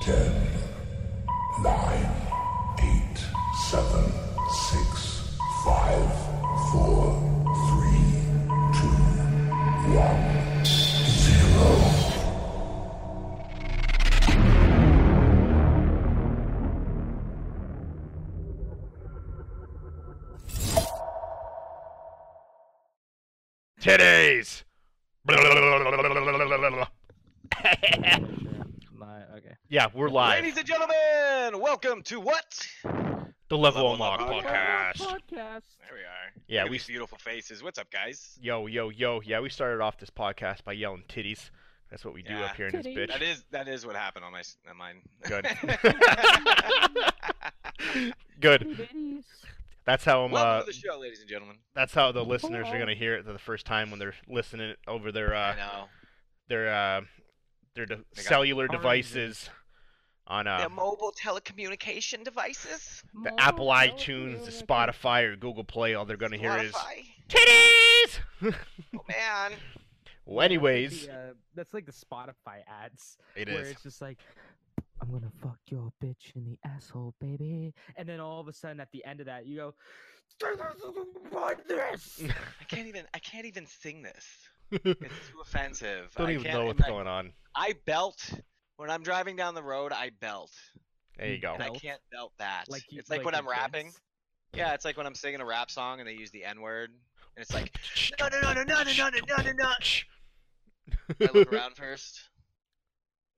Ten, nine, eight, seven, six, five, four, three, two, one, zero. Titties. My, okay. yeah, we're live. Ladies and gentlemen, welcome to what? There the Level Level Unlock Unlock podcast. we are. Yeah, Look at we- these beautiful faces. What's up, guys? Yo, yo, yo. Yeah, we started off this podcast by yelling titties. That's what we do Yeah. up here in Titties. this That bitch. is that is what happened on my s- on mine. Good. Good. Titties. That's how I'm, welcome uh, to the show, ladies and gentlemen. that's how the listeners are Hello. gonna hear it the first time when they're listening over their I uh know. their uh their de- got cellular oranges. devices on uh They're mobile telecommunication devices. the Mobile Apple phone iTunes, the communication. Spotify or Google Play. All they're gonna hear is Spotify. titties. Oh man. Well, anyways, The, uh, that's like the Spotify ads uh, it where is. it's just like, I'm gonna fuck your bitch in the asshole, baby, and then all of a sudden at the end of that you go, "Like Mm. this. I can't even I can't even sing this. It's too offensive. Don't I even can't- know and what's I- going on. I belt when I'm driving down the road. I belt, There you go. and I Belt? can't belt that. Like you- it's like, when you I'm rapping. dance. Yeah, it's like when I'm singing a rap song and they use the N word, and it's like no no no no no no no no no no. I look around first,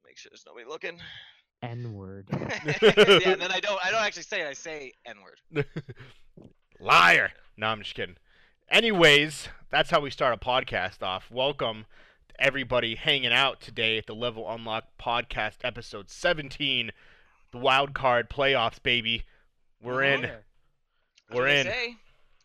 make sure there's nobody looking. N word. yeah, and then I don't I don't actually say it. I say N word. Liar. No, I'm just kidding. Anyways, that's how we start a podcast off. Welcome to everybody hanging out today at the Level Unlock podcast episode 17, the wild card playoffs, baby. We're in. We're in. Say,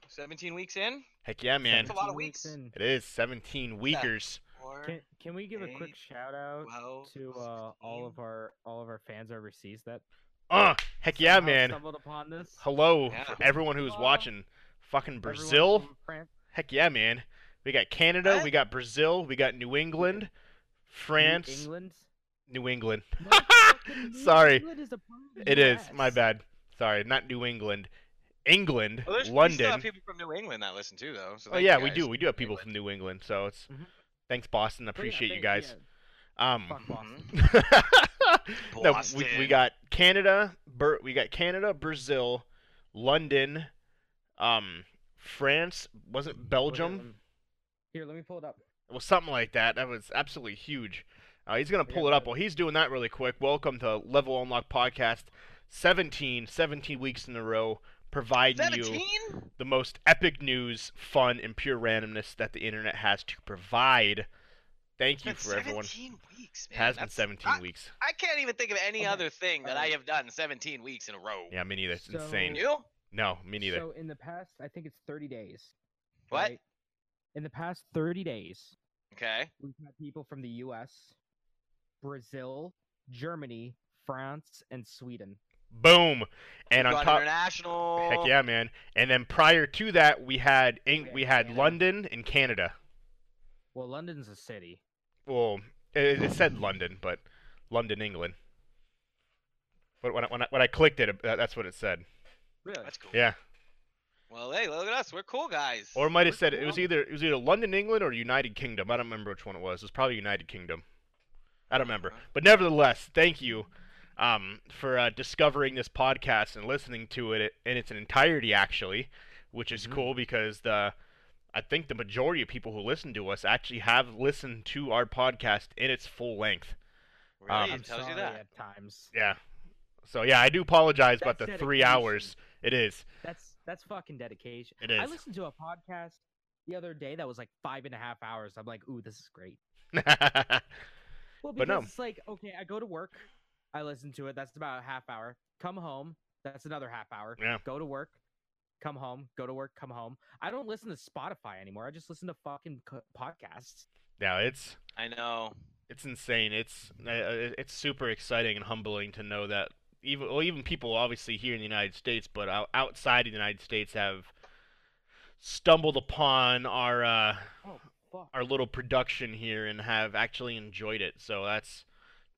Seventeen weeks in. Heck yeah, man. That's a lot of 17 weeks. in. It is 17 Yeah. weekers. Four, Can, can we give a quick Eight, shout out twelve, to uh, all of sixteen. our all of our fans overseas that Uh, heck yeah, somehow man. stumbled upon this? Hello Yeah. for everyone who's Hello. watching. Fucking Everyone Brazil. from France- Heck yeah, man. We got Canada, What? we got Brazil, we got New England, New France, England. New England. Motherfucking New Sorry. England is a part of the It is. My US. bad. Sorry, not New England. England, Well, there's, We still London. have people from New England that listen too, though. So oh thank yeah, you we guys. do. We do have people England. Mm-hmm. from New England, so it's Mhm. thanks Boston. I But yeah, appreciate you thank- guys. yeah, Um fuck Boston. no, we, we Boston. got Canada, Bur- we got Canada, Brazil, London, um France, wasn't Look at Belgium? them. Here, let me pull it up. Well, something like that. That was absolutely huge. Uh, he's going to Yeah, pull it up but- while he's doing that really quick. Welcome to Level Unlock Podcast 17, 17 weeks in a row, providing Seventeen. you the most epic news, fun, and pure randomness that the internet has to provide. Thank It's you been for everyone. Seventeen weeks, man. Has been That's- 17 I- weeks. I can't even think of any Okay. other thing that Alright. I have done 17 weeks in a row. Yeah, me neither. It's So- insane. You? No, me neither. So in the past, I think it's 30 days. What? right? In the past 30 days, Okay. we've had people from the U.S., Brazil, Germany, France, and Sweden. Boom. And We've on gone top international. Heck yeah, man. And then prior to that, we had Eng- Yeah, we had Canada. London and Canada. Well, London's a city. well, it, it said London, but London, England. But when I, when I, when I clicked it, that, that's what it said. Really? That's cool. Yeah, Well, hey, look at us. We're cool guys. or it might have Where's said the it was London? either it was either London, England, or United Kingdom. I don't remember which one it was. It was probably United Kingdom. I don't remember. Uh-huh. But nevertheless, thank you um, for uh, discovering this podcast and listening to it in its entirety, actually, which is Mhm. cool because the I think the majority of people who listen to us actually have listened to our podcast in its full length. really? um, It I'm tells sorry you that. at times. Yeah. So yeah, I do apologize about the That's three dedication. hours. It is. That's that's fucking dedication. It I is. listened to a podcast the other day that was like five and a half hours. I'm like, ooh, this is great. Well, But because no. it's like, okay, I go to work, I listen to it. That's about a half hour. Come home, that's another half hour. Yeah. Go to work, come home, go to work, come home. I don't listen to Spotify anymore. I just listen to fucking co- podcasts. yeah, it's I know. it's insane. It's uh, uh, it's super exciting and humbling to know that even well, even people obviously here in the United States, but out- outside of the United States have stumbled upon our uh, Oh fuck. our little production here and have actually enjoyed it. So that's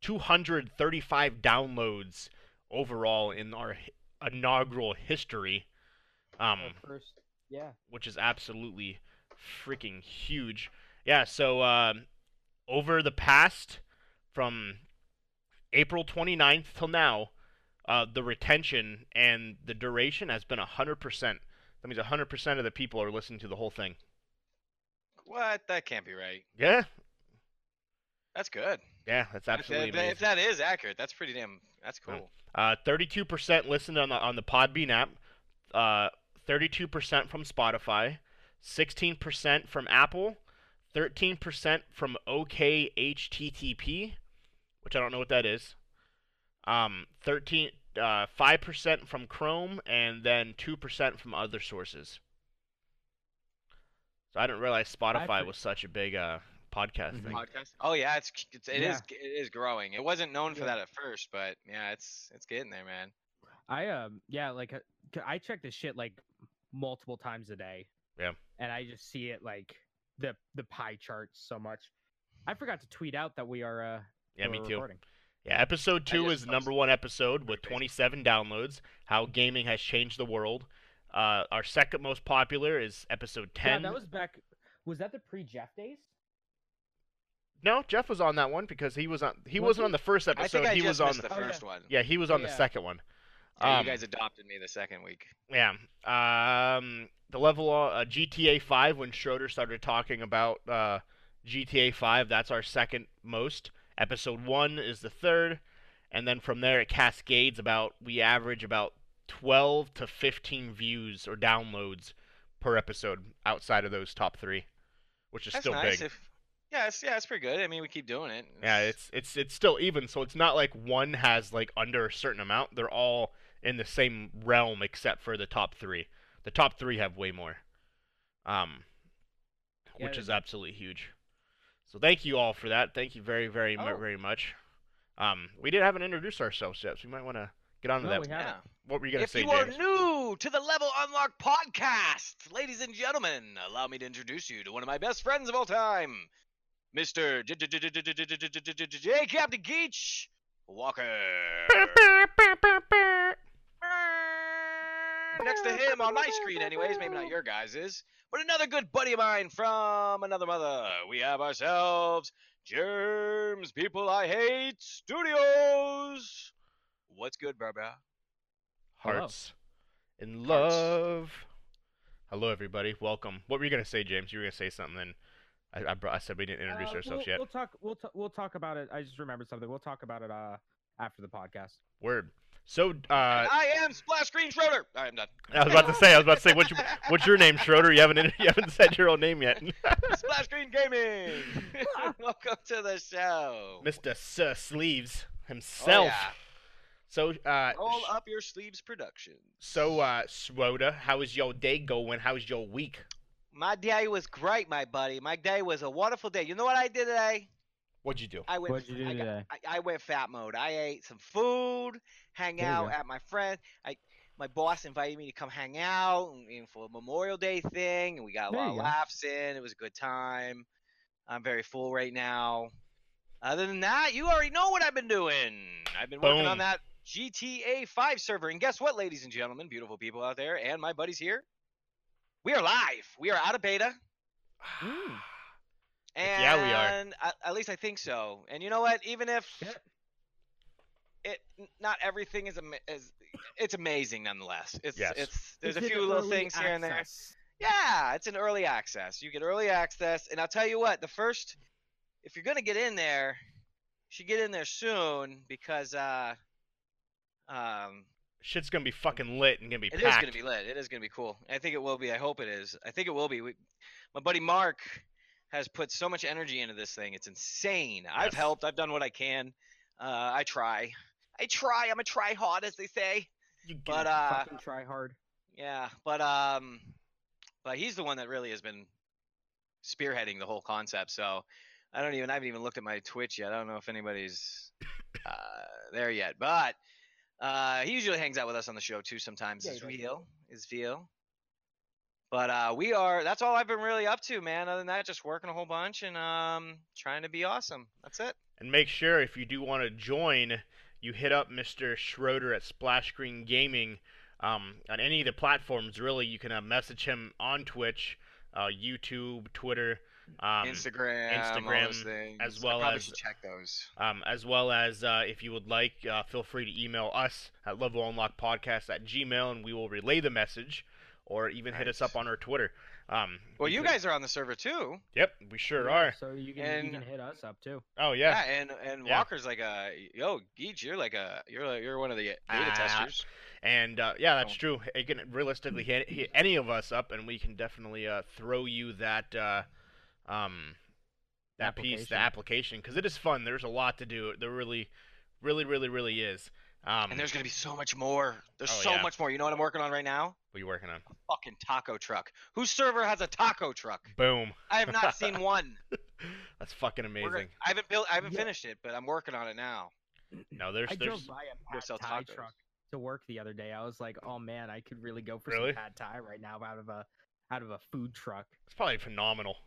235 downloads overall in our hi- inaugural history, um, Our first, yeah. which is absolutely freaking huge. Yeah, so um over the past from April 29th till now, uh, the retention and the duration has been 100%. That means 100% of the people are listening to the whole thing. What? That can't be right. Yeah, That's good. yeah, that's If- absolutely if, that- amazing. if that is accurate, that's pretty damn. That's Right. cool. Uh, 32% listened on the on the Podbean app. Uh, 32% from Spotify. 16% from Apple. 13% from OKHTTP, which I don't know what that is. Um, 13, uh, 5% from Chrome, and then 2% from other sources. So I didn't realize Spotify for- was such a big uh, podcast Mhm. thing. Podcast. Oh yeah, it's, it's it is- it is growing. It wasn't known for Yeah. that at first, but yeah, it's it's getting there, man. I um yeah, like uh, c- I check this shit like multiple times a day. Yeah. And I just see it like the the pie chart so much. I forgot to tweet out that we are uh Yeah, we're me too. recording. Yeah, episode I two just is posted number one episode with Pretty big. 27 downloads. How gaming has changed the world. Uh, our second most popular is episode Yeah, 10. that was back was that the pre Jeff days? No, Jeff was on that one because he was on. He Was wasn't he? on the first I episode. think I he just was on. missed the Oh, yeah. first one. Yeah, he was on the Yeah. second one. Yeah, um, you guys adopted me the second week. Yeah. Um, the level uh, GTA 5 when Schroeder started talking about uh, GTA 5, that's our second most. Episode 1 is the third, and then from there it cascades about we average about 12 to 15 views or downloads per episode outside of those top 3, which is That's still nice. big. If, yeah, it's yeah, it's pretty good. I mean, we keep doing it. Yeah, it's it's it's still even, so it's not like one has like under a certain amount. They're all in the same realm except for the top three. The top three have way more, um, Yeah, which they is absolutely huge. So thank you all for that. Thank you very very mu- Oh. very much. Um, we did haven't introduced ourselves yet, so we might want to get on to No, that. we yeah. haven't. What were you gonna If say, you are James? new to the Level Unlock podcast, ladies and gentlemen, allow me to introduce you to one of my best friends of all time, Mr. J- J- J- J- J- J- J- J- J- J- J- J- Captain Geach Walker. Next to him on my screen, anyways, maybe not your guys' is, but another good buddy of mine from another mother. We have ourselves Germs People I Hate Studios. What's good, Barbara? Hello. Hearts in Hearts. love. Hello, everybody. Welcome. What were you gonna say, James? You were gonna say something. Then I, I, br- I said we didn't introduce Uh, ourselves we'll, yet. We'll talk we'll t- we'll talk about it. I just remembered something. We'll talk about it uh after the podcast. Word. So uh, And I I am Splash Screen Schroeder. All right, I'm done. was about to say. I was about to say. What's your, what's your name, Schroeder? You haven't in- you haven't said your own name yet, Splash Screen Gaming. Welcome to the show. Mister Sir Sleeves himself. Self. So uh, Roll sh- Oh, up your sleeves production. so uh, Schroeder, how is your day going? How's your week? My day was great, my buddy. My day was a wonderful day. You know what I did today? What'd you do? I went. What'd you do I, got- today? I, I went fat mode. I ate some food, hang There you out go. at my friend. I my boss invited me to come hang out and- and for a Memorial Day thing, and we got a There lot you of go. laughs in. It was a good time. I'm very full right now. Other than that, you already know what I've been doing. I've been working Boom. on that GTA 5 server, and guess what, ladies and gentlemen, beautiful people out there, and my buddies here, we are live. We are out of beta. Mm. And Yeah, we are. At, at least I think so. And you know what? Even if Yep. it n- not everything is, ama- is it's amazing nonetheless. It's Yes. it's there's Is a it few little early things here and there. access? Yeah, it's an early access. You get early access, and I'll tell you what, the first if you're gonna get in there, you should get in there soon because uh um Shit's gonna be fucking lit and gonna be it is packed. gonna be lit. It is gonna be cool. I think it will be. I hope it is. I think it will be. We, my buddy Mark has put so much energy into this thing. It's insane. I've Yes. helped. I've done what I can. Uh, I try. I try. I'm a try hard, as they say. You get But uh, Fucking try hard. yeah. But um, but he's the one that really has been spearheading the whole concept. So I don't even. I haven't even looked at my Twitch yet. I don't know if anybody's uh, there yet. But uh, he usually hangs out with us on the show too. Sometimes Yeah, is he does. real. Is veal. But uh, we are. That's all I've been really up to, man. Other than that, just working a whole bunch and um, trying to be awesome. That's it. And make sure if you do want to join, you hit up Mr. Schroeder at Splash Screen Gaming um, on any of the platforms. Really, you can uh, message him on Twitch, uh, YouTube, Twitter, um, Instagram, all Instagram those things. as I well probably as- should check those. um, as well as uh, if you would like, uh, feel free to email us at Level Unlock Podcast at Gmail, and we will relay the message, or even hit us Nice. up on our Twitter. Um, Well, you because- guys are on the server too. Yep, we sure Yeah, are. So you can, And- you can hit us up too. Oh Yeah, yeah. and and Yeah. Walker's like a yo, Geech, you're like a you're like, you're one of the beta Ah. testers. And uh, yeah, that's Oh. true. It can realistically hit, hit any of us up, and we can definitely uh, throw you that uh, um, that piece, the Application. application, because it is fun. There's a lot to do. There really, really, really, really is. Um, And there's gonna be so much more. There's Oh, so yeah. much more. You know what I'm working on right now? what are you working on? Fucking taco truck. Whose server has a taco truck? Boom. I have not seen one. That's fucking We're amazing. gonna- I haven't built. I haven't Yeah. finished it, but I'm working on it now. No, there's I there's drove by a They pad sell thai tacos. truck to work the other day. I was like, oh man, I could really go for Really? some pad thai right now out of a out of a food truck. it's probably phenomenal.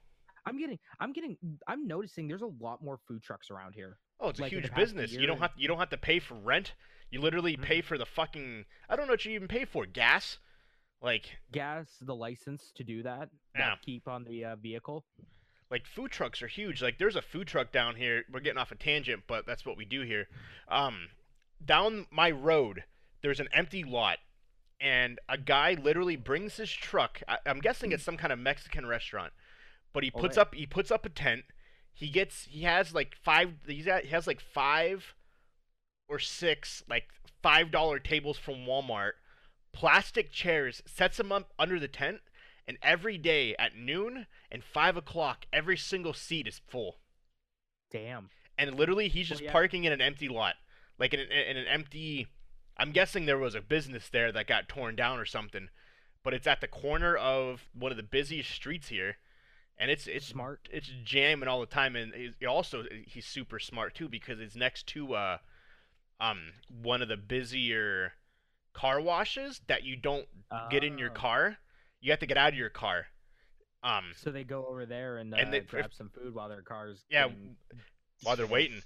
I'm getting, I'm getting, I'm noticing there's a lot more food trucks around here. Oh, it's a Like, in the huge past business. You year Mm-hmm. don't and- have you don't have to pay for rent. You literally pay for the fucking I don't know what you even pay for gas. Like Gas, the license to do that, Yeah. that keep on the uh, vehicle. like food trucks are huge. Like there's a food truck down here. We're getting off a tangent, but that's what we do here. Um, down my road, there's an empty lot, and a guy literally brings his truck. I, I'm guessing it's some kind of Mexican restaurant, but he Oh, puts yeah. up he puts up a tent. He gets he has like five. He's at, he has like five or six like five dollar tables from Walmart, plastic chairs. Sets them up under the tent. And every day at noon and five o'clock, every single seat is full. Damn. And literally, he's Well, just Oh, yeah. parking in an empty lot, like in an, in an empty. I'm guessing there was a business there that got torn down or something, but it's at the corner of one of the busiest streets here, and it's it's Smart. it's jamming all the time. And he's- he also he's super smart too because it's next to uh um one of the busier car washes that you don't get in your Oh. car. You have to get out of your car. Um, So they go over there and, uh, And they- if- grab some food while their cars. Yeah, getting- while they're waiting.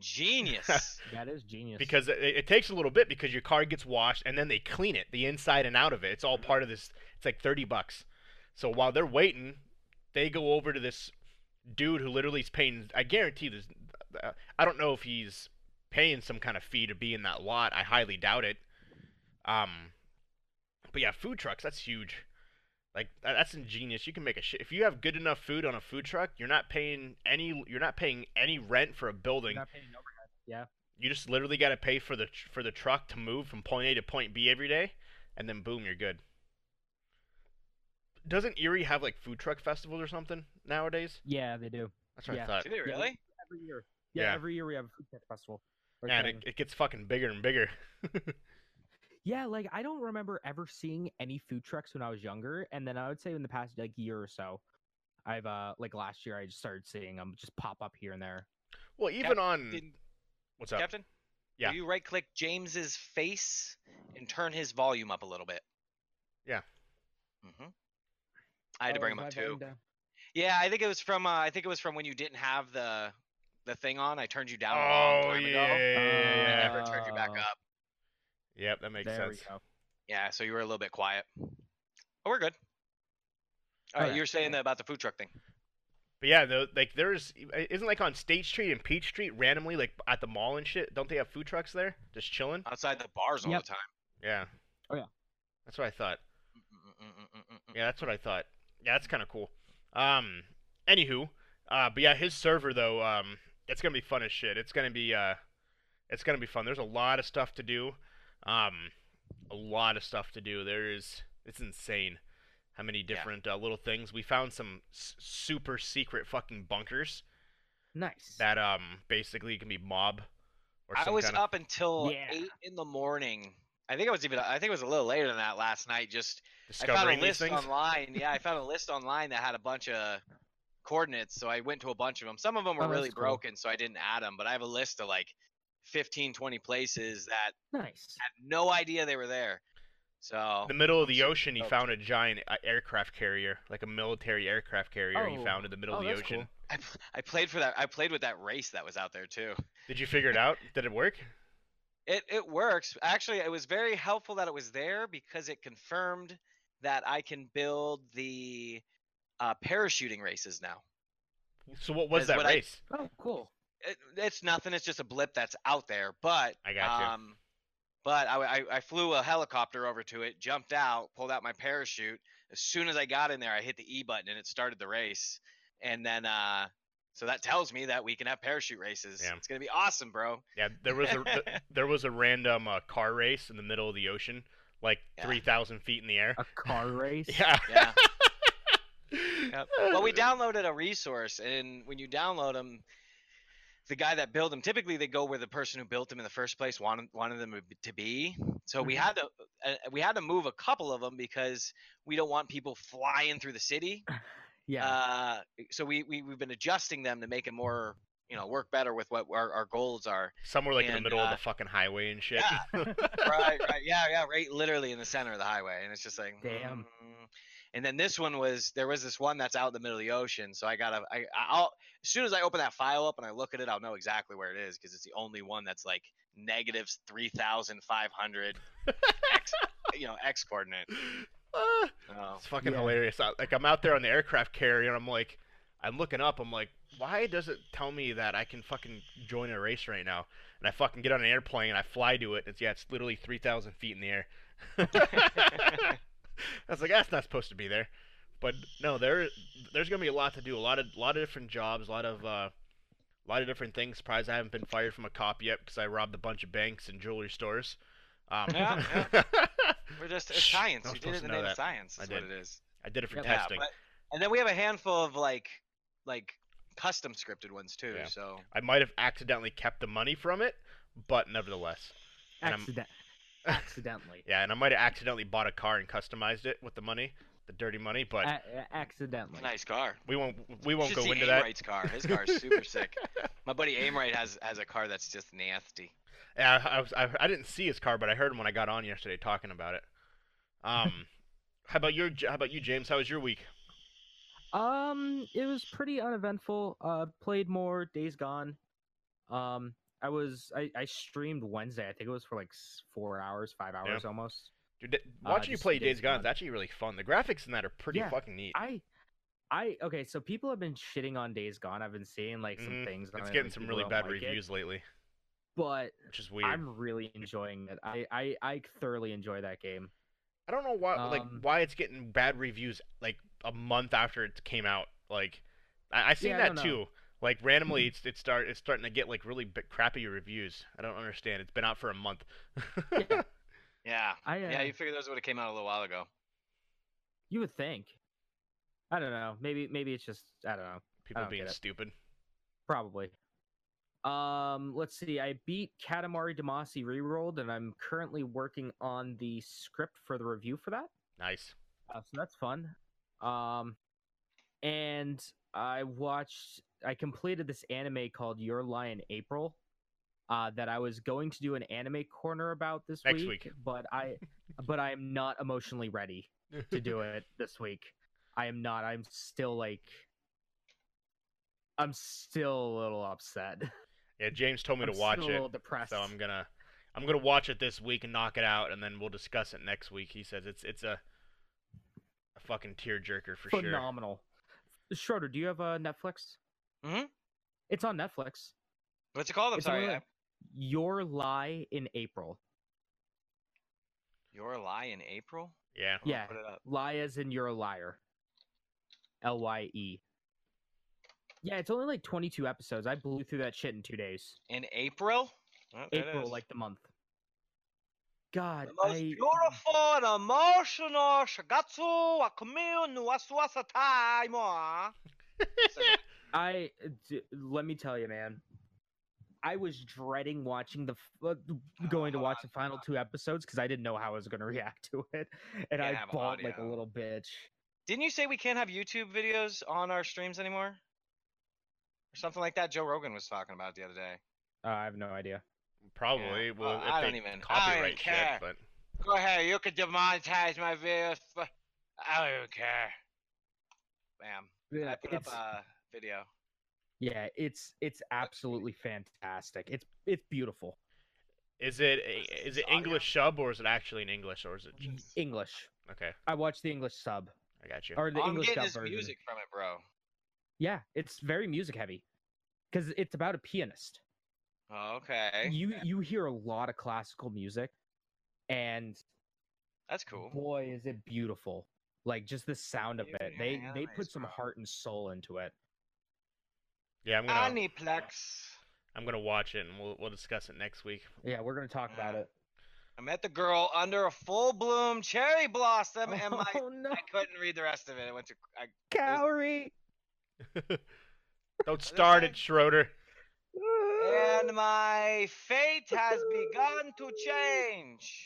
genius. that is genius. because it, it takes a little bit because your car gets washed and then they clean it the inside and out of it it's all part of this it's like 30 bucks so while they're waiting they go over to this dude who literally is paying i guarantee this uh, i don't know if he's paying some kind of fee to be in that lot i highly doubt it um but yeah food trucks that's huge like tha- that's ingenious you can make a shit if you have good enough food on a food truck you're not paying any you're not paying any rent for a building Not paying overhead. you just literally got to pay for the tr- for the truck to move from point A to point B every day, and then boom, you're good. Doesn't Erie have like food truck festivals or something nowadays? Yeah, they do. That's what I Yeah. thought. Did they Yeah. really? Every year. Yeah, Yeah. every year we have a food truck festival. or And it, thing. it gets fucking bigger and bigger. Yeah, like I don't remember ever seeing any food trucks when I was younger, and then I would say in the past like year or so, I've uh like last year I just started seeing them just pop up here and there. Well, even on Did- what's up? Captain? Mm, Yeah. Will you right click James's face and turn his volume up a little bit? Yeah. hmm I Oh, had to bring him up too. Yeah, I think it was from uh, I think it was from when you didn't have the the thing on. I turned you down a long Oh yeah, time yeah, ago. yeah, and I yeah. never turned you back Oh. up. Yep, that makes there sense. we go. Yeah, so you were a little bit quiet. But we're good. All right, Alright. you were saying that about the food truck thing. But yeah, though, like there's isn't like on State Street and Peach Street randomly like at the mall and shit. Don't they have food trucks there just chilling? Outside the bars all Yep. the time. Yeah. Oh, yeah. That's what I thought. Mm-mm-mm-mm-mm-mm-mm. Yeah, that's what I thought. Yeah, that's kind of cool. Um, anywho, uh, but yeah, his server though, um, it's gonna be fun as shit. It's gonna be uh, it's gonna be fun. There's a lot of stuff to do. Um, a lot of stuff to do. There is, it's insane how many different uh, little things. We found some s- super secret fucking bunkers Nice. that um basically can be mob. Or I some was kind of- up until Yeah. eight in the morning. I think I was even I think it was a little later than that last night. Just I discovering found a these list things. online. Yeah, I found a list online that had a bunch of coordinates, so I went to a bunch of them. Some of them were Oh, that's really cool. broken, so I didn't add them. But I have a list of like 15, 20 places that nice. had no idea they were there. So Oh, the middle of the so ocean, he stoked. found a giant uh, aircraft carrier, like a military aircraft carrier. he Oh. found in the middle Oh, of the that's ocean. cool. I, pl- I played for that. I played with that race that was out there too. Did you figure it out? Did it work? It it works. Actually, it was very helpful that it was there because it confirmed that I can build the uh, parachuting races now. So what was Is that what I- race? Oh, cool. It, it's nothing. It's just a blip that's out there. But I got you. Um, but I, I I flew a helicopter over to it, jumped out, pulled out my parachute. As soon as I got in there, I hit the E button and it started the race. And then uh, so that tells me that we can have parachute races. Yeah. It's gonna be awesome, bro. Yeah, there was a th- there was a random uh, car race in the middle of the ocean, like Yeah. three thousand feet in the air. A car race. Yeah. Yeah. well, we downloaded a resource, and when you download them, the guy that built them typically they go where the person who built them in the first place wanted wanted them to be- to be. So we Mhm. had to uh, we had to move a couple of them because we don't want people flying through the city. Yeah. Uh, so we, we we've been adjusting them to make it more you know work better with what our, our goals are. Somewhere like in the And, middle of uh, the fucking highway and shit. yeah. right, right, yeah, yeah, right. Literally in the center of the highway, and it's just like, Damn. "Mm." And then this one was there was this one that's out in the middle of the ocean, so I gotta, I, I'll as soon as I open that file up and I look at it, I'll know exactly where it is because it's the only one that's like negative three thousand five hundred x, you know, x coordinate. Ah, Oh. it's fucking Yeah. hilarious. I, like I'm out there on the aircraft carrier, and I'm like, I'm looking up. I'm like, why does it tell me that I can fucking join a race right now? And I fucking get on an airplane and I fly to it. And it's yeah, it's literally three thousand feet in the air. I was like, that's not supposed to be there. But no, there there's gonna be a lot to do. A lot of lot of different jobs. A lot of uh, a lot of different things. Surprised I haven't been fired from a cop yet because I robbed a bunch of banks and jewelry stores. Um, Yeah, We're just it's Shh, science. not You did it supposed to in the know name that. of science. I Is what did. it is. I did it for Yeah, testing. Yeah, but, and then we have a handful of like like custom scripted ones too. Yeah. So I might have accidentally kept the money from it, but nevertheless. and I'm- Accident. Accidentally. Yeah, and I might have accidentally bought a car and customized it with the money, the dirty money, but A- a- accidentally. nice car. we won't we You won't should go see into that. Aimright's car. His car is super sick. My buddy Aimright has has a car that's just nasty. Yeah, I, I was I, I didn't see his car, but I heard him when I got on yesterday talking about it. Um how about your how about you James? How was your week? Um, it was pretty uneventful. Uh, played more Days Gone. Um, I was I I streamed Wednesday. I think it was for like s- four hours, five hours almost. Dude, th- watching you Uh, just play Days Days Gone is Gone. actually really fun. The graphics in that are pretty Yeah, fucking neat. I, I okay. So people have been shitting on Days Gone. I've been seeing like some Mhm, things. on it, it's like, getting some people really don't bad like it, reviews lately, but which is weird. I'm really enjoying it. I I I thoroughly enjoy that game. I don't know why like Um, why it's getting bad reviews like a month after it came out. Like I, I seen Yeah, I that don't too. know. Mm-hmm. Like randomly, it's it's start it's starting to get like really b- crappy reviews. I don't understand. It's been out for a month. Yeah. Yeah. I uh, Yeah, you figure those would have came out a little while ago. you would think. I don't know. Maybe maybe it's just I don't know. People don't being get it. stupid. Probably. Um, let's see. I beat Katamari Damacy rerolled, and I'm currently working on the script for the review for that. Nice. Uh, so that's fun. Um, and I watched. I completed this anime called Your Lion April. Uh, that I was going to do an anime corner about this Next week, week. but I, but I am not emotionally ready to do it this week. I am not. I'm still like, I'm still a little upset. Yeah, James told me I'm to watch still a it, little depressed. so I'm gonna I'm gonna watch it this week and knock it out, and then we'll discuss it next week. He says it's it's a a fucking tearjerker for sure. phenomenal. Schroeder, do you have uh, Netflix? Mhm. It's on Netflix. What's it called? I'm it's sorry. only, I, like, Your lie in April. your lie in April. Yeah. I'm gonna Yeah. Put Oh, it up. Lie as in you're a liar. L Y E. Yeah, it's only like 22 episodes. I blew through that shit in two days. In April. Oh, there it April, is. like the month. God, The most I beautiful and emotional shigatsu wa kumiu nu wasuasa taimo. So- I d- let me tell you, man. I was dreading watching the f- uh, going to hold watch on, the final two episodes because I didn't know how I was going to react to it, and I have bawled like a audio. little bitch. Didn't you say we can't have YouTube videos on our streams anymore? Or something like that Joe Rogan was talking about the other day. Uh, I have no idea. Probably. Yeah, Well, well, if I they don't even- I don't copyright shit, care. but Go ahead, you can demonetize my videos. fu- I don't even care. Bam. I Yeah, put it's, up a video. yeah, it's it's absolutely fantastic. It's it's beautiful. Is it a- is it Audio. English sub or is it actually in English or is it? Mm. j- English. Okay, I watched the English sub I got you. or the Oh, I'm English getting dub this version. music from it, bro. Yeah, it's very music heavy because it's about a pianist. Oh, Okay, You you hear a lot of classical music, and that's cool. boy, is it beautiful! Like just the sound of You it. hear They the they animes, put some bro. heart and soul into it. Yeah, I'm gonna Aniplex. I'm gonna watch it and we'll we'll discuss it next week. Yeah, we're gonna talk about Yeah. it. I met the girl under a full bloom cherry blossom, and my oh no, I couldn't read the rest of it. It went to I, Cowrie! Don't start it, side. Schroeder. and my fate has begun to change.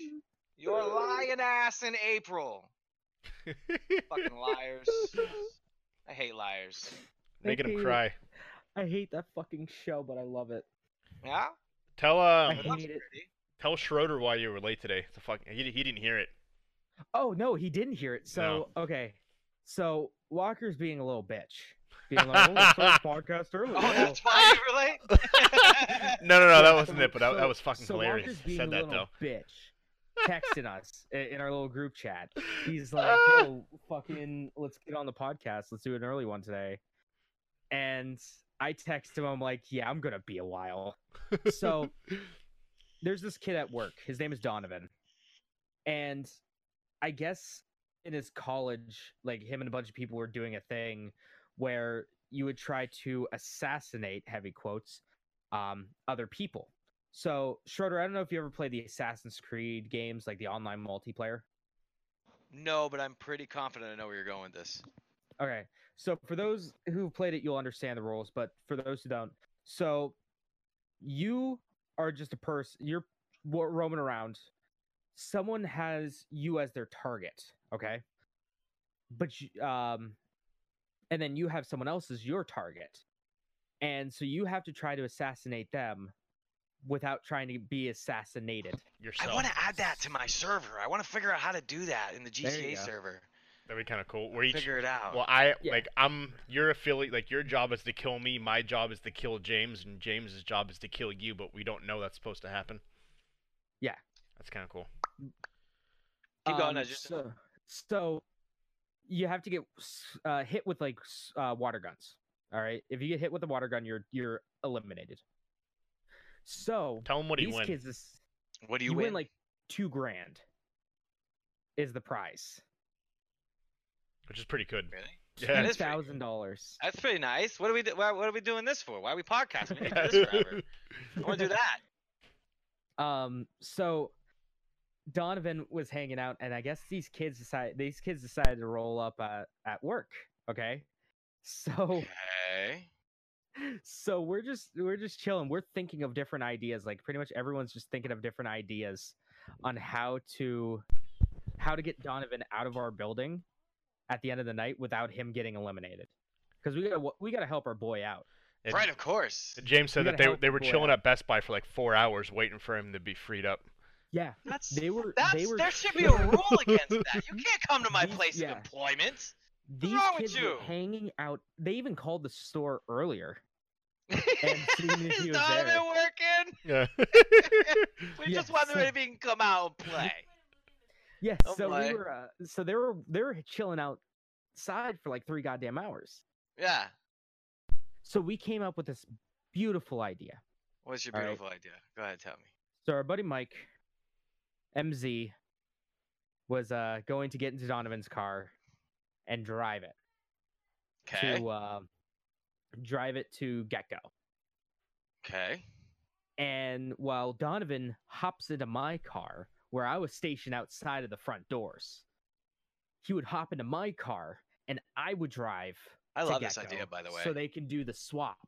You're lying ass in April. Fucking liars. I hate liars. Making him Okay. cry. I hate that fucking show, but I love it. Yeah. Tell I um But that's hate it. pretty. tell Schroeder why you were late today. It's a fucking he, he didn't hear it. Oh no, he didn't hear it. So okay, so Walker's being a little bitch, being like, "Oh, I started the podcast early." Oh, so- that's why you relate. No, no, no, Yeah, that wasn't it. But that, that so- was fucking so hilarious. Walker's I being said a that though. little Bitch, texting us i- in our little group chat. He's like, Ah. "Yo, fucking, let's get on the podcast. Let's do an early one today." And I text him. I'm like, "Yeah, I'm gonna be a while." So there's this kid at work. His name is Donovan, and I guess in his college, like him and a bunch of people were doing a thing where you would try to assassinate heavy quotes um, other people. So Schroeder, I don't know if you ever played the Assassin's Creed games, like the online multiplayer. No, but I'm pretty confident I know where you're going with this. Okay. So for those who played it, you'll understand the rules, but for those who don't, so you are just a person. You're wa- roaming around. Someone has you as their target. Okay. But you, um, and then you have someone else as your target, and so you have to try to assassinate them without trying to be assassinated. Yourself. I want to add that to my server. I want to figure out how to do that in the There you GTA go. server. That'd be kind of cool. Where each Figure it out. well, I Yeah. like I'm your affiliate. Like your job is to kill me. My job is to kill James, and James's job is to kill you. But we don't know that's supposed to happen. Yeah. that's kind of cool. Keep going, Um, Ezra. So, so you have to get s- uh, hit with like s- uh, water guns. All right. If you get hit with a water gun, you're you're eliminated. So Tell him what he these win. kids, is, what do you, you, win? like two grand is the prize. which is pretty good. really? Yeah. That Two is pretty good. thousand dollars. That's pretty nice. What are we do- why, what are we doing this for? Why are we podcasting? We can do this forever. I want to do that. Um, so Donovan was hanging out, and I guess these kids decided these kids decided to roll up at, at work. Okay. So Okay. so we're just we're just chilling we're thinking of different ideas like pretty much everyone's just thinking of different ideas on how to how to get donovan out of our building at the end of the night without him getting eliminated because we gotta wa- we gotta help our boy out And Right, of course. James We said that gotta they help they were people chilling out. at Best Buy for like four hours waiting for him to be freed up. yeah That's, they were that's they were there should be a rule against that. You can't come to my These- place yeah. of employment. these wrong with kids you? were hanging out they even called the store earlier soon as Is he was Donovan there- working? Yeah. We Yes. just wondering if he can come out and play. yeah Oh so boy. we were uh, so they were they were chilling outside for like three goddamn hours Yeah. so we came up with this beautiful idea What's your All right. beautiful idea? Go ahead, tell me. So our buddy Mike, MZ, was uh, going to get into Donovan's car and drive it Okay. to uh, drive it to Gecko. Okay. And while Donovan hops into my car, where I was stationed outside of the front doors, he would hop into my car and I would drive. I to love this Gecko idea, by the way. So they can do the swap.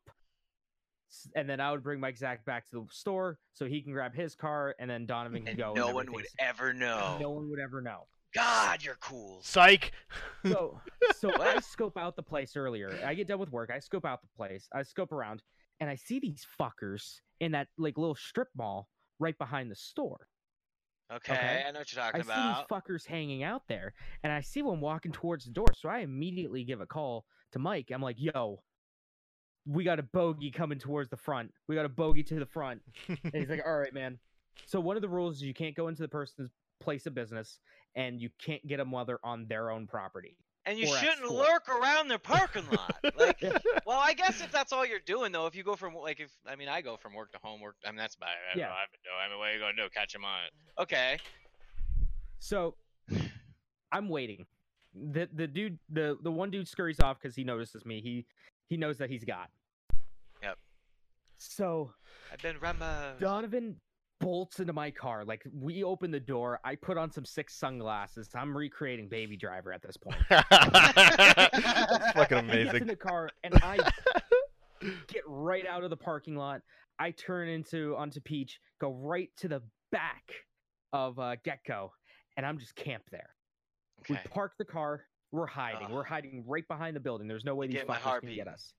S- And then I would bring Mike Zach back to the store so he can grab his car and then Donovan can and go. no and one would everything's- ever know. No one would ever know. God, you're cool. Psych. So, so I What? scope out the place earlier. I get done with work. I scope out the place. I scope around, and I see these fuckers in that like little strip mall right behind the store. Okay, Okay. I know what you're I talking see about. these fuckers hanging out there, and I see one walking towards the door. So I immediately give a call to Mike. I'm like, "Yo, we got a bogey coming towards the front. We got a bogey to the front." And he's like, "All right, man." So one of the rules is you can't go into the person's place of business, and you can't get them while they're on their own property. and you or at shouldn't school. lurk around their parking lot. like, well, I guess if that's all you're doing though, if you go from like if I mean I go from work to home, work. I mean that's about. It. I don't Yeah. know. I don't know. I mean, what are you gonna do? Catch him on it. Okay. So I'm waiting. The the dude the the one dude scurries off because he notices me. He he knows that he's got. Yep. So I've been Rambo. Donovan bolts into my car. Like we open the door. I put on some six sunglasses. I'm recreating Baby Driver at this point. That's fucking He gets in amazing. the car and I get right out of the parking lot. I turn into onto Peach, go right to the back of uh, Getco, and I'm just camped there. Okay. We park the car. We're hiding. Ugh. We're hiding right behind the building. There's no way these Get my fuckers heart can get beating. us.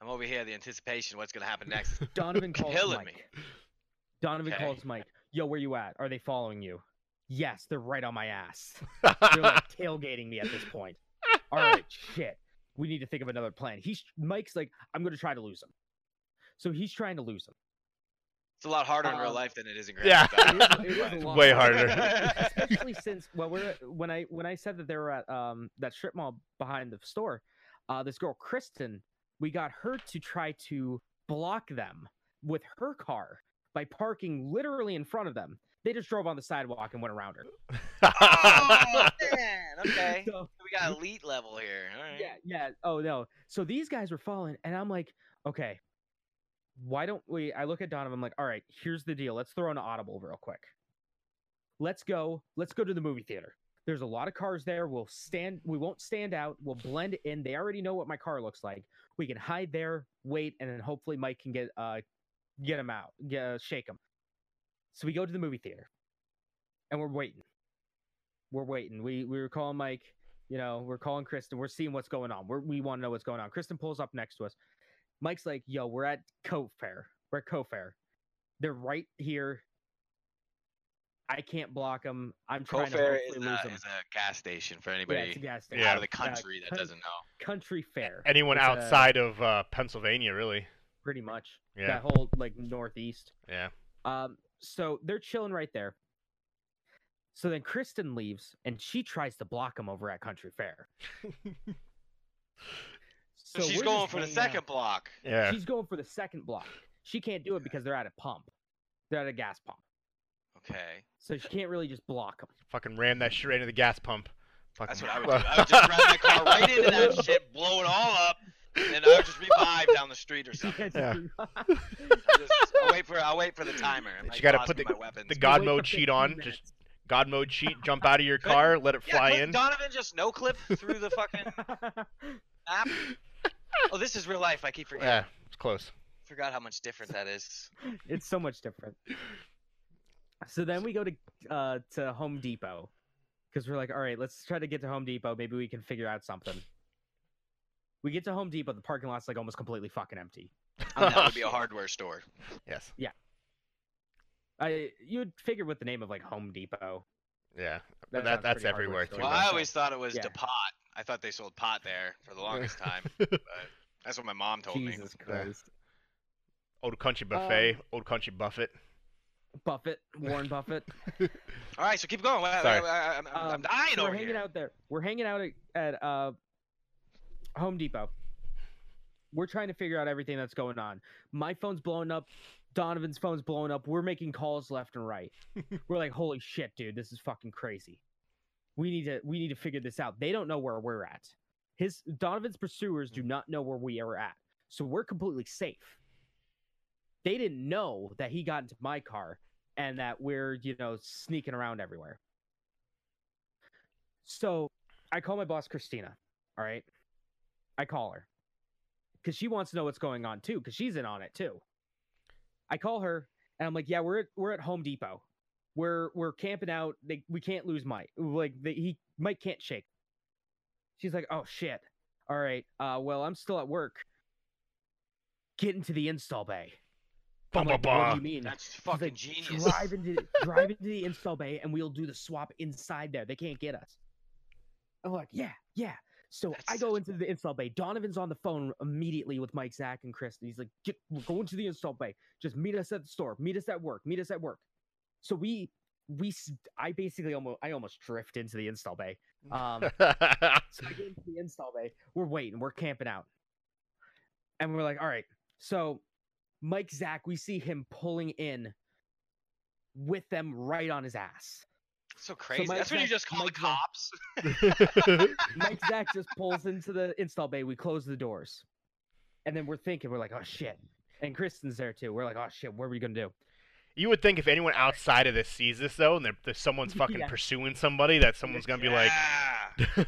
I'm over here. The anticipation. What's gonna happen next? Donovan calls Killing Mike. me. Donovan Okay. calls Mike. Yo, where you at? Are they following you? Yes, they're right on my ass. They're like tailgating me at this point. All right, shit. We need to think of another plan. He's Mike's like, I'm gonna try to lose him. So he's trying to lose him. It's a lot harder in real Um, life than it is in yeah. Grand Theft Auto. It is- it is a lot Way harder. harder. especially since well we're when i when i said that they were at um that strip mall behind the store uh this girl kristen we got her to try to block them with her car by parking literally in front of them they just drove on the sidewalk and went around her oh man. Okay. so, We got elite level here. All right. yeah yeah oh no so these guys were falling and i'm like okay why don't we i look at donovan i'm like all right here's the deal let's throw an audible real quick let's go let's go to the movie theater there's a lot of cars there we'll stand we won't stand out we'll blend in they already know what my car looks like we can hide there wait and then hopefully mike can get uh get him out get, uh, shake him so we go to the movie theater and we're waiting we're waiting we we were calling mike you know we're calling kristen we're seeing what's going on we're, we want to know what's going on kristen pulls up next to us mike's like yo we're at coat fair we're at coat fair they're right here i can't block them i'm trying Cofair to is, hopefully a, lose them is a gas station for yeah, it's a anybody gas Yeah. station. out of the Uh, country that coun- doesn't know. country fair Anyone It's a- outside of uh, Pennsylvania, really? pretty much Yeah. that whole like northeast Yeah. Um, so they're chilling right there. So then Kristen leaves and she tries to block him over at Country Fair. So, So she's we're going just uh, for the hanging out. second block. Yeah. She's going for the second block. She can't do it because they're at a pump. They're at a gas pump. Okay. So she can't really just block him. Fucking ram that shit right into the gas pump. Fucking That's what I would do. I would just drive my car right into that shit, blow it all up, and then I would just revive down the street or something. I'll, just, I'll wait for I'll wait for the timer. It might you gotta cost put me the- my weapons. the but- God Wait mode for cheat 15 on. minutes. Just God mode cheat. Jump out of your car. Let it Yeah, fly couldn't in. Donovan just no clip through the fucking app. Oh, this is real life. I keep forgetting. Yeah, it's close. Forgot how much different that is. it's so much different. So then we go to uh, to Home Depot because we're like, all right, let's try to get to Home Depot. Maybe we can figure out something. We get to Home Depot. The parking lot's like almost completely fucking empty. And that would be a hardware store. Yes. I you'd figure with the name of like Home Depot. Yeah. But sounds that, that's pretty hardware everywhere. store. too, Well, though. I always thought it was Yeah. DePot. I thought they sold pot there for the longest time. That's what my mom told me. Jesus Christ. Old Um, Country Buffet. Old Country Buffet. Buffett, Warren Buffett. All right, so keep going. Well, Sorry. I, am Um, dying so over we're hanging here. out there. We're hanging out at, at uh, Home Depot. We're trying to figure out everything that's going on. My phone's blowing up. Donovan's phone's blowing up. We're making calls left and right. we're like, holy shit, dude, this is fucking crazy. We need to we need to figure this out. They don't know where we're at. His Donovan's pursuers do not know where we are at. So we're completely safe. They didn't know that he got into my car and that we're, you know, sneaking around everywhere. So I call my boss Christina. All right. I call her because she wants to know what's going on too, because she's in on it too. I call her and I'm like, yeah, we're at, we're at Home Depot. We're we're camping out. They, we can't lose Mike. Like they, he Mike can't shake. She's like, oh shit. All right. Uh, well, I'm still at work. Get into the install bay. I'm Bum, like, bum, what do bum." you mean? That's He's fucking like, genius. Drive into drive into the install bay, and we'll do the swap inside there. They can't get us. I'm like, yeah, yeah. So That's I go such into the install bay. Donovan's on the phone immediately with Mike, Zach, and Chris. And he's like, get, we're going to the install bay. Just meet us at the store. Meet us at work. Meet us at work. So we we s- I basically almost I almost drift into the install bay. Um, so I get into the install bay. We're waiting. We're camping out. And we're like, all right. So Mike Zach, we see him pulling in with them right on his ass. so crazy. Mike That's what you Zack- just call Mike the Zack- cops. Mike Zach just pulls into the install bay. We close the doors. And then we're thinking, we're like, oh shit. And Kristen's there too. We're like, oh shit, what are we gonna do? you would think if anyone outside of this sees this though, and they're, that someone's fucking Yeah. pursuing somebody, that someone's gonna be like, Yeah. and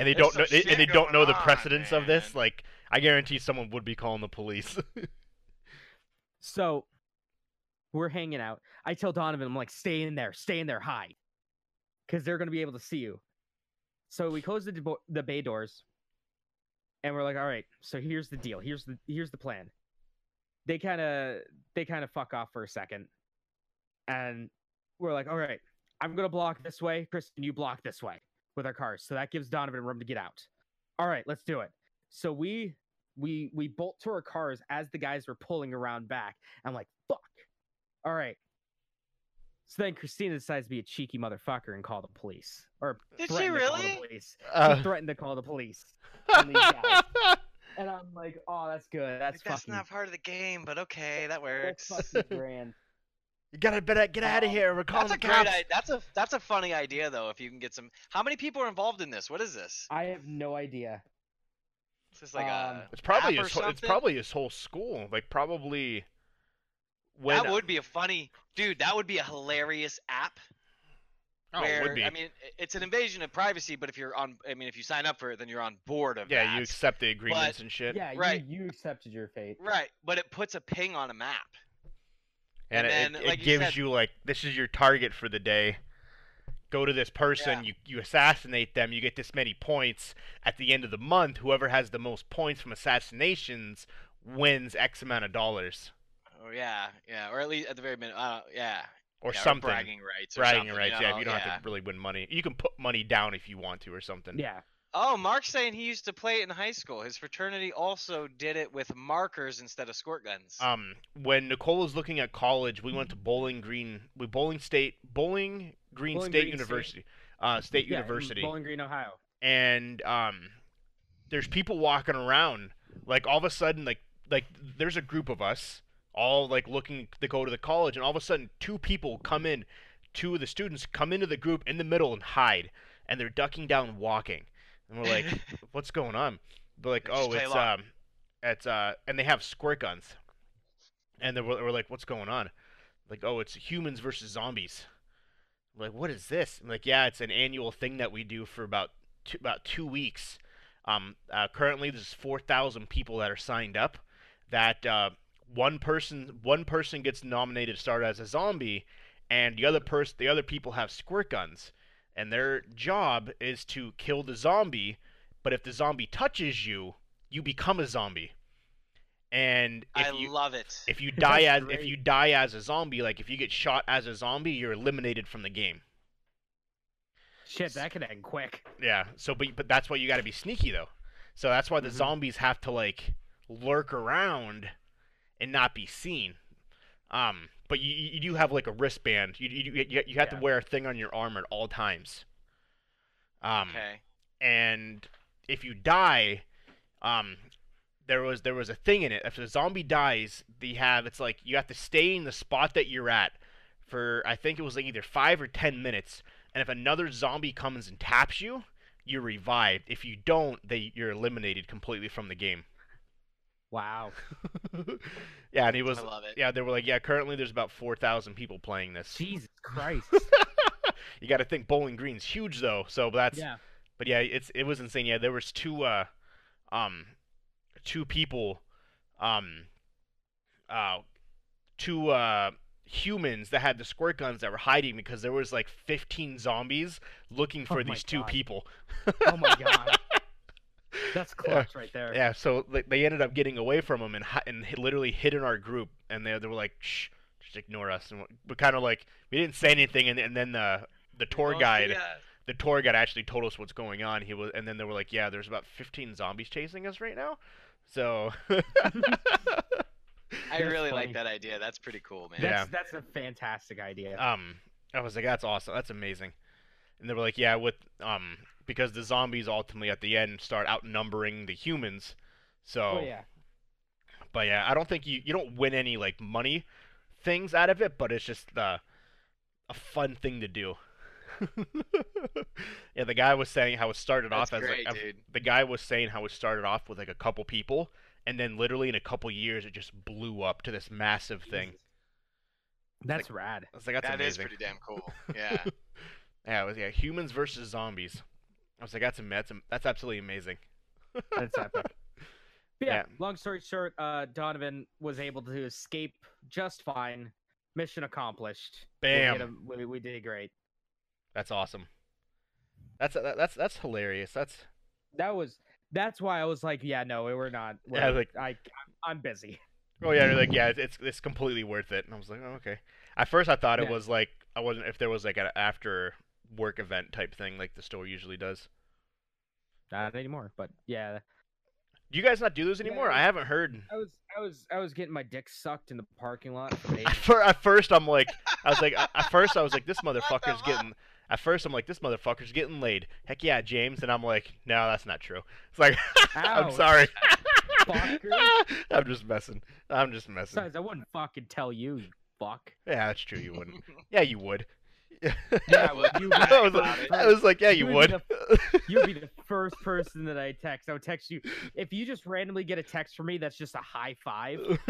they There's don't know, some shit and they don't know the going on, precedence of this. man. Like, I guarantee someone would be calling the police. So we're hanging out. I tell Donovan, I'm like, stay in there, stay in there, hide. Because they're going to be able to see you. So we close the, debo- the bay doors. And we're like, all right, so here's the deal. Here's the here's the plan. They kind of they kind of fuck off for a second. And we're like, all right, I'm gonna block this way. Kristen, you block this way with our cars. So that gives Donovan room to get out. All right, let's do it. So we we we bolt to our cars as the guys were pulling around back. I'm like, fuck. All right. So then Christina decides to be a cheeky motherfucker and call the police. Or Did she threaten to call the really? police. She Uh, threatened to call the police. on these guys. And I'm like, oh, that's good. That's Like, that's fucking, not part of the game, but okay, that works. that's fucking grand. you gotta better get out of Um, here. We're calling That's a the great. cops. I- That's a that's a funny idea though. If you can get some, how many people are involved in this? What is this? I have no idea. Is this like Um, a It's probably app or his. whole- It's something? probably his whole school. Like probably. When, that would be a funny dude. That would be a hilarious app. Oh, it where, would be. I mean, i- it's an invasion of privacy, but if you're on, I mean, if you sign up for it, then you're on board of yeah, that. you accept the agreements and shit. Yeah, right. you, you accepted your fate. right, but it puts a ping on a map. and, And it, then, it, like it you gives said- you like this is your target for the day go to this person you, you assassinate them you get this many points at the end of the month whoever has the most points from assassinations wins x amount of dollars Oh yeah, yeah, or at least at the very minute, uh, yeah, or yeah, something bragging rights, or bragging something, rights you yeah know, if you don't have to really win money you can put money down if you want to or something Yeah. Oh, Mark's saying he used to play it in high school. His fraternity also did it with markers instead of squirt guns. um when nicole was looking at college we went to Mm-hmm. bowling green we bowling state bowling green Bowling state Green State. university uh state yeah, in university Bowling Green, Ohio. and um, there's people walking around. Like all of a sudden, like like there's a group of us all like looking to go to the college, and all of a sudden, two people come in, two of the students come into the group in the middle and hide, and they're ducking down, walking, and we're like, what's going on? They're like, They just oh, play it's along." um, it's uh, and they have squirt guns, and they were, we're like, what's going on? Like, oh, it's humans versus zombies. I'm like, what is this? I'm like, yeah, it's an annual thing that we do for about two, about two weeks. Um, uh, currently, there's four thousand people that are signed up. That uh, one person one person gets nominated to start as a zombie, and the other person the other people have squirt guns, and their job is to kill the zombie. But if the zombie touches you, you become a zombie. And if I you love it. if you die as That's if you great. die as a zombie, like if you get shot as a zombie, you're eliminated from the game. Shit, that could end quick. Yeah. So, but but that's why you got to be sneaky though. So that's why the Mhm. zombies have to like lurk around and not be seen. Um, but you you you do have like a wristband. You you you, you have Yeah. to wear a thing on your arm at all times. Um, okay. and if you die, um, there was there was a thing in it. If the zombie dies, they have it's like you have to stay in the spot that you're at for I think it was like either five or ten minutes. And if another zombie comes and taps you, you're revived. If you don't, they you're eliminated completely from the game. Wow. yeah, and he was I love it. yeah. They were like yeah. Currently, there's about four thousand people playing this. Jesus Christ. You got to think Bowling Green's huge though, so that's yeah. but yeah, it's it was insane. Yeah, there was two uh um two people um uh two uh humans that had the squirt guns that were hiding because there was like Oh 15 zombies looking for my these two God. people. Oh my god. That's clutch right there. Yeah, so they, they ended up getting away from him and hi- and hi- literally hid in our group, and they they were like, "Shh, just ignore us," and we kind of like we didn't say anything, and, and then the the tour Oh, guide yeah. the tour guide actually told us what's going on. He was and then they were like, "Yeah, there's about 15 zombies chasing us right now," so I That's funny. really like that idea. That's pretty cool, man. That's, Yeah. that's a fantastic idea. um I was like, "That's awesome, that's amazing," and they were like, "Yeah, with um because the zombies ultimately at the end start outnumbering the humans." So oh yeah. But yeah, I don't think you you don't win any like money things out of it, but it's just uh, a fun thing to do. yeah, the guy was saying how it started That's off as great, like, a- dude. the guy was saying how it started off with like a couple people, and then literally in a couple years it just blew up to this massive thing. Jesus. That's rad. I was like, that's That is amazing. pretty damn cool. Yeah. yeah, it was yeah humans versus zombies. I was like, that's am- that's am- that's absolutely amazing. That's epic. But yeah, Yeah. Long story short, uh, Donovan was able to escape just fine. Mission accomplished. We hit Bam. him- We, we did great. That's awesome. That's that's that's hilarious. That's That was. That's why I was like, yeah, no, we're not. We're, Yeah, like- I, I'm- I'm busy. Oh yeah, they're like yeah, it's- it's it's completely worth it. And I was like, oh, okay. At first, I thought it Yeah. was like I wasn't if there was like an after work event type thing like the store usually does. Not anymore. But yeah, Do you guys not do those Yeah, anymore? it I was- haven't heard. I was, I was, I was getting my dick sucked in the parking lot. For At, days. fir- at first, I'm like, I was like, at first, I was like, this What the motherfucker's fuck? getting. At first, I'm like, this motherfucker's getting laid. Heck yeah, James. And I'm like, no, that's not true. It's like, I'm Ouch, sorry. fucker. I'm just messing. I'm just messing. Besides, I wouldn't fucking tell you, you fuck. Yeah, that's true. You wouldn't. Yeah, you would. Yeah, well, you I I was, got like, it. I was like, yeah, You you would be would. You'd be the first person that I text. I would text you. If you just randomly get a text from me, that's just a high five.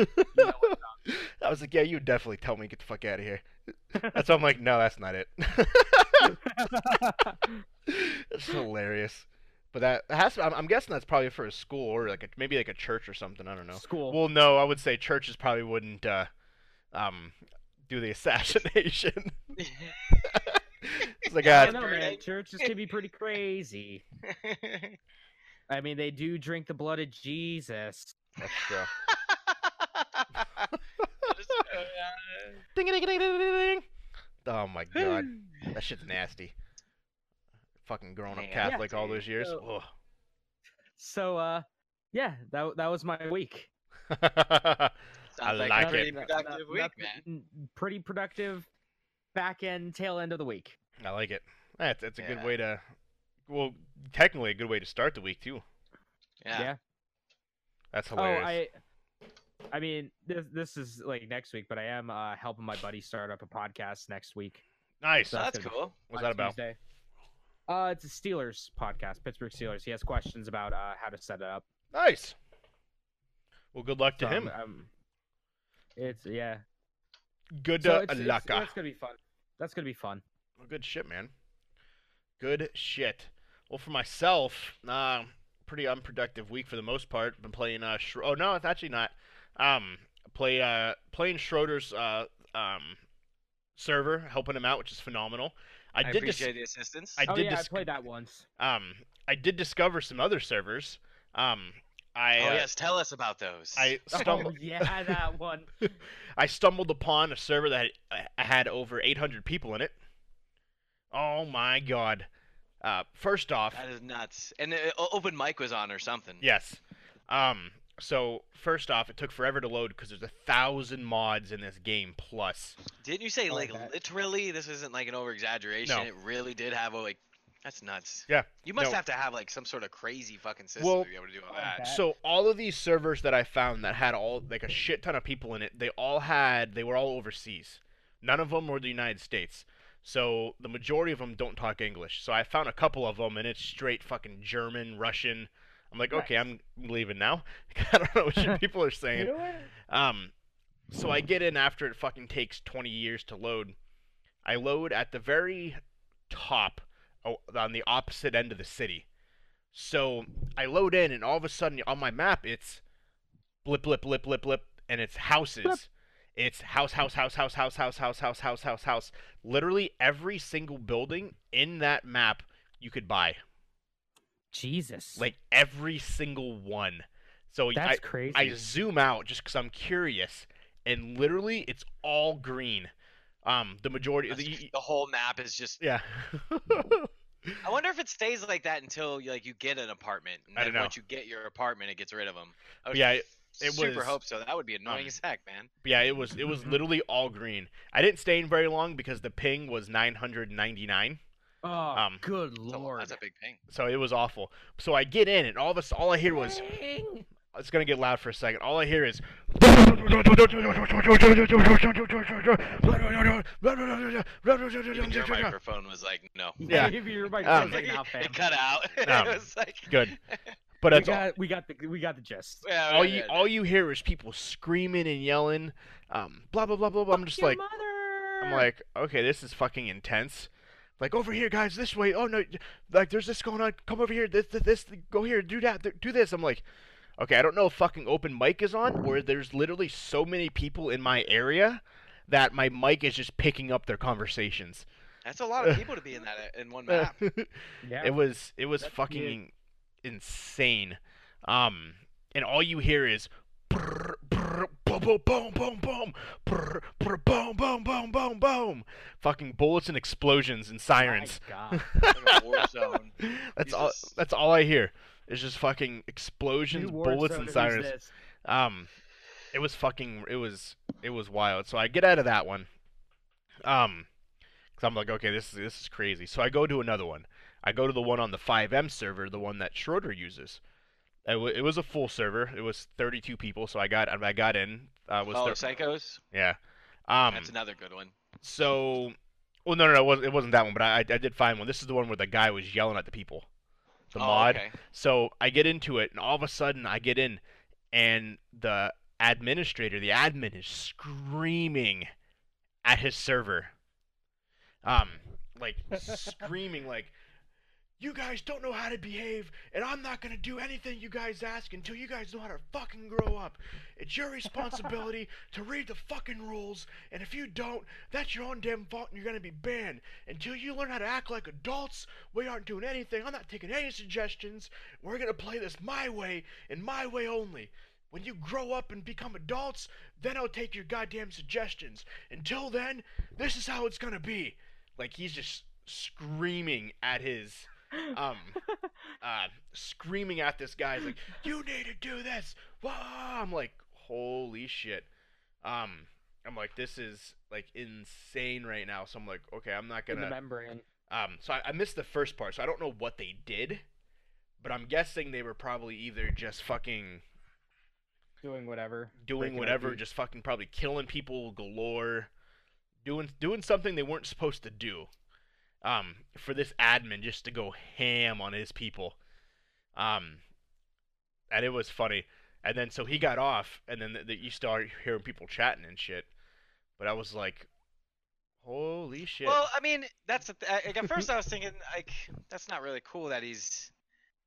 I was like, yeah, you would definitely tell me get the fuck out of here. That's why I'm like, no, that's not it. That's hilarious. But that has to, I'm, I'm guessing that's probably for a school or like a, maybe like a church or something. I don't know. School. Well, no, I would say churches probably wouldn't uh, um, do the assassination. it's like, I uh, don't know, man. Burning. Churches can be pretty crazy. I mean, they do drink the blood of Jesus. that's true. Just, uh, Ding, ding, ding, ding, ding, ding. Oh my god, that shit's nasty. Fucking growing up Yeah, Catholic all dude. those years. So- Ugh. So, uh, yeah, that that was my week. Sounds I like, like a it. pretty Not- productive not- week, not- man. n- Pretty productive back end, tail end of the week. I like it. That's that's a good Yeah. way to, well, technically a good way to start the week too. Yeah. yeah. That's hilarious. Oh, I. I mean, this this is like next week, but I am uh, helping my buddy start up a podcast next week. Nice. So- that's That's gonna cool. What's on that about? Tuesday. Uh, it's a Steelers podcast, Pittsburgh Steelers. He has questions about uh, how to set it up. Nice. Well, good luck to So I'm- him. I'm- it's yeah. Good So to it's, it's, luck. uh. Ah, that's gonna be fun. That's gonna be fun. Well, good shit, man. Good shit. Well, for myself, uh, pretty unproductive week for the most part. Been playing. Uh, Schro- oh no, it's actually not. Um, play uh, playing Schroeder's uh, um, server, helping him out, which is phenomenal. I, I, did. dis- appreciate the assistance. I oh did. yeah, dis- I played that once. um, I did discover some other servers. Um, I oh uh, yes, tell us about those. I Oh, stumbled. yeah, that one. I stumbled upon a server that had, had over 800 people in it. Oh my god! Uh, first off, that is nuts. And uh, o- open mic was on or something. yes. Um, so first off, it took forever to load because there's a thousand mods in this game plus. Didn't you say Oh, like that- literally? This isn't like an over exaggeration. No. It really did have a like. That's nuts. Yeah, You must no. have to have like some sort of crazy fucking system Well, to be able to do all I that. bet. So all of these servers that I found that had all like a shit ton of people in it, they all had they were all overseas. None of them were the United States. So the majority of them don't talk English. So I found a couple of them and it's straight fucking German, Russian. I'm like, okay, I'm leaving now. I don't know what you people are saying. Um, so I get in after it fucking takes 20 years to load. I load at the very top o- on the opposite end of the city. So I load in, and all of a sudden on my map, it's blip, blip, blip, blip, blip, and it's houses. It's house, house, house, house, house, house, house, house, house, house, house. Literally every single building in that map you could buy. Jesus. like every single one. So y- that's crazy. I, I zoom out just because I'm curious, and literally it's all green. Um, the majority of That's- oh. the The whole map is just. yeah. I wonder if it stays like that until like you get an apartment. And I then don't know. Once you get your apartment, it gets rid of them. I would Yeah, it- it super was, hope so. That would be annoying um, as heck, man. yeah, it was it Mm-hmm. was Mhm. literally all green. I didn't stay in very long because the ping was 999. oh, um, good That's a, lord. that's a big ping. so it was awful. So I get in, and all of a all I hear was Dang. it's gonna get loud for a second. All I hear is Even your microphone was like, no. Yeah. Maybe your microphone's like, nah, fam. it cut out. Um, it was like, good. But we that's all, got, we got the we got the gist. Yeah, all yeah, you yeah. all you hear is people screaming and yelling, um, blah blah blah blah blah. I'm just Your like mother. I'm like, okay, this is fucking intense. Like over here, guys, this way. Oh no, like there's this going on. Come over here. This, this, this go here. Do that. th- Do this. I'm like, okay, I don't know if fucking open mic is on or there's literally so many people in my area that my mic is just picking up their conversations. That's a lot of people to be in that uh, in one map. yeah. It was it was That's weird. fucking insane. Um, and all you hear is brrr, brrr, boom, boom, boom, boom, boom, brrr, brrr, boom, boom, boom, boom, boom. Fucking bullets and explosions and sirens. My God. Like a war zone. That's all. Jesus. That's all I hear. It's just fucking New explosions, war bullets, zone, and who's sirens. this? Um, it was fucking. It was. It was wild. So I get out of that one. Um, because I'm like, okay, this is this is crazy. So I go to another one. I go to the one on the 5M server, the one that Schroeder uses. It, w- it was a full server. It was 32 people. So I got I got in. Uh, was oh, thir- psychos. yeah. Um, That's another good one. so. Well, no, no, no, it wasn't, it wasn't that one, but I, I did find one. This is the one where the guy was yelling at the people. The oh, mod. Okay. So I get into it, and all of a sudden I get in, and the administrator, the admin, is screaming at his server. Um, like screaming, like, "You guys don't know how to behave, and I'm not gonna do anything you guys ask until you guys know how to fucking grow up. It's your responsibility to read the fucking rules, and if you don't, that's your own damn fault, and you're gonna be banned. Until you learn how to act like adults, we aren't doing anything. I'm not taking any suggestions. We're gonna play this my way and my way only." When you grow up and become adults, then I'll take your goddamn suggestions. Until then, this is how it's gonna be. Like he's just screaming at his um uh screaming at this guy He's like, You need to do this. Wah! I'm like, holy shit. Um I'm like, this is like insane right now. So I'm like, okay, I'm not In gonna the membrane. um, so I, I missed the first part, so I don't know what they did, but I'm guessing they were probably either just fucking Doing whatever. doing Breaking whatever, IP. just fucking probably killing people galore, doing doing something they weren't supposed to do. Um, for this admin just to go ham on his people. Um, and it was funny. And then so he got off, and then th- th- you start hearing people chatting and shit. But I was like, holy shit. Well, I mean, that's the th- I- like, at first I was thinking like that's not really cool that he's,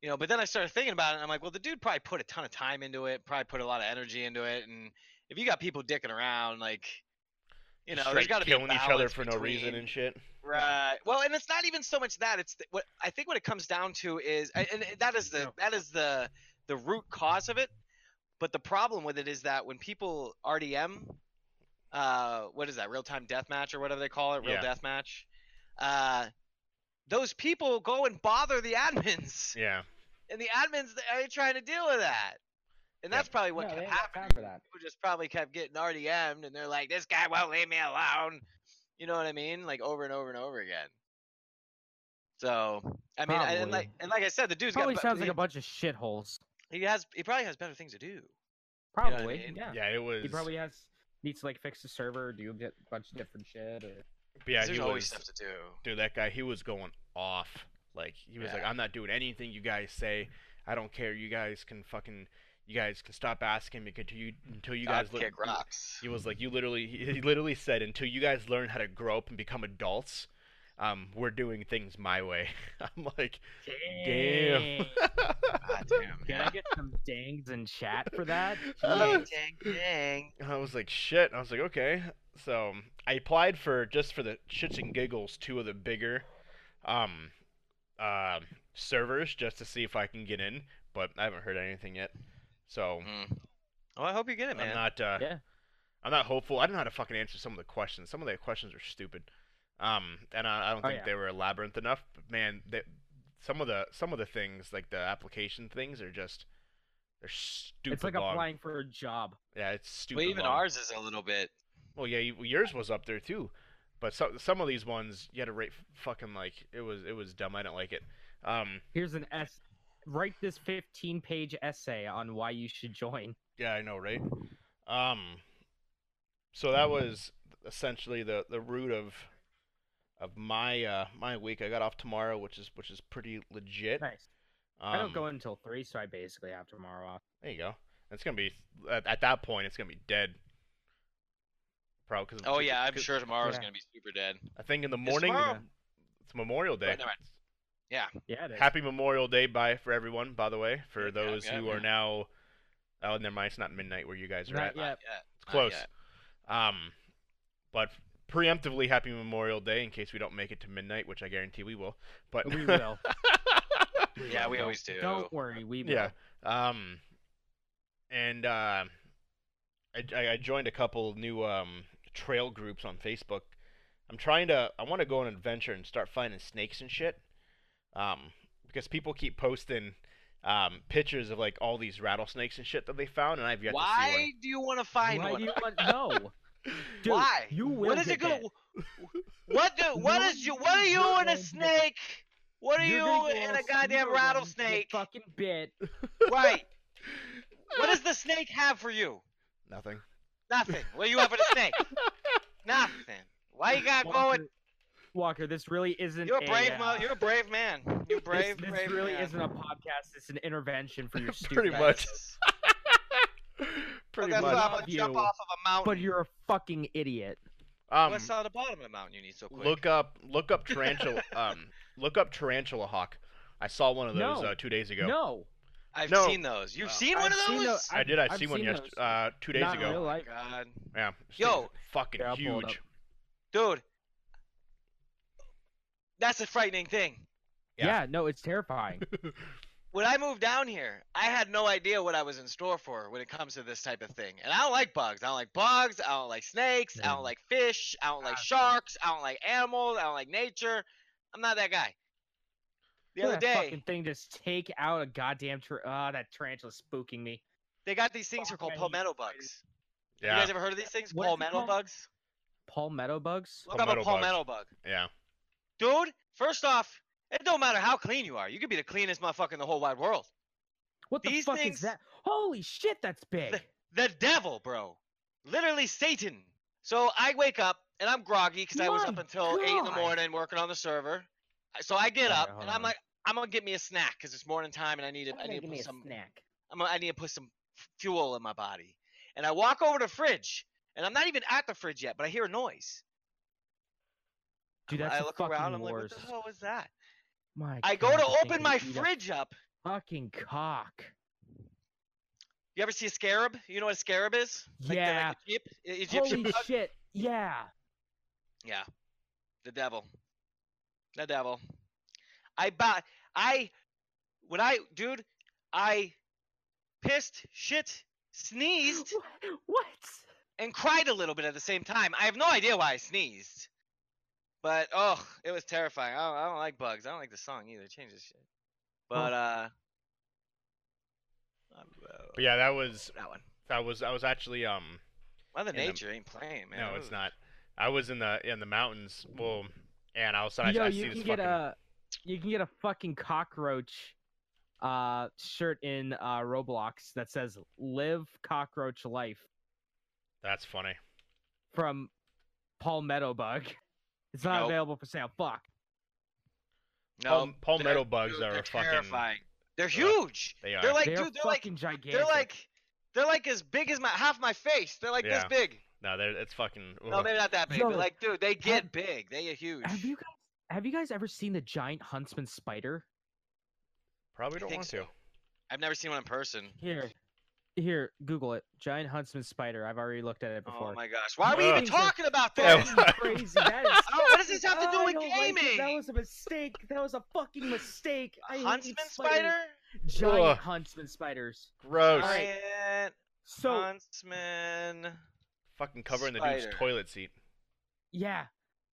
you know. But then I started thinking about it, and I'm like, well, the dude probably put a ton of time into it, probably put a lot of energy into it, and if you got people dicking around, like, you know, Just there's straight got to be a killing each other balance for no reason between- and shit. Right. Well, and it's not even so much that it's th- what I think what it comes down to is, I- and it- that is the No. that is the the root cause of it. But the problem with it is that when people RDM, uh, what is that real time deathmatch or whatever they call it, real Yeah. deathmatch, uh, those people go and bother the admins, Yeah. and the admins th- are trying to deal with that. And Yeah. that's probably what No, kept they ain't got happening. time for that. People just probably kept getting RDM'd, and they're like, "This guy won't leave me alone." You know what I mean? Like over and over and over again. So I mean, I- and Probably. like and like I said, the dude's Probably got, bu- sounds like he, a bunch of shitholes. he has he probably has better things to do. what I Probably. mean? Yeah. Yeah, it was. He probably has needs to like fix the server, do a bit- bunch of different shit, or yeah, there's he always was. stuff to do. Dude, that guy, he was going off. Like he was like, Yeah. I'm not doing anything you guys say. I don't care. You guys can fucking. You guys can stop asking me until you until you Dog guys look. kick rocks. He was like, you literally. He he literally said, until you guys learn how to grow up and become adults, um, we're doing things my way. I'm like, Damn. Dang. God damn. Can I get some dangs in chat for that? Uh, Dang, dang, dang. And I was like, shit. I was like, okay. So I applied for just for the shits and giggles, two of the bigger, um, uh, servers just to see if I can get in, but I haven't heard anything yet. So Mm. Well, I hope you get it, man. I'm not. Uh, Yeah. I'm not hopeful. I don't know how to fucking answer some of the questions. Some of the questions are stupid. Um, and I, I don't Oh, think yeah. they were elaborate enough. But man, they, some of the some of the things like the application things are just they're stupid. it's like long. applying for a job. Yeah, it's stupid. well, even long. ours is a little bit. Well, yeah, you, yours was up there too, but some some of these ones you had to rate f- fucking like it was it was dumb. I didn't like it. Um, Here's an S. Write this 15 page essay on why you should join. Yeah, I know, right? Um, so that was essentially the the root of of my uh my week. I got off tomorrow, which is which is pretty legit. Nice. Um, I don't go until three, so I basically have tomorrow off. There you go. It's gonna be at, at that point. It's gonna be dead. Probably because. Oh yeah, I'm sure tomorrow's Yeah. gonna be super dead. I think in the It's morning. tomorrow. It's Memorial Day. never mind. Yeah. Yeah, it is. Happy Memorial Day, by for everyone. By the way, for Yeah, those yeah, who yeah. are now. Oh, never mind. It's not midnight where you guys are Not at. yet. Not It's Not close. yet. Um, but preemptively, happy Memorial Day in case we don't make it to midnight, which I guarantee we will. But We will. yet. Yeah, we always do. Don't worry, we will. yeah. Um, and uh, I- I, I joined a couple new um trail groups on Facebook. I'm trying to. I want to go on an adventure and start finding snakes and shit. Um, because people keep posting um pictures of like all these rattlesnakes and shit that they found, and I've yet to see Why one. do you want to find Why one? do you want no? Dude, Why? You will what is get it gonna? bit. What do? What No, is you? you- What are you're you and gonna a get- snake? What are You're you gonna go and on a goddamn sneaker run, get rattlesnake? Fucking bit. Right. What does the snake have for you? Nothing. Nothing. What do you have for the snake? Nothing. Why you got going? Walker, Walker, this really isn't. You're a brave uh, mo- You're a brave man. You're a brave, This, this brave. really man. isn't a podcast. It's an intervention for your stupid. Pretty ass. much. Yes. Pretty That's much. why I'm gonna Love you. jump off of a mountain. But you're a fucking idiot. Um, What's on the bottom of the mountain you need so quick? Look up, look up tarantula. um, look up tarantula hawk. I saw one of those No. uh, two days ago. No, I've no. seen those. You've Wow. seen one I've of seen those? Oh those- I did. I I've see one seen yesterday. those. Uh, two days Not ago. real life. God. Yeah. it's Yo. Fucking Yeah, I'll pull it huge. up. Dude. That's a frightening thing. Yeah. Yeah, no, it's terrifying. When I moved down here, I had no idea what I was in store for when it comes to this type of thing. And I don't like bugs. I don't like bugs. I don't like snakes. I Mm. don't like fish. I Ah, don't like sharks. I don't like animals. I don't like nature. I'm not that guy. The Look other at day, that fucking thing just take out a goddamn. Tra- ah, that tarantula's spooking me. they got these things are called fucking- palmetto bugs. You Yeah. guys ever heard of these things? What is it Palmetto called? bugs? Palmetto bugs. Look up Palmetto a bugs. palmetto bug. Yeah. Dude, first off, it don't matter how clean you are. You could be the cleanest motherfucker in the whole wide world. What the These fuck things- is that? Holy shit, that's big. The devil, bro. Literally Satan. So I wake up and I'm groggy because I was My up until eight in the God. morning working on the server. I- So I get Alright, up hold and I'm on. like, I'm gonna get me a snack because it's morning time and I need to, I need to put some, snack. I'm gonna, I need to put some f- fuel in my body. And I walk over to the fridge and I'm not even at the fridge yet, but I hear a noise. Dude, I'm- that's I the look fucking around. I'm worst. like, what the hell was that? My I go God, to that thing open could my eat a fridge up. Fucking cock. You ever see a scarab? You know what a scarab is? Like the- like Yeah. Egypt- E- Egyptian Holy bug? shit. Yeah. Yeah. The devil. The devil. I bought I when I dude, I pissed, shit, sneezed, What? and cried a little bit at the same time. I have no idea why I sneezed. But oh, it was terrifying. I don't, I don't like bugs. I don't like the song either. Change this shit. But uh I'm, uh, But yeah, that was that one. that was I was actually um Mother And the- Nature ain't playing, man. no That it's was- not I was in the in the mountains well and all of a sudden I- You know, I, you see can this get fucking a you can get a fucking cockroach uh shirt in uh Roblox that says live cockroach life that's funny from Palmetto Bug. It's not Nope. available for sale. Fuck. No, Palm- palmetto they're- bugs dude, are they're a fucking- terrifying. They're they're a- huge. they are They're like, they are dude, they're like, fucking gigantic. they're like, they're like as big as my half my face. They're like this Yeah. Uh-huh. big. no they're, it's fucking No, ugh. maybe not that big, Yo, but like, dude, they get have- big. They are huge. have you guys have you guys ever seen the giant huntsman spider? probably I don't think want so. to I've never seen one in person. Here. Here, Google it. Giant huntsman spider. I've already looked at it before. Oh my gosh. Why are we even Ugh. talking about Yeah, this? why- Crazy. That is. Oh, what does this have to do I with don't like it. gaming? That was a mistake. That was a fucking mistake. I hate Huntsman spiders. spider? Giant Ugh. huntsman spiders. Gross. Alright. Giant So Huntsman. Fucking covering the dude's Spider. toilet seat. yeah,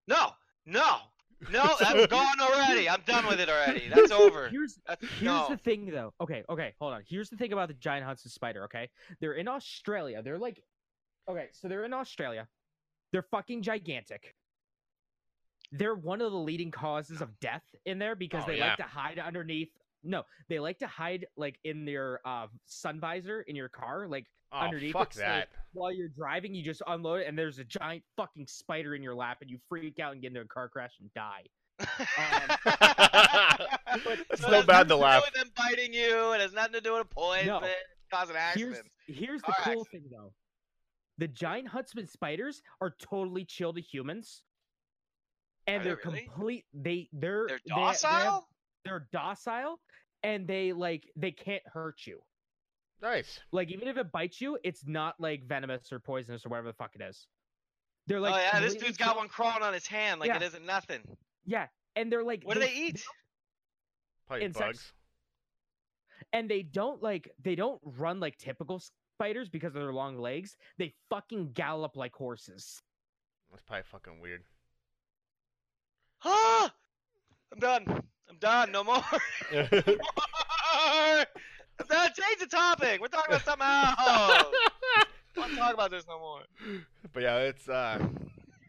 No, no, no, that's gone already. I'm done with it already. That's over. Here's That's, here's no. the thing though. Okay, okay, hold on. Here's the thing about the giant huntsman spider. Okay, they're in Australia. They're like, okay, so they're in Australia. They're fucking gigantic. They're one of the leading causes of death in there because Oh, they yeah. like to hide underneath. No, they like to hide like in their uh, sun visor in your car, like Oh, Underneath fuck it's that. like- while you're driving, you just unload it, and there's a giant fucking spider in your lap, and you freak out and get into a car crash and die. Um, It's So it so has bad nothing to do laugh. with them biting you. It has nothing to do with poison, No. causing Here's accidents. here's the Car cool thing though, the giant huntsman spiders are totally chill to humans, and Are they they're really? complete. They they're They're they- they have- docile. they're docile, and they like they can't hurt you. Nice. Like even if it bites you, it's not like venomous or poisonous or whatever the fuck it is. They're like oh yeah, this completely dude's got chill- one crawling on his hand like it Yeah. isn't nothing. Yeah, and they're like What do they eat? eat? Probably bugs. Insects. and they don't like they don't run like typical spiders because of their long legs. They fucking gallop like horses. That's probably fucking weird. Ah! I'm done. I'm done. No more. I'm done. Change the topic. We're talking about something else. I don't talk about this no more. but yeah, it's uh.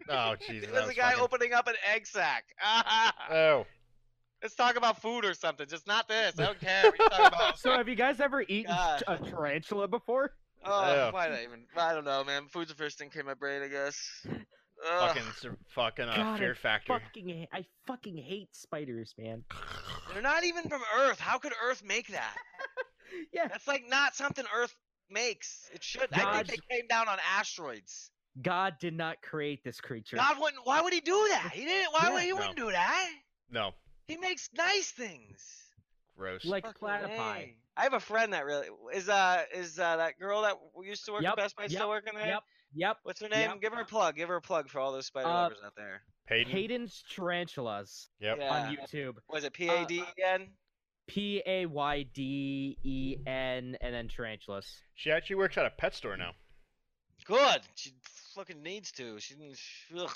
Oh Jesus. It that was a guy fucking- opening up an egg sack. Oh. Let's talk about food or something. Just not this. I don't care. We can talk about. So have you guys ever eaten God. a tarantula before? Oh, Yeah. why not even? I don't know, man. Food's the first thing came to my brain, I guess. Ugh. Fucking sur- fucking uh, God, I Fear Factor. Fucking ha- I fucking hate spiders, man. They're not even from Earth. How could Earth make that? Yeah. That's like not something Earth makes. It should. I God's- think they came down on asteroids. God did not create this creature. God wouldn't. Why would he do that? He didn't. Why would Yeah. he No. wouldn't do that? No. He makes nice things. Gross. like Fucking platypi. A. I have a friend that really is. Uh, is uh, that girl that w- used to work Yep, at Best Buy yep, still working there? Yep. Yep. What's her name? Yep. Give her a plug. Give her a plug for all those spider Uh, lovers out there. Hayden. Hayden's tarantulas Yep. Yeah. on YouTube. Was it P A D uh, again? P A Y D E N and then tarantulas. She actually works at a pet store now. Good. She fucking needs to. She didn't. Ugh.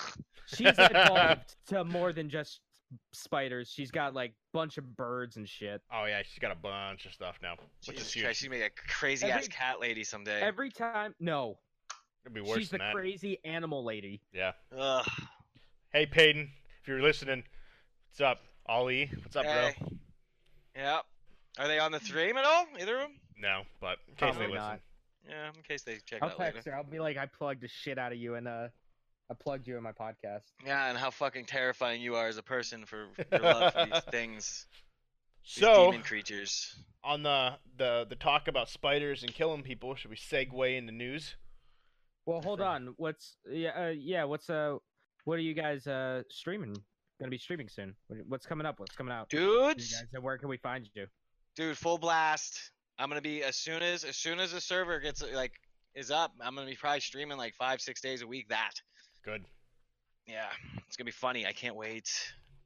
She's evolved to more than just spiders. She's got like bunch of birds and shit. Oh yeah, she's got a bunch of stuff now, which Jesus is huge. Christ, she's gonna be a crazy ass Every- cat lady someday. Every time, no, It'd be worse she's the than that. crazy animal lady. yeah. Ugh. Hey Peyton, if you're listening, what's up? Ollie, what's up, Hey. bro? Yep. Are they on the stream at all? Either of them? No, but in case they Probably listen. not. Yeah, in case they check I'll out later. text her. I'll be like, I plugged the shit out of you, and uh, I plugged you in my podcast. Yeah, and how fucking terrifying you are as a person for your love for these things, these So demon creatures. on the, the the talk about spiders and killing people, should we segue into news? Well, hold Sure. on. What's yeah, uh, yeah. What's uh, what are you guys uh streaming? Gonna be streaming soon. What- What's coming up? What's coming out? You Dudes, guys, and where can we find you? dude, full blast. I'm gonna be as soon as as soon as the server gets like is up, I'm gonna be probably streaming like five six days a week. That. Good. Yeah, it's gonna be funny. I can't wait.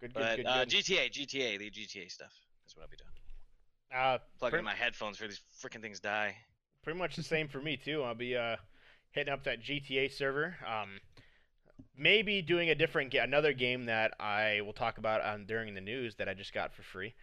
Good, good, But good, uh, good. GTA, GTA, the GTA stuff is what I'll be doing. uh, Plugging Pretty- in my headphones for these freaking things die. pretty much the same for me too. I'll be uh, hitting up that GTA server. Um, maybe doing a different ga- another game that I will talk about on during the news that I just got for free.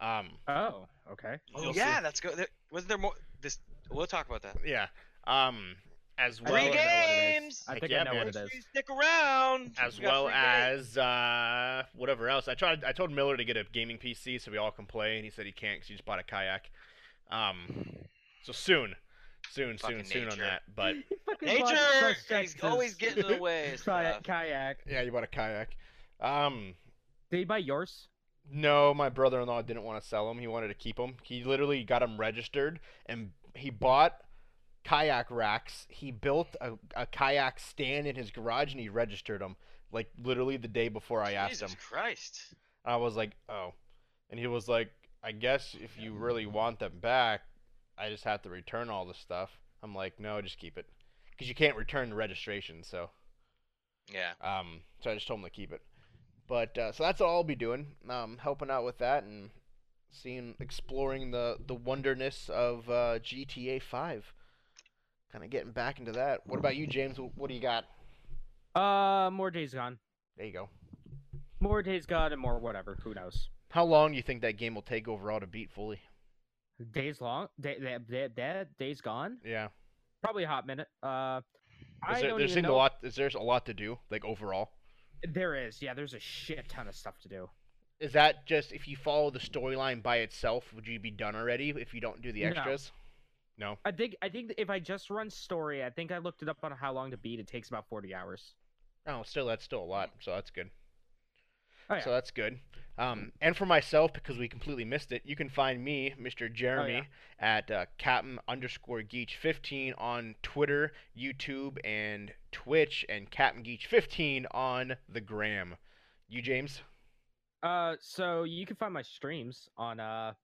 Um, Oh, okay. Oh You'll see. yeah, that's good. There, wasn't there more? This we'll talk about that. yeah. Um, as well. Free I think I know what it is. games! I Heck think yeah, I know man. what it Please is. stick around. as We got well free games. as uh, whatever else. I tried. I told Miller to get a gaming PC so we all can play, and he said he can't because he just bought a kayak. Um, so soon, soon, soon, Fucking soon on nature. that. But He fucking bought nature. South He's always Texas getting in the way. of kayak- stuff. kayak. yeah, you bought a kayak. Um, Did you buy yours? no, my brother-in-law didn't want to sell him. He wanted to keep him. He literally got him registered, and he bought kayak racks. He built a, a kayak stand in his garage, and he registered them like literally the day before I asked Jesus him. Christ. I was like, oh. And he was like, I guess if you really want them back, I just have to return all this stuff. I'm like, no, just keep it, because you can't return the registration. So, Yeah. um, so I just told him to keep it. But uh, so that's all I'll be doing, um, helping out with that and seeing, exploring the the wonderness of uh, GTA Five. Kind of getting back into that. What about you, James? Wh- What do you got? Uh, more days gone. There you go. More days gone and more whatever. Who knows? How long do you think that game will take overall to beat fully? Days long. Day, day, day, day, days gone. Yeah. Probably a hot minute. Uh, Is I there, don't there even seems know. a lot. Is there's a lot to do, like overall? There is. Yeah, there's a shit ton of stuff to do. Is that just if you follow the storyline by itself, would you be done already if you don't do the No. extras? No. I think. I think if I just run story, I think I looked it up on how long to beat. It takes about forty hours. Oh, still that's still a lot, so that's good. Oh, yeah. So that's good. Um, and for myself, because we completely missed it, you can find me, Mr. Oh, Jeremy, at uh, Captain underscore Geach 15 on Twitter, YouTube, and Twitch, and Captain Geach 15 on the gram. You, James? Uh, so you can find my streams on uh,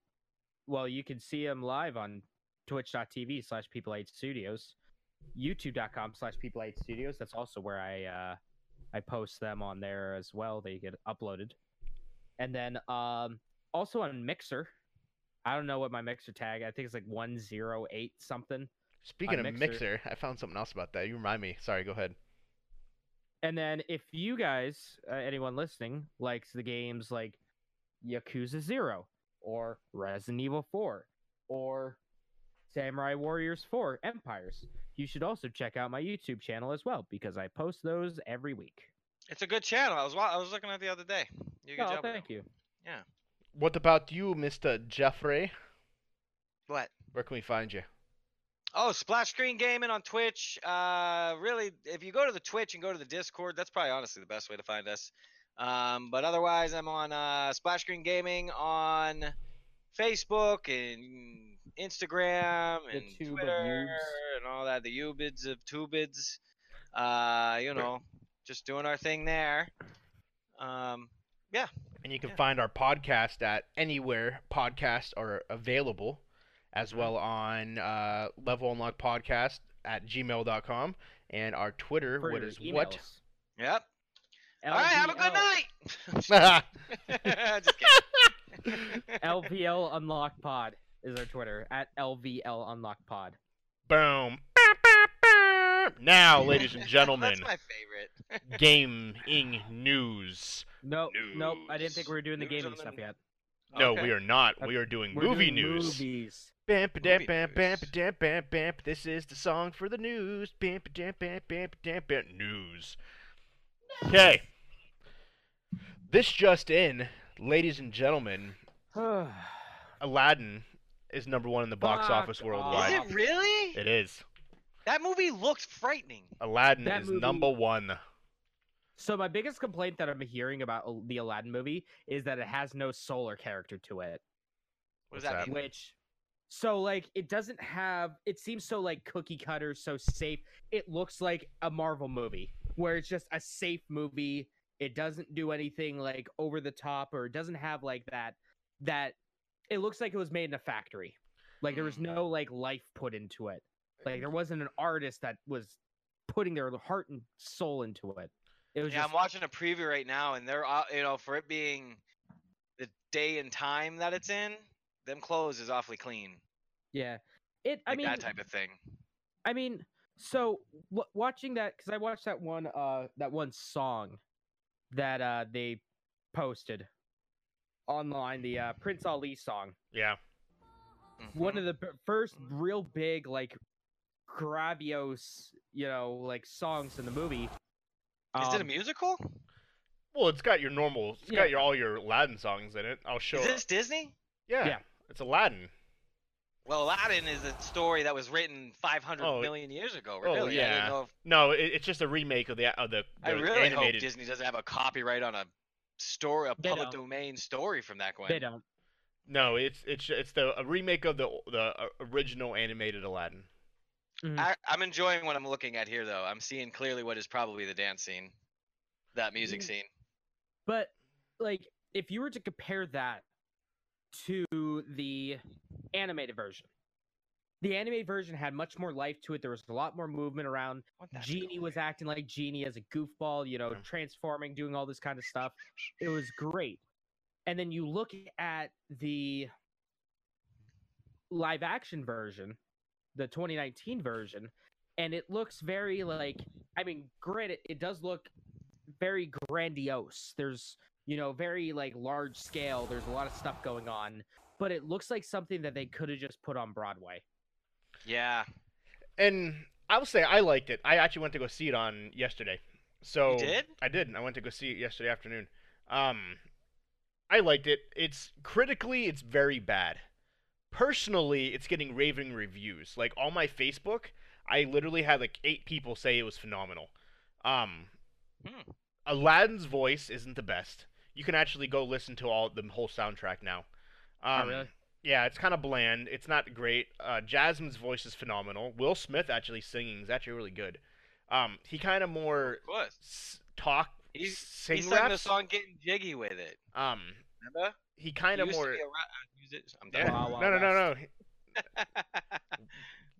well, you can see them live on twitch.tv slash people hate studios, youtube.com slash people hate studios. That's also where I uh, I post them on there as well. They get uploaded, and then um, also on Mixer. I don't know what my Mixer tag. I think it's like one zero eight something. Speaking On of Mixer. Mixer, I found something else about that. You remind me. Sorry, go ahead. And then if you guys, uh, anyone listening, likes the games like Yakuza Zero or Resident Evil Four or Samurai Warriors Four Empires, you should also check out my YouTube channel as well because I post those every week. It's a good channel. I was wa- I was looking at it the other day. You did a good Oh, job. with it. thank you. What about you, Mr. Jeffrey? What? Where can we find you? Oh, Splash Screen Gaming on Twitch. Uh, really, if you go to the Twitch and go to the Discord, that's probably honestly the best way to find us. Um, but otherwise, I'm on uh, Splash Screen Gaming on Facebook and Instagram The and tube of Twitter youbes. and all that. The Ubids of Tubids. Uh, you know, just doing our thing there. Um, And you can Yeah. find our podcast at anywhere podcasts are available, as well on uh, Level Unlock Podcast at gmail.com and our Twitter, for what your is what? emails. yep. All right, have a good LVL night. Just kidding. LVL Unlock Pod is our Twitter at LVL Unlock Pod. Boom. Bah, bah, bah. Now, ladies and gentlemen, That's my favorite. gaming news. Nope, nope. I didn't think we were doing the News. News gaming on stuff the- yet. No, Okay. we are not. Uh, We are doing We're movie doing news. Movies. Bam, bam, Movie bam, bam, news. bam, bam, bam. This is the song for the news. Bam, bam, bam, bam, bam, bam. News. Okay. This just in, ladies and gentlemen, Aladdin is number one in the box Fuck office Is worldwide. off. it really? It is. Oh, That movie looked frightening. Aladdin That is movie- number one. So my biggest complaint that I'm hearing about Al- the Aladdin movie is that it has no solar character to it, What What's does that, that? mean? which so like it doesn't have it seems so like cookie cutter, so safe. It looks like a Marvel movie where it's just a safe movie. It doesn't do anything like over the top or it doesn't have like that that it looks like it was made in a factory. Like there was Mm. no like life put into it. Like there wasn't an artist that was putting their heart and soul into it. It was Yeah, just I'm watching a preview right now, and they're au- you know for it being the day and time that it's in, them clothes is awfully clean. Yeah. It. I Like mean. that type of thing. I mean. So w- watching that because I watched that one. Uh, that one song that uh they posted online. The uh, Prince Ali song. Yeah. Mm-hmm. One of the b- first real big like grandiose, you know, like songs in the movie. Is it a Um, musical? Well, it's got your normal. It's Yeah. got your all your Aladdin songs in it. I'll show. Is this Disney? Yeah. Yeah. It's Aladdin. Well, Aladdin is a story that was written 500 million Oh, years ago. oh, Really? I yeah. didn't know if, No, it, it's just a remake of the of the, I the really hope animated. Disney doesn't have a copyright on a story, a They public don't. domain story from that one. They don't. No, it's it's it's the a remake of the the uh, original animated Aladdin. Mhm. I, I'm enjoying what I'm looking at here, though. I'm seeing clearly what is probably the dance scene, that music Mm. scene. But like, if you were to compare that to the animated version, the anime version had much more life to it. There was a lot more movement around. What the Genie was acting like Genie as a goofball, you know, Yeah. transforming, doing all this kind of stuff. It was great. And then you look at the live action version, the 2019 version, and it looks very like, I mean, granted, it does look very grandiose. There's, you know, very like large scale. There's a lot of stuff going on, but it looks like something that they could have just put on Broadway. Yeah. And I will say I liked it. I actually went to go see it on yesterday. So You did? I did. I went to go see it yesterday afternoon. Um, I liked it. It's critically, it's very bad. Personally, it's getting raving reviews. Like on my Facebook, I literally had like eight people say it was phenomenal. Um, Hmm. Aladdin's voice isn't the best. You can actually go listen to all the whole soundtrack now. Um, really? Yeah, it's kind of bland. It's not great. Uh, Jasmine's voice is phenomenal. Will Smith actually singing is actually really good. Um, he kind of more Of course. s- talk He, sing he sang the raps. song Getting Jiggy with it. Um, Remember? he kind of He used to more. be a ra- uh, use it- I'm Yeah. done. Wild Wild no, no, no, no. Wow.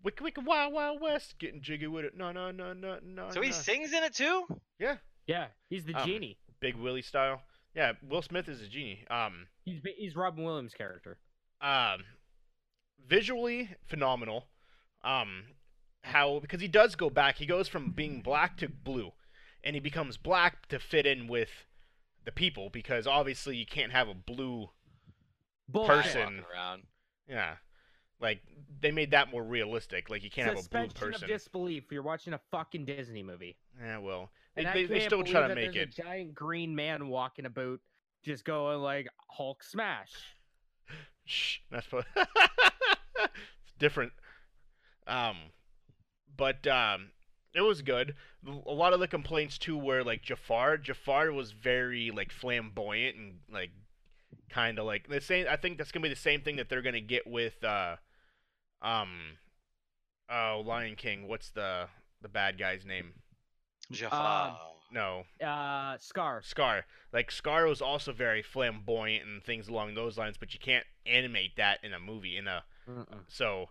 Wick, wick, wild, wild west, getting jiggy with it. No, no, no, no, no. so he no. sings in it too? Yeah, he's the Um, genie. Big Willie style. Yeah, Will Smith is a genie. Um, He's ba- he's Robin Williams' character. um, visually phenomenal. Um, how because he does go back. He goes from being black to blue, and he becomes black to fit in with the people because obviously you can't have a blue. Bullshit. Person. Walking Around. Yeah, like they made that more realistic. Like you can't have a Suspension blue of person. disbelief. You're watching a fucking Disney movie. yeah, well, they And I they, they can't still believe try to that make it. there's A giant green man walking a boot, just going like Hulk smash. Shh, not supposed. it's different. Um, but um, it was good. L- A lot of the complaints too were like Jafar. Jafar was very like flamboyant and like kind of like the same. I think that's gonna be the same thing that they're gonna get with uh, um, oh Lion King. What's the the bad guy's name? Jafar. No, Uh, Scar. Scar. Like Scar was also very flamboyant and things along those lines. But you can't animate that in a movie in a so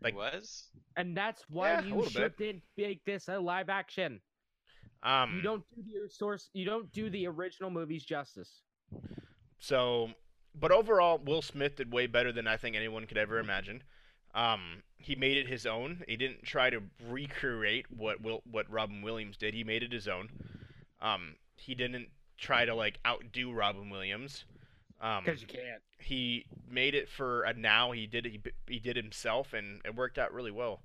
like- He was? And that's why Yeah, a you little bit. shouldn't make this a live action. um You don't do the source. You don't do the Mm. original movies justice. so but overall Will Smith did way better than I think anyone could ever imagine. Um he made it his own. He didn't try to recreate what Will what Robin Williams did. He made it his own. Um he didn't try to like outdo Robin Williams. Um Because you can't. he made it for a now. He did he, b- he did himself, and it worked out really well.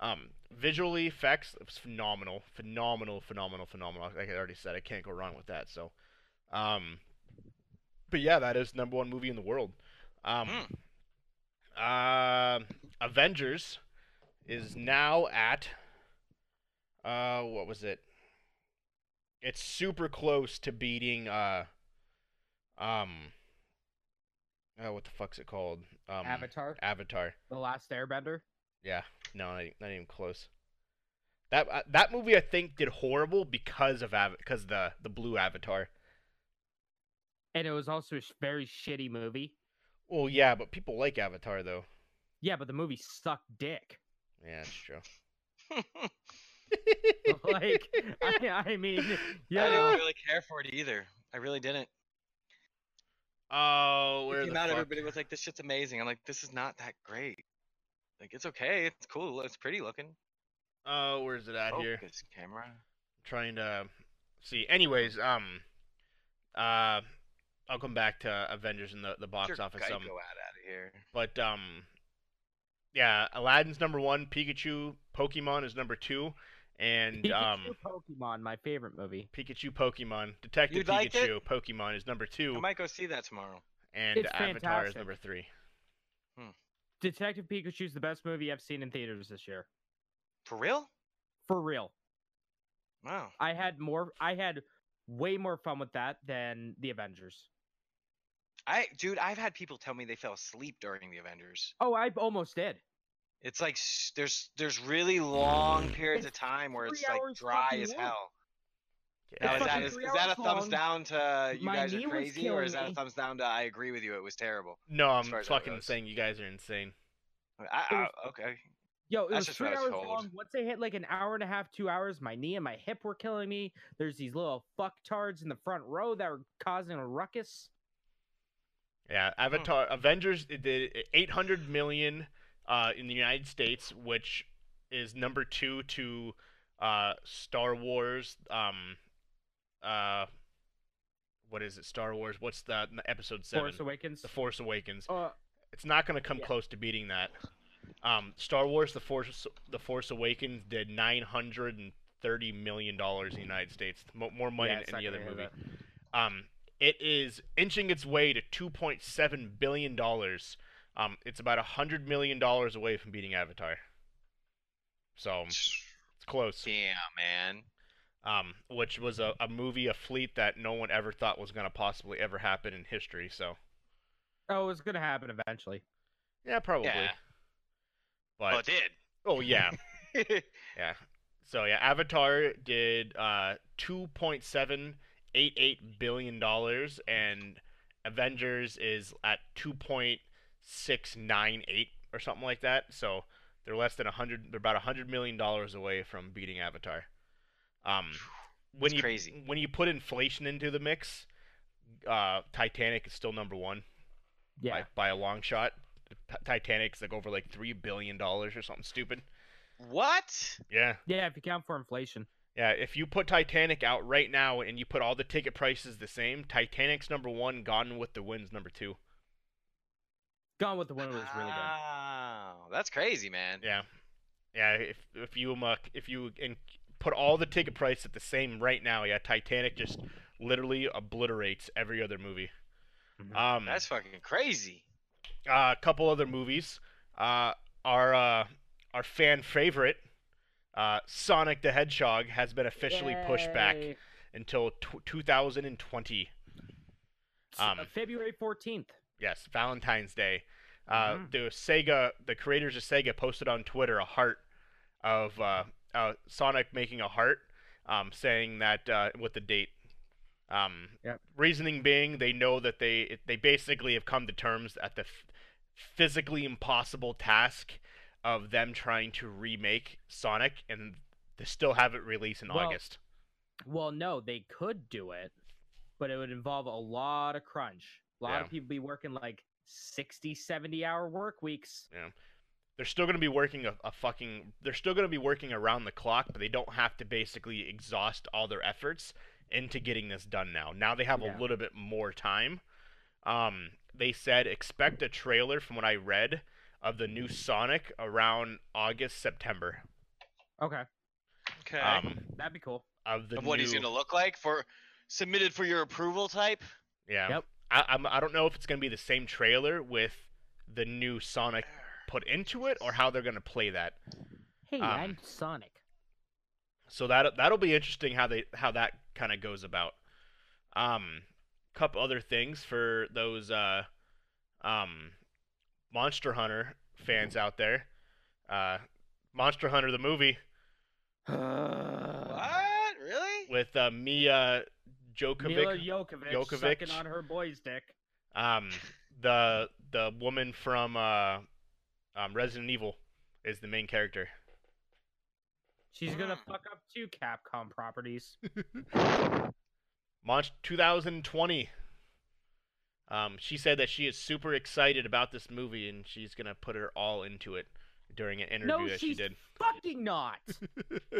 Um, visually effects it was phenomenal, phenomenal, phenomenal, phenomenal. Like I already said, I can't go wrong with that. So, um, but yeah, that is number one movie in the world. Um, Hmm. uh, Avengers is now at uh, what was it? It's super close to beating uh, um, oh, what the fuck's it called? Um, Avatar, Avatar. The Last Airbender. Yeah, no, not, e- not even close. That uh, that movie I think did horrible because of Ava- because the the blue Avatar. And it was also a sh- very shitty movie. Well, yeah, but people like Avatar though. Yeah, but the movie sucked dick. Yeah, that's true. like, I, I mean, I yeah. didn't really care for it either. I really didn't. Oh, It where the came out, fuck? everybody was like, "This shit's amazing." I'm like, "This is not that great." Like, it's okay. It's cool. It's pretty looking. Oh, where's it at here? Focus camera. Trying to see. Anyways, um, uh, I'll come back to Avengers in the the box Get your office. Geico Um, ad out of here. But um, yeah, Aladdin's number one. Pikachu, Pokemon is number two, and Pikachu um, Pokemon, my favorite movie. Pikachu, Pokemon, Detective You liked Pikachu, it? Pokemon is number two, I might go see that tomorrow. and It's Avatar is fantastic. number three. Detective Pikachu's the best movie I've seen in theaters this year. For real? For real. Wow. I had more I had way more fun with that than the Avengers. I, dude, I've had people tell me they fell asleep during the Avengers. Oh, I almost did. It's like s- there's the's really long periods of It's time where three it's like hours dry fucking as long. hell. Yeah. Now, is that, fucking is, three is that a hours thumbs long. down to you My guys are knee was crazy, or is killing that a me. thumbs down to I agree with you? It was terrible. no, I'm as far as that fucking goes. saying you guys are insane. I, I, okay. Yo, it That's was just three what I was hours told. long. Once I hit like an hour and a half, two hours, my knee and my hip were killing me. There's these little fucktards in the front row that were causing a ruckus. Yeah, Hmm. Avatar Avengers it did 800 million uh, in the United States, which is number two to uh, Star Wars. Um, uh, what is it? Star Wars. What's that? Episode seven. Force Awakens. the Force Awakens. Uh, It's not going to come Yeah. close to beating that. Um, Star Wars: The Force The Force Awakens did 930 million dollars in the United States, mo- more money yeah, it's than not any other gonna hit movie. that. Um, it is inching its way to 2.7 billion dollars. Um, it's about 100 million dollars away from beating Avatar. So it's close. Damn, man. Um, which was a, a movie, a fleet that no one ever thought was going to possibly ever happen in history. So Oh, it's gonna happen eventually. yeah, probably. Yeah. Well, But it did. oh yeah, yeah. So yeah, Avatar did uh 2.788 billion dollars, and Avengers is at 2.698 or something like that. So they're less than 100. They're about 100 million dollars away from beating Avatar. Um, when That's you crazy. when you put inflation into the mix, uh, Titanic is still number one Yeah. by, by a long shot. Ti- Titanic's like over like three billion dollars or something stupid. what? Yeah. Yeah, if you count for inflation. Yeah, if you put Titanic out right now and you put all the ticket prices the same, Titanic's number one, Gone with the Wind's number two. Gone with the Wind was really good. Wow, that's crazy, man. Yeah, yeah. If if you um, uh, if you and put all the ticket price at the same right now, yeah, Titanic just literally obliterates every other movie. Mhm. Um, That's fucking crazy. uh, a couple other movies. Uh, our uh, our fan favorite, uh, Sonic the Hedgehog, has been officially pushed back Yay. until tw 2020. S- uh, um, February fourteenth. Yes, Valentine's Day. Uh, Mhm. The Sega, the creators of Sega, posted on Twitter a heart of uh, uh, Sonic making a heart, um, saying that uh, with the date. Um, Yep. Reasoning being, they know that they it- they basically have come to terms at the f- physically impossible task of them trying to remake Sonic, and they still have it released in Well, August. Well, no, they could do it, but it would involve a lot of crunch. A lot Yeah. of people be working like 60, 70 hour work weeks. they're still going to be working a, a fucking they're still going to be working around the clock but they don't have to basically exhaust all their efforts into getting this done now now they have a Yeah. little bit more time um, they said expect a trailer from what i read of the new sonic around august september Okay, Okay. um, that'd be cool. of the of what new, he's gonna look like for submitted for your approval type. yeah Yep. I, I'm, I don't know if it's going to be the same trailer with the new sonic put into it or how they're going to play that Hey, Um, I'm Sonic. So that that'll be interesting how they how that kind of goes about. Um, couple other things for those uh, um, Monster Hunter fans out there. Uh, Monster Hunter the movie Uh, uh, What? Really? with uh, Mia Mila Djokovic, Jokovic, Jokovic. sucking on her boy's dick. um, the the woman from uh, um, Resident Evil is the main character. She's gonna Mm. fuck up two Capcom properties. Monst 2020. Um, she said that she is super excited about this movie and she's gonna put her all into it during an interview no, that she's she did. fucking not.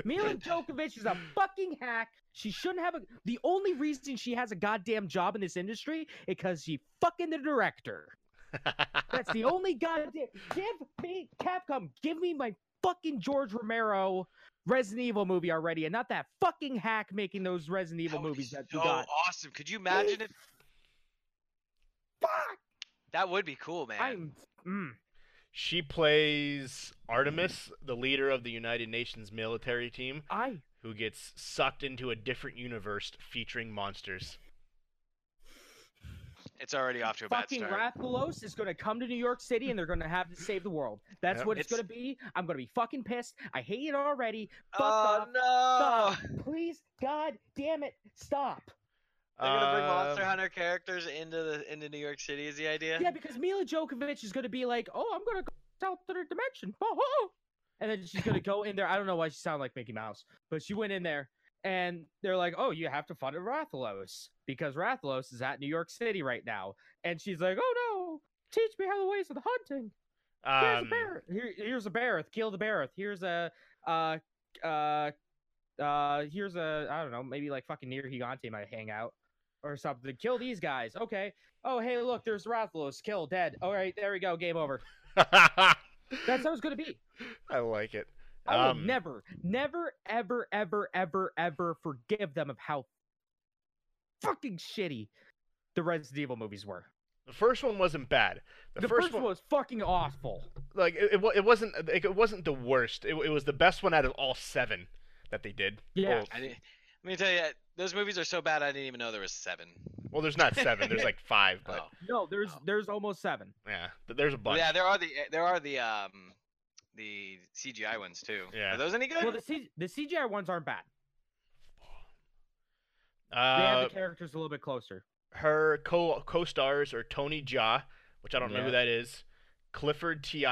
Mila Djokovic is a fucking hack. She shouldn't have a. The only reason she has a goddamn job in this industry is because she fucking the director. That's the only goddamn. Give me Capcom. Give me my fucking George Romero Resident Evil movie already, and not that fucking hack making those Resident Evil That would be movies that so you got. awesome. Could you imagine if Fuck. that would be cool, man? I'm. Mm. she plays Artemis, the leader of the United Nations military team, I. who gets sucked into a different universe featuring monsters. It's already off to a bad Fucking start. Rathalos is going to come to New York City and they're going to have to save the world. That's Yep. what it's, It's- going to be. I'm going to be fucking pissed. I hate it already. Fuck oh off. no! Stop. Please, God damn it, stop. They're gonna bring Monster Um, Hunter characters into the into New York City. Is the idea? Yeah, because Mila Djokovic is going to be like, oh, I'm going to alternate dimension. And then she's gonna go in there. I don't know why she sounded like Mickey Mouse, but she went in there and they're like, "Oh, you have to find Rathalos because Rathalos is at New York City right now." And she's like, "Oh no, teach me how the ways of the hunting. Here's Um, a bear. Here, here's a beareth. Kill the beareth. Here's a uh uh uh. Here's a I don't know. Maybe like fucking near Gigante might hang out or something. Kill these guys. Okay. Oh hey, look, there's Rathalos. Kill dead. All right, there we go. Game over. That's how it's gonna be. I like it. I will Um, never, never, ever, ever, ever, ever forgive them of how fucking shitty the Resident Evil movies were. The first one wasn't bad. The, first, one was fucking awful. like it, it, wa- it wasn't like, it wasn't the worst. It, it was the best one out of all seven that they did. Yeah. Well, I didn't, let me tell you, those movies are so bad I didn't even know there was seven. well, there's not seven. There's like five, but Oh. No, there's Oh. there's almost seven. yeah, th- there's a Well, bunch. yeah, there are the there are the um the CGI ones too. Yeah. Are those any good? Well, the, C- the CGI ones aren't bad. They have Uh, the characters a little bit closer. her co co stars are Tony Jaa, which I don't know who Yeah. that is. Clifford Ti,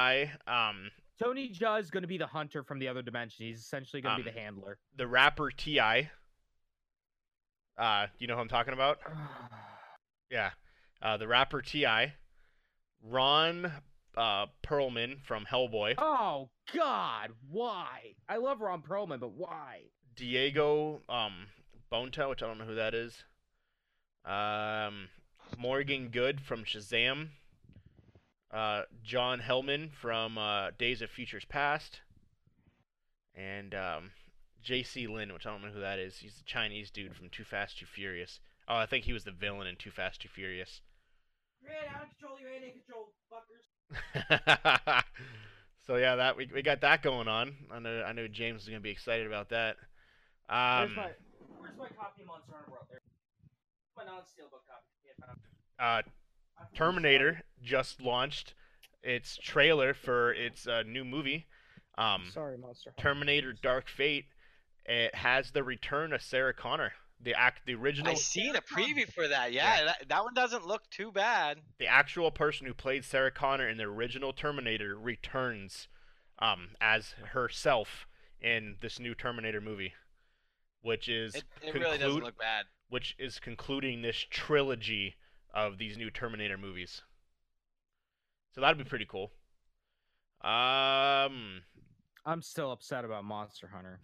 um, Tony Jaa is going to be the hunter from the other dimension. He's essentially going to Um, be the handler. the rapper Ti. Uh, you know who I'm talking about? Yeah. Uh, the rapper T.I., Ron uh, Perlman from Hellboy, oh God, why? I love Ron Perlman, but why? Diego um, Bonta, which I don't know who that is, um, Morgan Good from Shazam, uh, John Hellman from uh, Days of Futures Past, and um, J.C. Lin, which I don't know who that is. He's the Chinese dude from Too Fast, Too Furious. Oh, I think he was the villain in Too Fast, Too Furious. so yeah, that we, we got that going on. I know I know James is gonna be excited about that. Um, where's my copy of Monster Hunter World? There. My non-steel book copy. uh, Terminator just launched its trailer for its uh, new movie, um, Sorry, Monster Terminator Dark Fate. It has the return of Sarah Connor, the act, the original, I seen a preview for that. Yeah, Yeah. That, that one doesn't look too bad. the actual person who played Sarah Connor in the original Terminator returns um, as herself in this new Terminator movie, which is It, it really doesn't conclude- look bad. which is concluding this trilogy of these new Terminator movies. So that'd be pretty cool. Um, I'm still upset about Monster Hunter.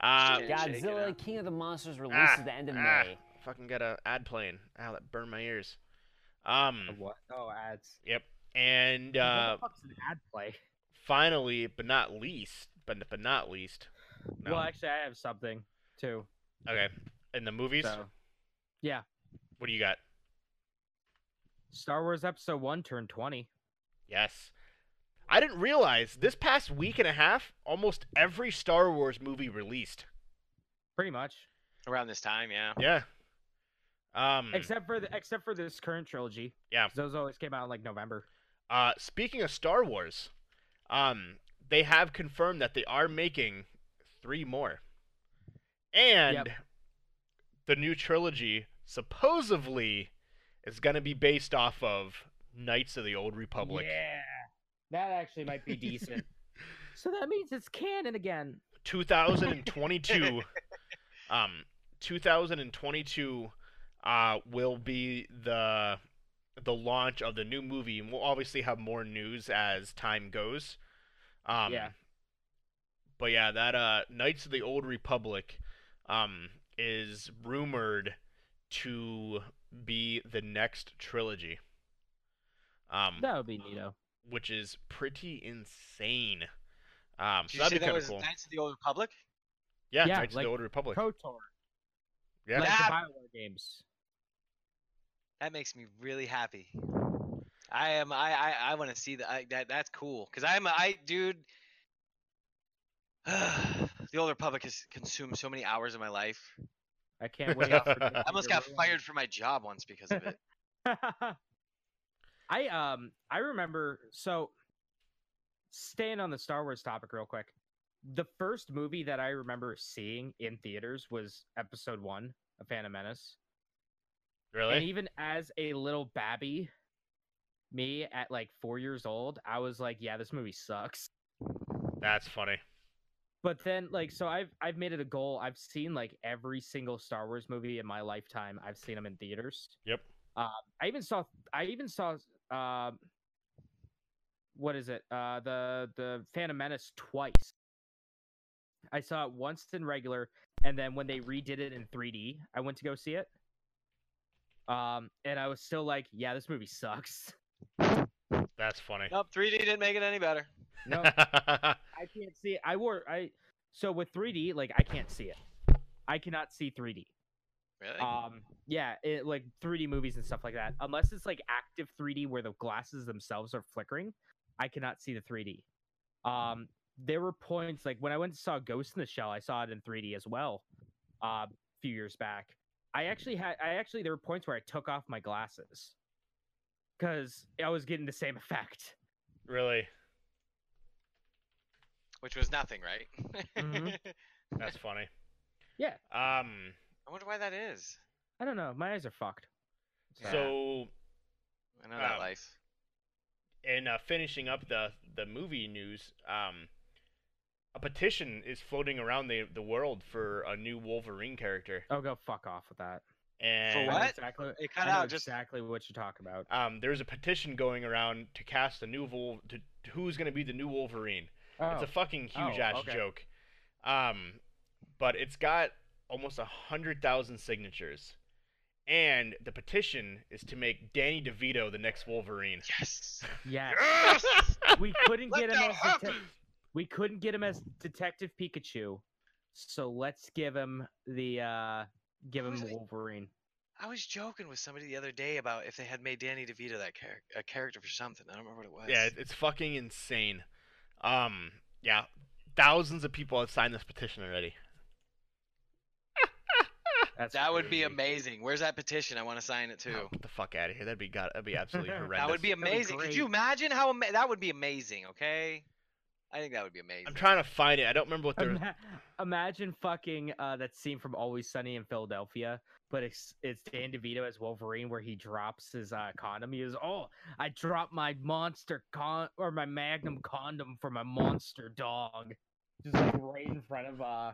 uh, Shit. Shake it Godzilla up. King of the Monsters releases Ah, at the end of ah. May. fucking got a ad playing. Ow, that burned my ears. Um, what? Oh, ads. yep. And What uh, the fuck's an ad play? finally, but not least, but but not least. No. Well, actually, I have something too. Okay. In the movies, So, yeah, what do you got? Star Wars Episode One turned 20. Yes. I didn't realize this past week and a half, almost every Star Wars movie released. Pretty much, Around this time, yeah. Yeah. Um. except for the, except for this current trilogy. Yeah. 'cause those always came out in like November. Uh, speaking of Star Wars, um, they have confirmed that they are making three more, and the new trilogy supposedly is going to be based off of Knights of the Old Republic. Yeah, that actually might be decent. so that means it's canon again. 2022 um 2022 uh will be the the launch of the new movie and we'll obviously have more news as time goes um Yeah. but yeah that uh knights of the old republic um is rumored to be the next trilogy um That would be neato. which is pretty insane um so Did you see that'd be that kind was of cool Knights of the Old Republic? yeah, Yeah, Knights like, of the Old Republic. Kotor, yeah. like the That- Bioware games. That makes me really happy. I am. I. I, I want to see the, I, that. That's cool. Cause I'm. a- I dude. the Old Republic has consumed so many hours of my life. I can't wait. for Disney I almost to got ruin fired from my job once because of it. I um I remember so staying on the Star Wars topic real quick. The first movie that I remember seeing in theaters was episode 1 of Phantom Menace. And Really? even as a little babby, me at like four years old, I was like, yeah, this movie sucks. That's funny. But then, like, so I've I've made it a goal. I've seen like every single Star Wars movie in my lifetime. I've seen them in theaters. Yep. Uh, I even saw I even saw um, what is it? Uh, the the Phantom Menace twice. I saw it once in regular, and then when they redid it in 3D, I went to go see it. Um, and I was still like, yeah, this movie sucks. That's funny. Nope, 3D didn't make it any better. No, I can't see it. I wore I so with 3D, like I can't see it. I cannot see 3D. Really? Uh, Um, yeah, it, like 3D movies and stuff like that. Unless it's like active 3D where the glasses themselves are flickering, I cannot see the 3D. Um, there were points like when I went and saw Ghost in the Shell, I saw it in 3D as well. Uh, a few years back, I actually had I actually there were points where I took off my glasses because I was getting the same effect. really? Which was nothing, right? mm-hmm. Mhm. That's funny. Yeah. Um. I wonder why that is. I don't know, my eyes are fucked. Yeah. So I know that Um, life. in uh, finishing up the the movie news, um, a petition is floating around the the world for a new Wolverine character. Oh, go fuck off with that. And I know What? Exactly. It cut I know out, just- exactly what you're talking about. um, there's a petition going around to cast the new Vol- to, to who's going to be the new Wolverine. Oh, It's a fucking huge Oh, ass okay. joke. Um, but it's got almost a hundred thousand signatures, and the petition is to make Danny DeVito the next Wolverine. Yes. Oh, yes. Yes. We couldn't Let get him that as detec- happen. we couldn't get him as Detective Pikachu, so let's give him the uh give him Who's the- Wolverine. I was joking with somebody the other day about if they had made Danny DeVito that char- a character for something. I don't remember what it was. Yeah, it- it's fucking insane. Um, yeah, thousands of people have signed this petition already. That's that would be crazy. amazing. Where's that petition? I want to sign it too. Oh, get the fuck out of here. That'd be god. That'd be absolutely That would horrendous. That would be That'd be amazing. Could you great. imagine how ama- that would be amazing? Okay, I think that would be amazing. I'm trying to find it. I don't remember what the Ima- imagine fucking uh, that scene from Always Sunny in Philadelphia, but it's it's Dan DeVito as Wolverine where he drops his uh, condom. He goes, "Oh, I dropped my monster con or my Magnum condom for my monster dog," just like right in front of uh,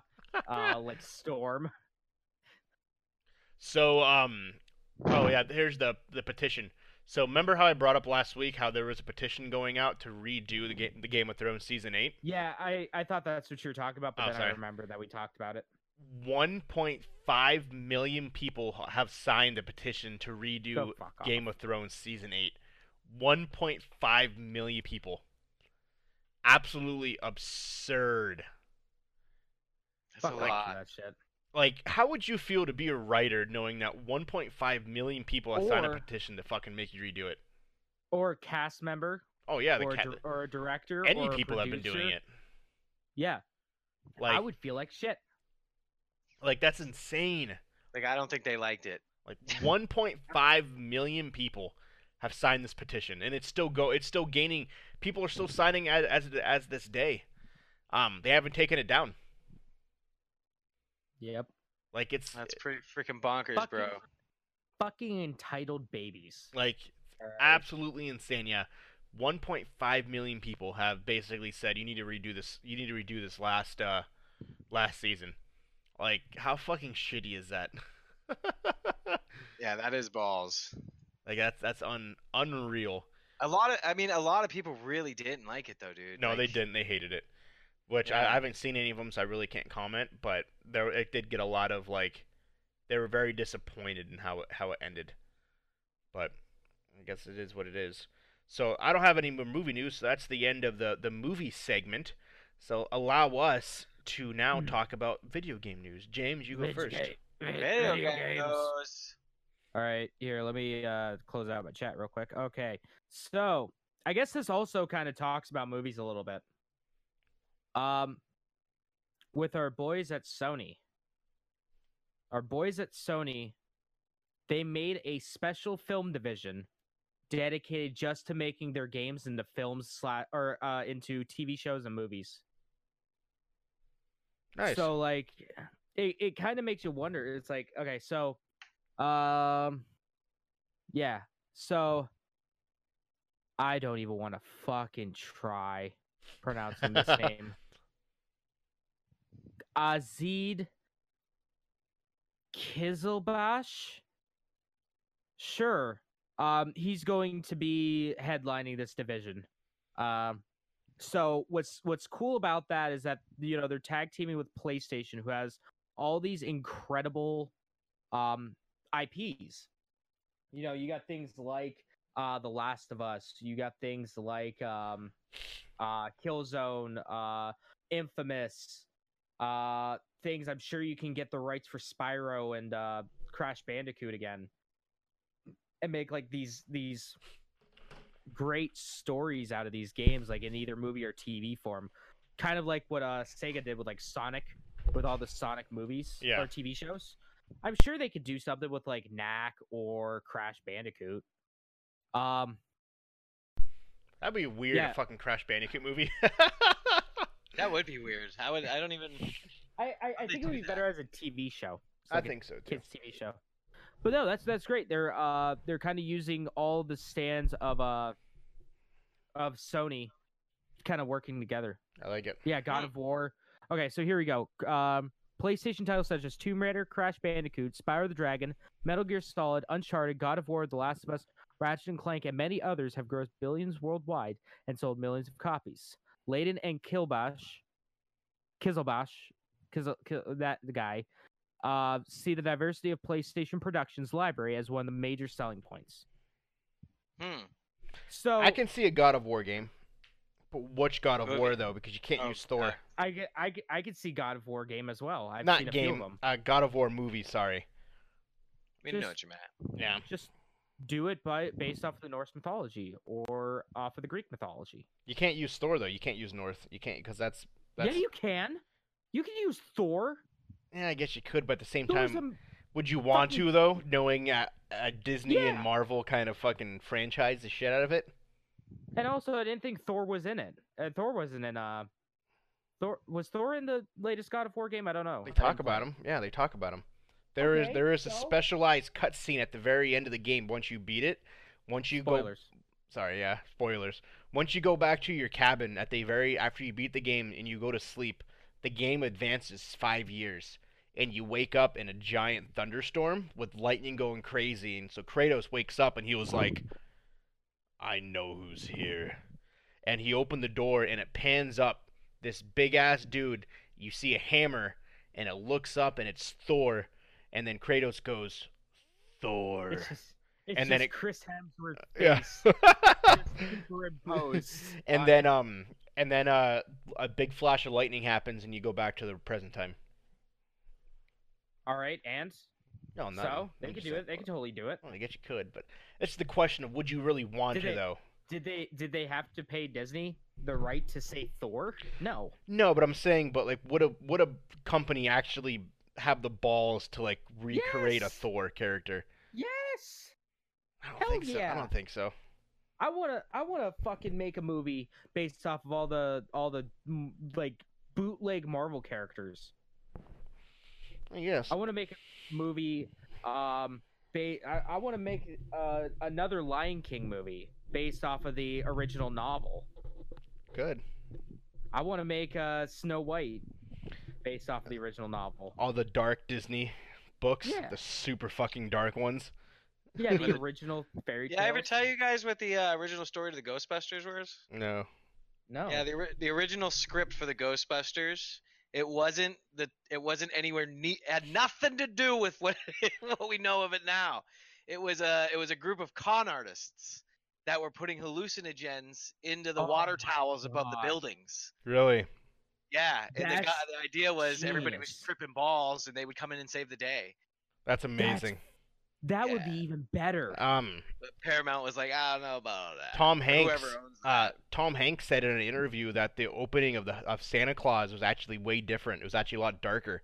uh like Storm. So, um, oh yeah, here's the the petition. So remember how I brought up last week how there was a petition going out to redo the game the Game of Thrones season eight? Yeah, I I thought that's what you were talking about, but Oh, then I sorry. remember that we talked about it. One point five million people h- have signed the petition to redo Go fuck off. Game of Thrones season eight. One point five million people. Absolutely absurd. That's a Fuck off lot. with that shit. Like, how would you feel to be a writer knowing that 1.5 million people have signed a Or- petition to fucking make you redo it? Or a cast member, Oh yeah, the or, a cat, dir- or a director, any or a people have been doing producer. it. Yeah, Like, I would feel like shit. Like that's insane. Like I don't think they liked it. Like 1.5 million people have signed this petition, and it's still go. It's still gaining. People are still signing as as, as this day. Um, they haven't taken it down. Yep. Like it's That's pretty freaking bonkers, Fucking- bro. fucking entitled babies. like absolutely insane. Yeah, 1.5 million people have basically said you need to redo this. You need to redo this last uh last season. Like how fucking shitty is that? Yeah, that is balls. like that's that's un unreal. A lot of, I mean, a lot of people really didn't like it though, dude. No, they Like, didn't. They hated it. Which I, Yeah. I haven't seen any of them, so I really can't comment. But there, it did get a lot of like, they were very disappointed in how it how it ended. But I guess it is what it is. So I don't have any more movie news. So that's the end of the the movie segment. So allow us to now Hmm. talk about video game news. James, you go first. Video games. All right, here, let me uh, close out my chat real quick. Okay, so I guess this also kind of talks about movies a little bit. Um, with our boys at Sony, our boys at Sony, they made a special film division dedicated just to making their games into films slot or uh, into TV shows and movies. Nice. So like it, it kind of makes you wonder. It's like, okay, so um yeah. So I don't even want to fucking try pronouncing this name. Azid Kizilbash. Sure. Um, he's going to be headlining this division. Um, so what's what's cool about that is that you know they're tag teaming with PlayStation, who has all these incredible um, IPs. You know, you got things like uh, The Last of Us. You got things like um, uh, Killzone, uh, Infamous, uh, things. I'm sure you can get the rights for Spyro and uh, Crash Bandicoot again, and make like these these great stories out of these games, like in either movie or TV form. Kind of like what uh, Sega did with like Sonic, with all the Sonic movies Yeah. or TV shows. I'm sure they could do something with like Knack or Crash Bandicoot. Um, That'd be weird. Yeah. A fucking Crash Bandicoot movie. That would be weird. I would. I don't even. I I, I they think it would do be that? better as a TV show. It's I like a think so too. kids TV show. But no, that's that's great. They're uh they're kind of using all the stands of uh of Sony, kind of working together. I like it. Yeah, God Hmm. of War. Okay, so here we go. Um, PlayStation titles such as Tomb Raider, Crash Bandicoot, Spyro the Dragon, Metal Gear Solid, Uncharted, God of War, The Last of Us, Ratchet and Clank, and many others have grossed billions worldwide and sold millions of copies. Layden and Kilbash, Kizzlebash, Kizzle, Kill, that the guy, uh, see the diversity of PlayStation Productions library as one of the major selling points. Hmm. So I can see a God of War game, but which God of Movie. War though? Because you can't Oh, use Thor. God. I get I get- I could see God of War game as well. uh, I've seen Not a few of game. them. Uh, God of War movie. Sorry. We know Just- what you're at. Yeah. just do it by based off of the Norse mythology or off of the Greek mythology. You can't use Thor though. You can't use North. You can't because that's. That's, Yeah, you can. You can use Thor. Yeah, I guess you could, but at the same Thor's time, a- would you want fucking- to though? Knowing uh, uh, Disney Yeah. and Marvel kind of fucking franchise the shit out of it. and also I didn't think Thor was in it. Uh, Thor wasn't in. Uh, Thor was Thor in the latest God of War game. I don't know. They I talk didn't about play. him. Yeah, they talk about him. There is Okay, there is a so- specialized cutscene at the very end of the game once you beat it. Once you go Spoilers. sorry, yeah, spoilers. Once you go back to your cabin at the very after you beat the game and you go to sleep, the game advances five years, and you wake up in a giant thunderstorm with lightning going crazy. And so Kratos wakes up and he was like, "I know who's here," and he opened the door and it pans up this big ass dude. You see a hammer and it looks up and it's Thor, and then Kratos goes, "Thor." It's just, it's And and then then it- Chris Hemsworth Yeah. face superimposed. and on- then um and then uh a big flash of lightning happens and you go back to the present time. all right, and No, not so they could do it. They could totally do it. Well, I guess you could, but it's the question of would you really want Did to they- though? Did they? Did they have to pay Disney the right to say Thor? No. No, but I'm saying, but like, would a would a company actually have the balls to like recreate a Yes! Thor character? Yes. I don't Hell think so. yeah. I don't think so. I wanna, I wanna fucking make a movie based off of all the, all the mm, like bootleg Marvel characters. Yes. I want to make a movie, um, ba- I, I want to make uh, another Lion King movie based off of the original novel. Good. I want to make uh, Snow White based off of the original novel. All the dark Disney books, Yeah. the super fucking dark ones. Yeah, But the it- original fairy Did tale. I ever tell you guys what the uh, original story to the Ghostbusters was? No. no. Yeah, the ori- the original script for the Ghostbusters. It wasn't the. It wasn't anywhere neat. Had nothing to do with what what we know of it now. It was a. It was a group of con artists that were putting hallucinogens into the Oh water my towers above the God. buildings. Really? Yeah, and the, guy, That's the idea was everybody was genius. tripping balls, and they would come in and save the day. That's amazing. that would be yeah. even better. Um, But Paramount was like, I don't know about that. Tom Or Hanks. Whoever owns that. Uh, Tom Hanks said in an interview that the opening of the of Santa Claus was actually way different. It was actually a lot darker.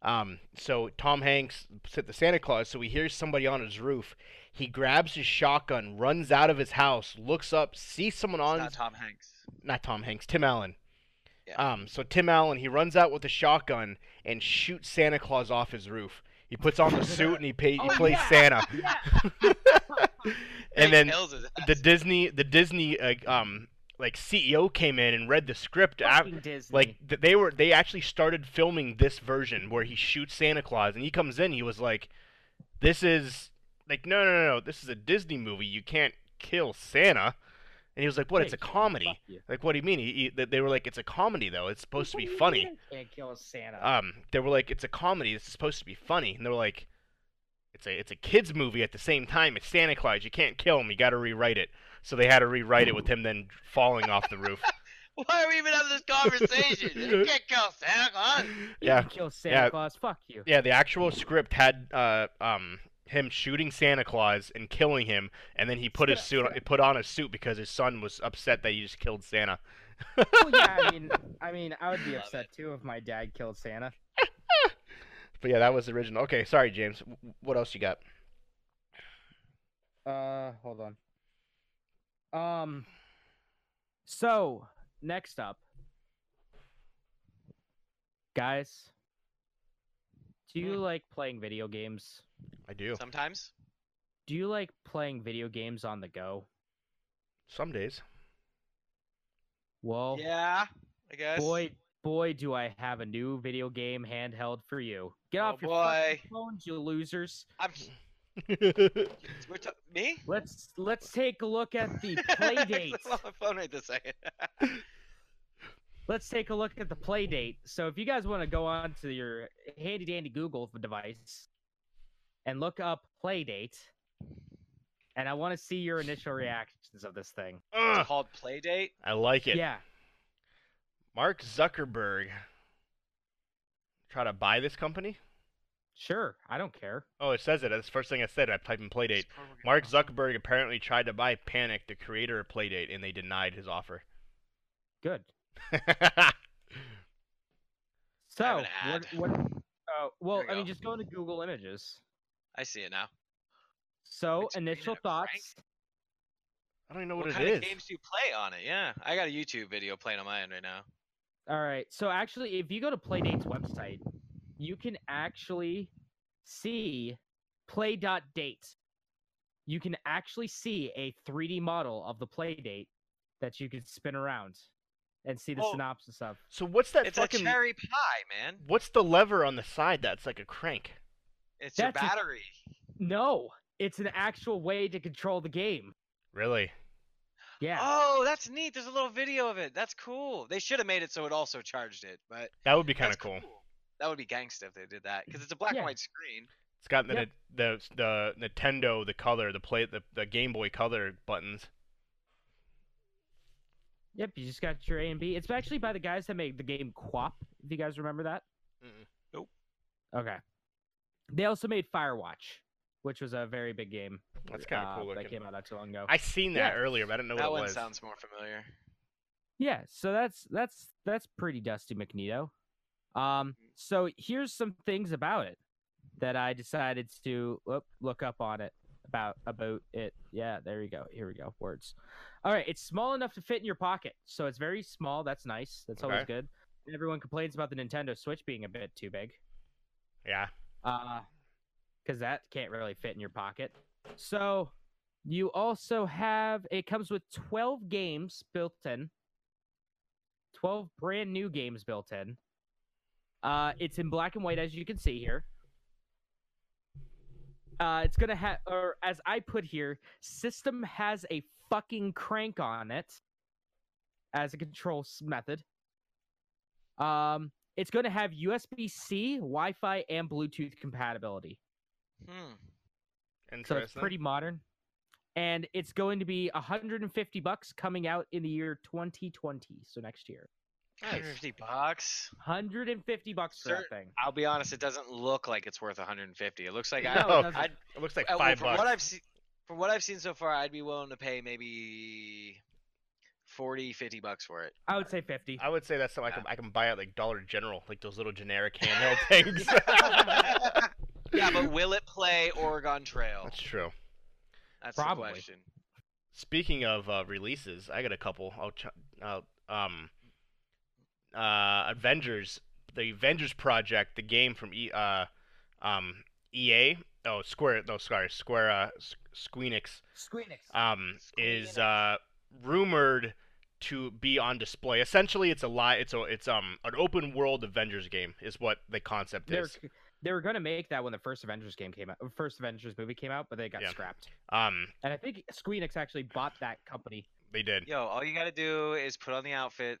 Um, so Tom Hanks said the Santa Claus. So he hears somebody on his roof. He grabs his shotgun, runs out of his house, looks up, sees someone It's on not Tom Hanks. not Tom Hanks, Tim Allen. Yeah. Um, so Tim Allen, he runs out with a shotgun and shoots Santa Claus off his roof. He puts on the suit and he, pay, he Oh, plays yeah. Santa. Yeah. and He then tells his the ass. Disney the Disney uh, um like CEO came in and read the script. af- Fucking Disney. like th- they were they actually started filming this version where he shoots Santa Claus and he comes in he was like this is like no no no no this is a Disney movie you can't kill Santa and he was like what it's a Hey, comedy fuck you. like what do you mean he, he, th- they were like it's a comedy though it's supposed to be funny Can't kill Santa. um they were like it's a comedy it's supposed to be funny and they were like it's a it's a kids movie at the same time it's Santa Claus you can't kill him you got to rewrite it so they had to rewrite it with him then falling off the roof Why are we even having this conversation? you can't kill Santa Claus. You yeah can kill Santa yeah. Claus. Fuck you. Yeah, the actual script had uh, um, him shooting Santa Claus and killing him, and then he put his suit on, put on his suit because his son was upset that he just killed Santa. Well, yeah, I mean, I mean, I would be Love upset too if my dad killed Santa. But yeah, that was the original. Okay, sorry, James. W- What else you got? Uh, hold on. Um. So next up, guys, do you Hmm. like playing video games? I do. Sometimes. Do you like playing video games on the go? Some days. Well, Yeah, I guess. boy, boy, do I have a new video game handheld for you. Get Oh, off your fucking boy. phones, you losers. I'm, we're ta- me? Let's let's take a look at the play date. I'm on my phone right this second. let's take a look at the play date. So if you guys want to go on to your handy dandy Google device and look up play date, and I want to see your initial reactions of this thing. Ugh, Called Playdate. I like it. Yeah. Mark Zuckerberg. Try to buy this company? Sure, I don't care. Oh, it says it. That's the first thing I said. I typed in Playdate. Mark Zuckerberg apparently tried to buy Panic, the creator of Playdate, and they denied his offer. Good. have So an what? ad. what uh, well, Here we I mean, go. just go into Google Images. I see it now. So It's created initial it, right? thoughts. I don't even know what, kind it is. of games do you play on it? Yeah, I got a YouTube video playing on my end right now. All right. So actually, if you go to Playdate's website, you can actually see play.date. You can actually see a 3D model of the playdate that you can spin around and see the Oh. synopsis of. So what's that It's fucking a cherry pie, man. What's the lever on the side that's like a crank? It's your That's a- battery. No, it's an actual way to control the game. Really? Yeah. Oh, that's neat. There's a little video of it. That's cool. They should have made it so it also charged it, but That would be kind that's of cool. That would be gangsta if they did that because it's a black Yeah. and white screen. It's got the, Yep. the the Nintendo, the color, the play, the, the Game Boy Color buttons. Yep, you just got your A and B. It's actually by the guys that made the game Quap, if you guys remember that. Mm-mm. Nope. Okay. They also made Firewatch, which was a very big game. That's kind of uh, cool That looking. came out not too long ago. I seen that Yeah. earlier, but I didn't know that what one it was. sounds more familiar. Yeah, so that's that's that's pretty dusty McNeito. Um, so here's some things about it that I decided to oop, look up on it about about it. Yeah, there you go. Here we go. Words. All right, it's small enough to fit in your pocket, so it's very small. That's nice. That's always Okay. good. Everyone complains about the Nintendo Switch being a bit too big, Yeah. uh, because that can't really fit in your pocket. So you also have it comes with 12 games built in. 12 brand new games built in. Uh, it's in black and white, as you can see here. Uh, it's gonna have, or as I put here, system has a fucking crank on it as a control s- method. Um, it's gonna have USB C, Wi Fi, and Bluetooth compatibility. Hmm. So Interesting. it's pretty modern. And it's going to be 150 bucks coming out in the year 2020, so next year. Nice. 150 bucks. 150 bucks for that Certain- thing. I'll be honest, it doesn't look like it's worth 150. It looks like I, No, it Oh, doesn't. I'd, It looks like I- Uh, well, five from bucks. what I've seen, from what I've seen so far, I'd be willing to pay maybe 40, 50 bucks for it. I would say 50. I would say that's something Yeah. I can I can buy at like Dollar General, like those little generic handheld things. yeah, but will it play Oregon Trail? that's true. That's Probably. the question. Speaking of uh, releases, I got a couple. I'll ch- uh, um, uh, Avengers, the Avengers project, the game from e- uh, um, EA, oh Square, no sorry, Square, uh, S- Squeenix, Squeenix. um, is uh, rumored to be on display. Essentially, it's a lie. It's a it's um an open world Avengers game is what the concept They're- is. they were going to make that when the first Avengers game came out, first Avengers movie came out, but they got Yeah. scrapped. Um, And I think Squeenix actually bought that company. they did. Yo, all you gotta do is put on the outfit,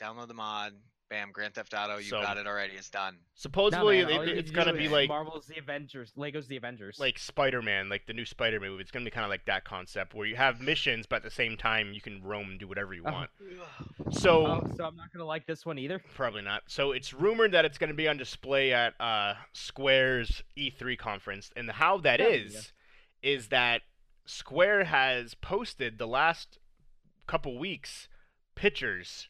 download the mod, bam, Grand Theft Auto, you So- got it already, it's done. Nah, Supposedly, man, it- all you it- need it's to gonna do be is like Marvel's The Avengers, Lego's The Avengers. like Spider-Man, like the new Spider-Man movie. It's gonna be kind of like that concept where you have missions, but at the same time you can roam and do whatever you Oh. want. Ugh. So oh, so I'm not gonna like this one either. probably not. So it's rumored that it's gonna be on display at uh, Square's E3 conference, and how that Yeah, yeah. is is that Square has posted the last couple weeks pictures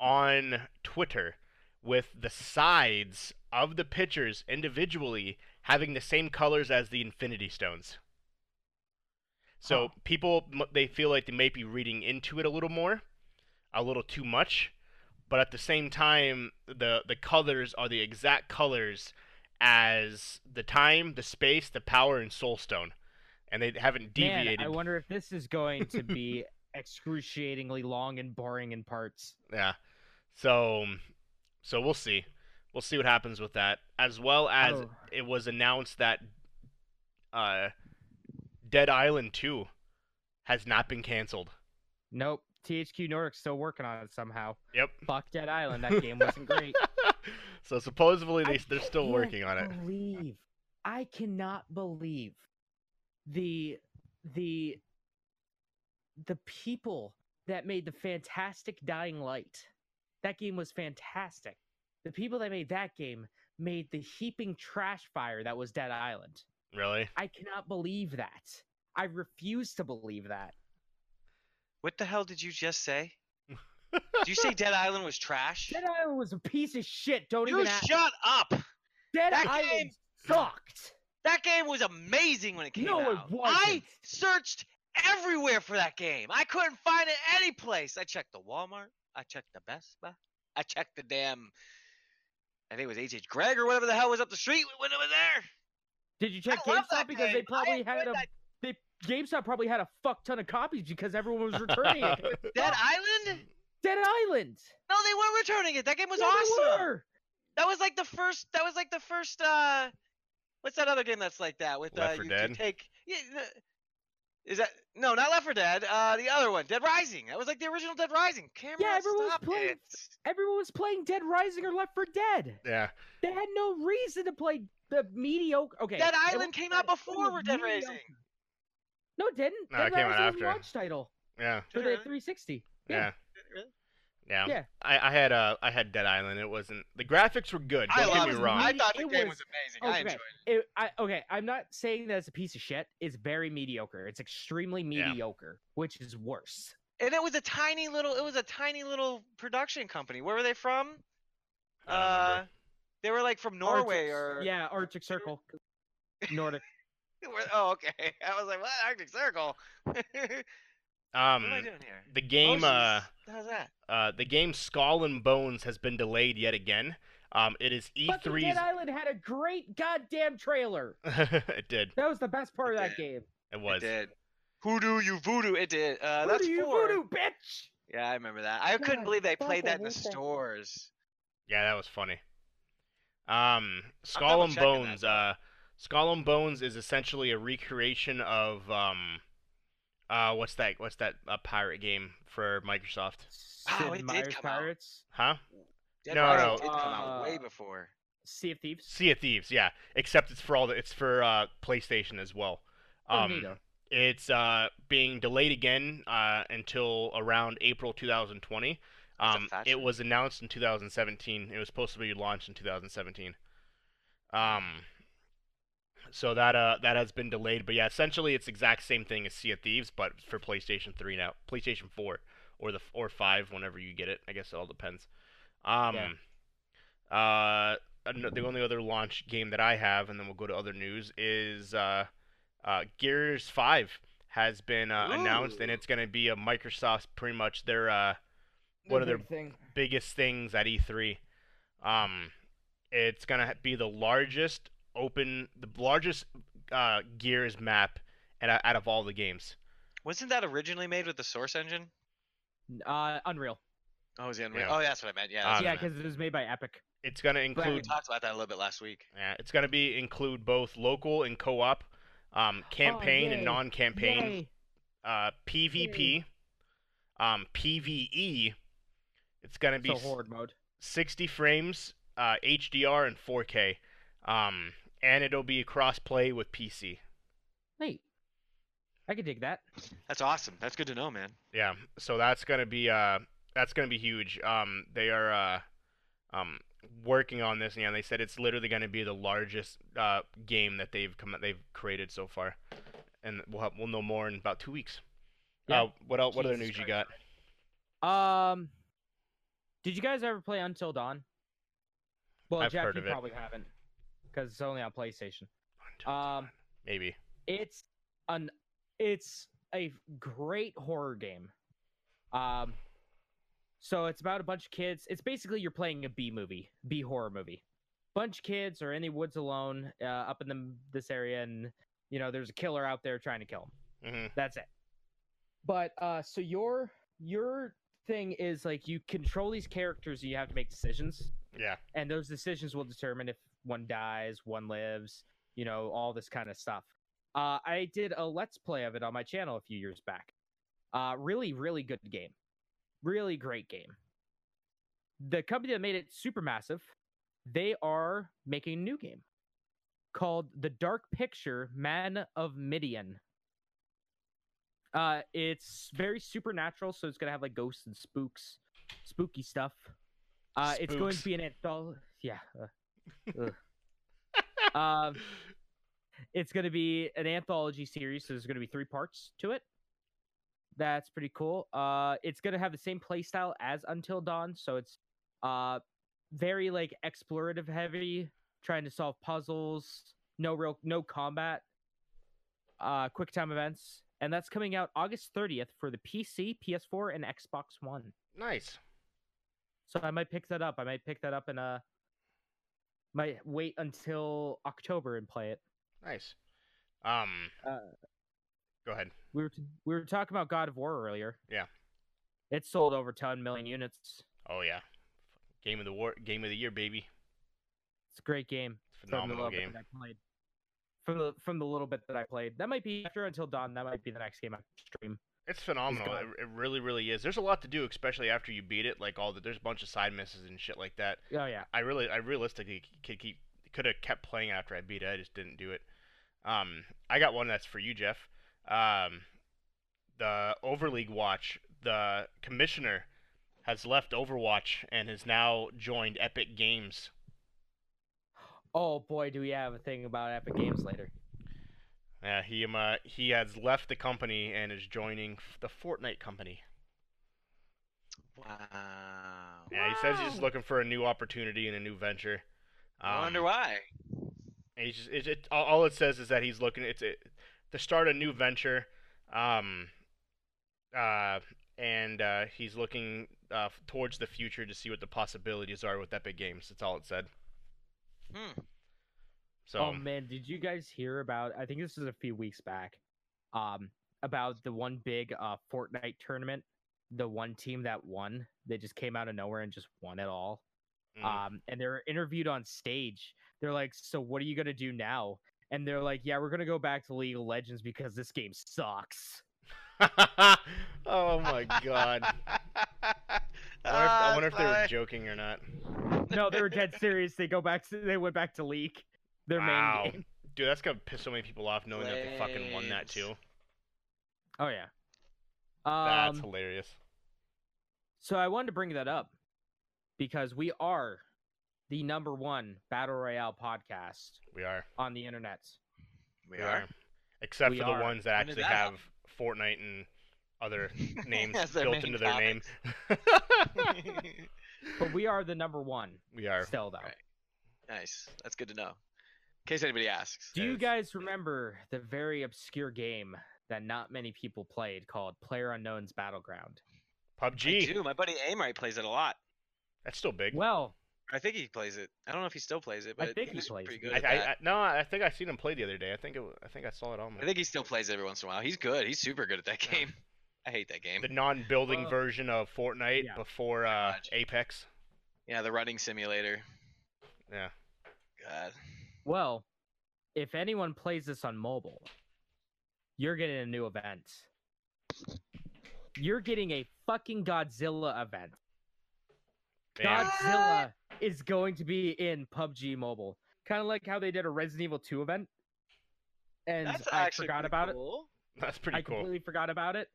on Twitter with the sides of the pictures individually having the same colors as the Infinity Stones. So Huh. people people m- they feel like they may be reading into it a little more, a little too much, but at the same time the the colors are the exact colors as the time, the space, the power, and Soul Stone, and they haven't deviated. Man, I wonder if this is going to be excruciatingly long and boring in parts. Yeah. So so we'll see. We'll see what happens with that. As well as Oh. it was announced that uh Dead Island 2 has not been canceled. Nope. THQ Nordic's still working on it somehow. Yep. Fuck Dead Island. Oh, That game wasn't great. so supposedly I they, they're still can't working on it. Believe. I cannot believe the the the people that made the fantastic Dying Light. That game was fantastic. The people that made that game made the heaping trash fire that was Dead Island. Really? I cannot believe that. I refuse to believe that. What the hell did you just say? Did you say Dead Island was trash? Dead Island was a piece of shit. Don't You even ask. shut up! Dead that Island game- sucked. That game was amazing when it came No, out. it I wasn't. searched everywhere for that game. I couldn't find it any place. I checked the Walmart. I checked the Best Buy. I checked the damn. I think it was H.H. Gregg or whatever the hell was up the street when it was there. Did you check I love that GameStop because game. they probably I had enjoyed a that- they GameStop probably had a fuck ton of copies because everyone was returning it. Dead Island? Dead Island. No, they weren't returning it. That game was Yeah, they awesome. were. That was like the first. That was like the first. uh What's that other game that's like that with Left uh, four you, Dead? you take? Yeah, the- is that no? Not Left 4 Dead. Uh, the other one, Dead Rising. That was like the original Dead Rising. Cameron, everyone was stop playing- it. Everyone was playing Dead Rising or Left for Dead. Yeah. They had no reason to play the mediocre. Okay, Dead everyone Island came out played it. It before was Dead mediocre. Rising. No, it didn't. No, Dead it came out Rising was after. a launch title Yeah. for Did it the really? 360. Yeah. Yeah. Yeah. Yeah. I, I had uh I had Dead Island. It wasn't the graphics were good. I Don't love get it. me wrong. I thought the It game was was- amazing. okay. I enjoyed it. It, I, okay, I'm not saying that it's a piece of shit. It's very mediocre. It's extremely Yeah. mediocre, which is worse. And it was a tiny little. It was a tiny little production company. Where were they from? I don't Uh, remember. they were like from Norway Arctic- or yeah, Arctic Circle, Nordic. Where- Oh, okay. I was like, what Arctic Circle? what am I um doing here? the game uh Oceans. Oh, How's that? Uh, the game Skull and Bones has been delayed yet again. Um, it is Fucking Dead E3's. Island had a great goddamn trailer. it did. That was the best part of It that game. It was. It did. Hoodoo, you voodoo. It did. Uh, Voodoo, that's you four. Oh, voodoo, bitch. Yeah, I remember that. I couldn't God, believe they fuck, played I that in the hate that. stores. Yeah, that was funny. Um, Skull and double-checking that, Bones. though. Uh, Skull and Bones is essentially a recreation of um, uh, what's that? What's that? uh, pirate game for Microsoft? Wow, Sid it did Meier's come out. Pirates. Huh? Dead No, Rising no. did come out way Uh, before. Sea of Thieves. Sea of Thieves. Yeah, except it's for all the. It's for uh, PlayStation as well. Oh, Um, Bonito. It's uh, being delayed again uh, until around April 2020. That's a Um, fat it shit. was announced in 2017. It was supposed to be launched in 2017. Um, so that uh, that has been delayed, but yeah, essentially it's exact same thing as Sea of Thieves, but for PlayStation 3 now, PlayStation 4 or the or 5, whenever you get it. I guess it all depends. Um, Yeah. uh, an- the only other launch game that I have, and then we'll go to other news, is uh, uh, Gears 5 has been uh, announced, and Ooh. it's going to be a Microsoft's pretty much their uh, one of their thing. E biggest things at E3. Um, it's going to be the largest open, the largest uh, Gears map, and out of all the games. Wasn't that originally made with the Source Engine? Uh, Unreal. Oh, it was the Unreal. Yeah. Oh, that's what I meant. Yeah, I that's don't yeah, what know. because it was made by Epic. It's gonna I meant. we include talked about that a little bit last week. Yeah, it's gonna be include both local and co-op, um, campaign and Oh, yay. non-campaign, Yay. uh, PvP, um, PVE. It's gonna be So s- horde mode. 60 frames, uh, HDR and 4K, um, and it'll be cross-play with PC. Neat. I could dig that. That's awesome. That's good to know, man. Yeah, so that's gonna be uh, that's gonna be huge. Um, they are uh, um, working on this, yeah, and they said it's literally gonna be the largest uh, game that they've come they've created so far, and we'll have, we'll know more in about two weeks. Yeah. Uh, what else? What other Jesus news you got? Christ. Um, did you guys ever play Until Dawn? Well, I've Jack, heard you of it. probably haven't, because it's only on PlayStation. Until Um, Dawn, maybe. It's an it's a great horror game. Um, so it's about a bunch of kids. It's basically you're playing a B movie, B horror movie. Bunch of kids are in the woods alone, uh, up in the, this area, and you know there's a killer out there trying to kill them. hmm That's it. But uh so your your thing is like you control these characters and you have to make decisions Yeah. and those decisions will determine if one dies, one lives, you know, all this kind of stuff. Uh I did a let's play of it on my channel a few years back. Uh really really good game. Really great game. The company that made it supermassive, they are making a new game called The Dark Picture Man of Midian. Uh, it's very supernatural, so it's gonna have like ghosts and spooks, spooky stuff. Uh, it's going Spooks. to be an anthology. Yeah. uh, ugh. um, it's gonna be an anthology series, so there's gonna be three parts to it. That's pretty cool. Uh, it's gonna have the same playstyle as Until Dawn, so it's uh very like explorative heavy, trying to solve puzzles. No real, no combat uh, quick time events, and that's coming out August 30th for the PC, PS4, and Xbox One. Nice. So I might pick that up. I might pick that up and uh, might wait until October and play it. Nice. Um. Uh, go ahead. We were t- we were talking about God of War earlier. Yeah. it sold over 10 million units. Oh yeah. Game of the war. Game of the year, baby. It's a great game. It's a from the phenomenal little bit game. that I played. From the from the little bit that I played, that might be after Until Dawn. That might be the next game I stream. It's phenomenal. It, gone. it really, really is. There's a lot to do, especially after you beat it. Like all the there's a bunch of side misses and shit like that. Oh yeah, I really, I realistically c- could keep could have kept playing after I beat it. I just didn't do it. Um, I got one that's for you, Jeff. Um, the Overleague Watch. The commissioner has left Overwatch and has now joined Epic Games. oh boy, do we have a thing about Epic Games later? Yeah, he um, uh, he has left the company and is joining f- the Fortnite company. Wow. Yeah, he says he's just Wow. looking for a new opportunity and a new venture. I wonder Um, why. And He's just, it, it, all- all it says is that he's looking it's it, to start a new venture, um, uh, and uh, he's looking uh, f- towards the future to see what the possibilities are with Epic Games. That's all it said. Hmm. So Oh man, did you guys hear about? I think this was a few weeks back. Um, about the one big uh Fortnite tournament, the one team that won, they just came out of nowhere and just won it all. mm, Um, and they're interviewed on stage. They're like, "So what are you gonna do now?" And they're like, "Yeah, we're gonna go back to League of Legends because this game sucks." oh my god! I wonder if, I Ah, wonder if they were Sly. joking or not. no, they were dead serious. They go back. To, they went back to League, their wow, main game. dude, that's gonna piss so many people off knowing that they fucking won that Slaves. too. Oh yeah. That's Um, hilarious. So I wanted to bring that up because we are the number one battle royale podcast We are. on the internet. We are. Except We for the are. ones that When did actually that have happen? Fortnite and other names As their built main into their topic. name. But we are the number one we are. still, though. Right. nice. That's good to know. In case anybody asks. Do you Yes. guys remember the very obscure game that not many people played called Player Unknown's Battleground? I PUBG. do. My buddy Aimright plays it a lot. That's still big. Well, I think he plays it. I don't know if he still plays it, I but think he he was plays pretty it. good I, at that. I, I, no, I think I seen him play the other day. I think it, wa- I think I saw it on I there. think he still plays every once in a while. He's good. He's super good at that game. I hate that game. the non-building Well, version of Fortnite yeah. before uh, much. Apex. Yeah, the running simulator. Yeah. God. Well, if anyone plays this on mobile, you're getting a new event. You're getting a fucking Godzilla event. Man. Godzilla is going to be in PUBG Mobile. Kind of like how they did a Resident Evil 2 event. And That's I actually forgot pretty about it. cool. That's pretty I cool. completely forgot about it.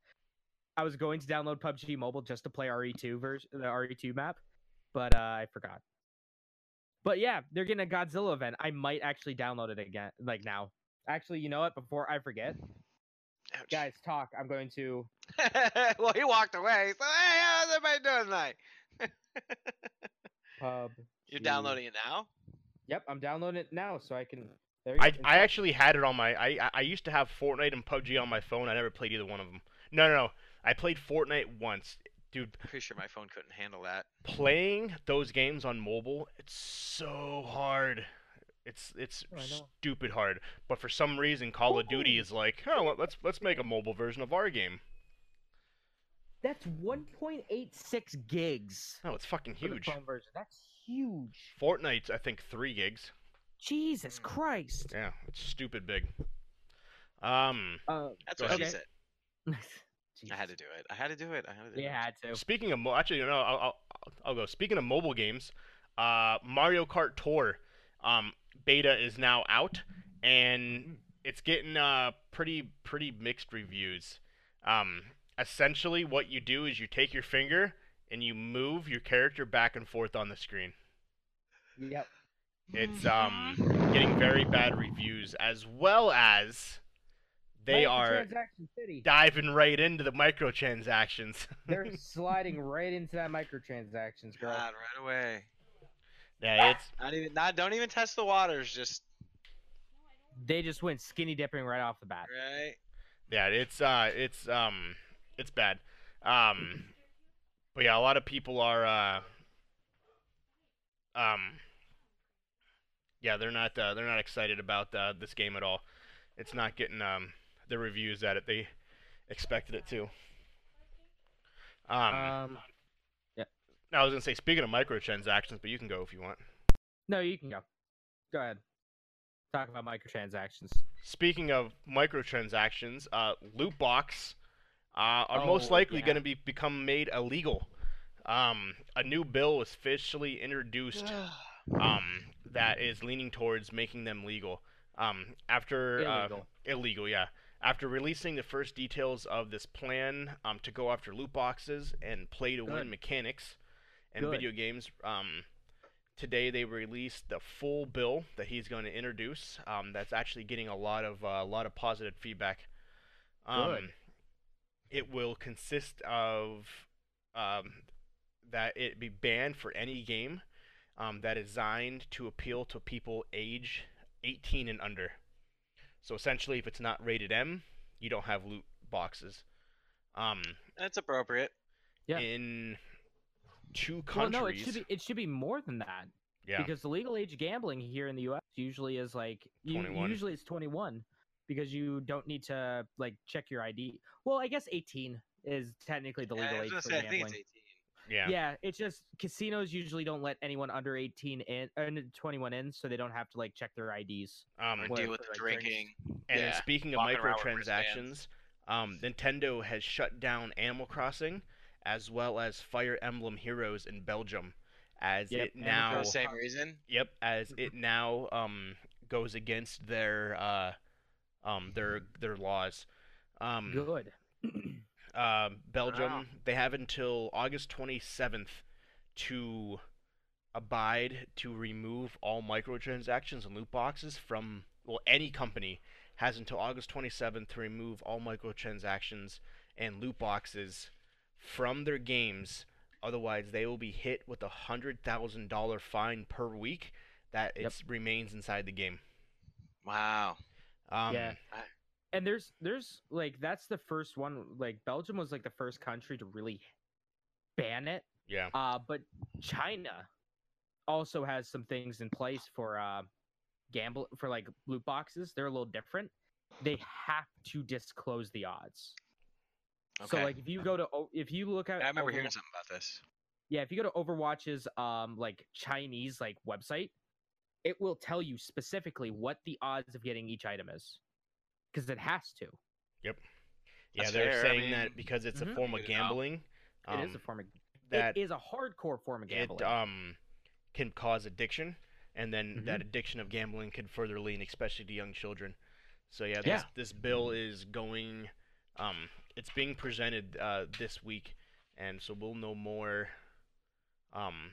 I was going to download PUBG Mobile just to play RE2 version, the RE2 map, but uh, I forgot. But yeah, they're getting a Godzilla event. I might actually download it again, like now. Actually, you know what? Before I forget, Ouch. guys, talk. I'm going to. well, he walked away. So, hey, how's everybody doing tonight? Pub. You're downloading it now? Yep, I'm downloading it now, so I can. There you I, go, I talk. actually had it on my. I, I- I used to have Fortnite and PUBG on my phone. I never played either one of them. No, no, no. I played Fortnite once. Dude, Pretty sure my phone couldn't handle that. playing those games on mobile, it's so hard. It's it's Oh, I know. stupid hard. But for some reason, Call of Duty Ooh. is like, oh, let- let's let's make a mobile version of our game. That's 1.86 gigs. No, Oh, it's fucking for the huge. phone version. That's huge. Fortnite's I think three gigs. Jesus Hmm. Mm. Christ. Yeah, it's stupid big. Um, Um, That's Go what she ahead. said. I had to do it. I had to do it. I had to do You it. had to. Speaking of mo- actually, no, I'll, I'll, I'll go. Speaking of mobile games, uh, Mario Kart Tour um, beta is now out, and it's getting uh, pretty pretty mixed reviews. Um, essentially, what you do is you take your finger and you move your character back and forth on the screen. Yep. It's um, getting very bad reviews, as well as they are Microtransaction city. diving right into the microtransactions. They're sliding right into that microtransactions, girl. God, right away. yeah, it's Not even. Not. Don't even test the waters. Just They just went skinny dipping right off the bat. right. Yeah, it's uh, it's um, it's bad. Um, but yeah, a lot of people are uh, um, yeah, they're not uh, they're not excited about uh, this game at all. It's not getting um the reviews that it they expected it to. Um, Oh, Um, I was gonna say speaking of microtransactions, but you can go if you want. no, you can go. Go ahead. Talk about microtransactions. Speaking of microtransactions, uh, loot box uh, are most Oh, likely yeah. going to be become made illegal. Um, a new bill was officially introduced um, that is leaning towards making them legal. Um, after Uh, Illegal. illegal, yeah. After releasing the first details of this plan um, to go after loot boxes and play to Good. win mechanics and Good. video games, um, today they released the full bill that he's going to introduce. Um, that's actually getting a lot of uh, a lot of positive feedback. Um, Good. It will consist of um, that it be banned for any game um, that is designed to appeal to people age 18 and under. So essentially, if it's not rated M, you don't have loot boxes. Um, That's appropriate. Yeah. in two well, countries, no, it should be it should be more than that yeah, because the legal age gambling here in the U.S. usually is like you, 21. usually it's 21 because you don't need to like check your ID. Well, I guess 18 is technically the Yeah, legal I was age gonna for say, I think gambling. it's 18. yeah, Yeah. it's just casinos usually don't let anyone under 18 in under 21 in, so they don't have to like check their IDs. Um, Or What, deal for, with the like, drinks? drinking. and then yeah. speaking of Walking around with wristbands. microtransactions, um, Nintendo has shut down Animal Crossing as well as Fire Emblem Heroes in Belgium, as Yep, it Animal now For the Crossing. Mm-hmm. same reason. Yep, as it now um goes against their uh um their their laws. Mm. Um Good. uh, Belgium, Wow. they have until August 27th to abide to remove all microtransactions and loot boxes from well any company has until August 27th to remove all microtransactions and loot boxes from their games otherwise they will be hit with a $100,000 fine per week that Yep. it remains inside the game. Wow. Um Yeah. and there's there's like that's the first one like Belgium was like the first country to really ban it. yeah. Uh but China also has some things in place for uh, gamble for like loot boxes. They're a little different. They have to disclose the odds. So Okay. like oh, if you go to O- if you look at I remember hearing Overwatch- something about this. yeah if you go to Overwatch's um like Chinese like website, it will tell you specifically what the odds of getting each item is, because it has to. Yeah, That's they're fair, I saying mean, that because it's Mhm. a form Figured of it out. gambling. It is um, a form of that it is a hardcore form of gambling. it um can cause addiction, and then that Mhm. addiction of gambling can further lean, especially to young children. So yeah, this, this bill is going. Um, it's being presented uh, this week, and so we'll know more. Um,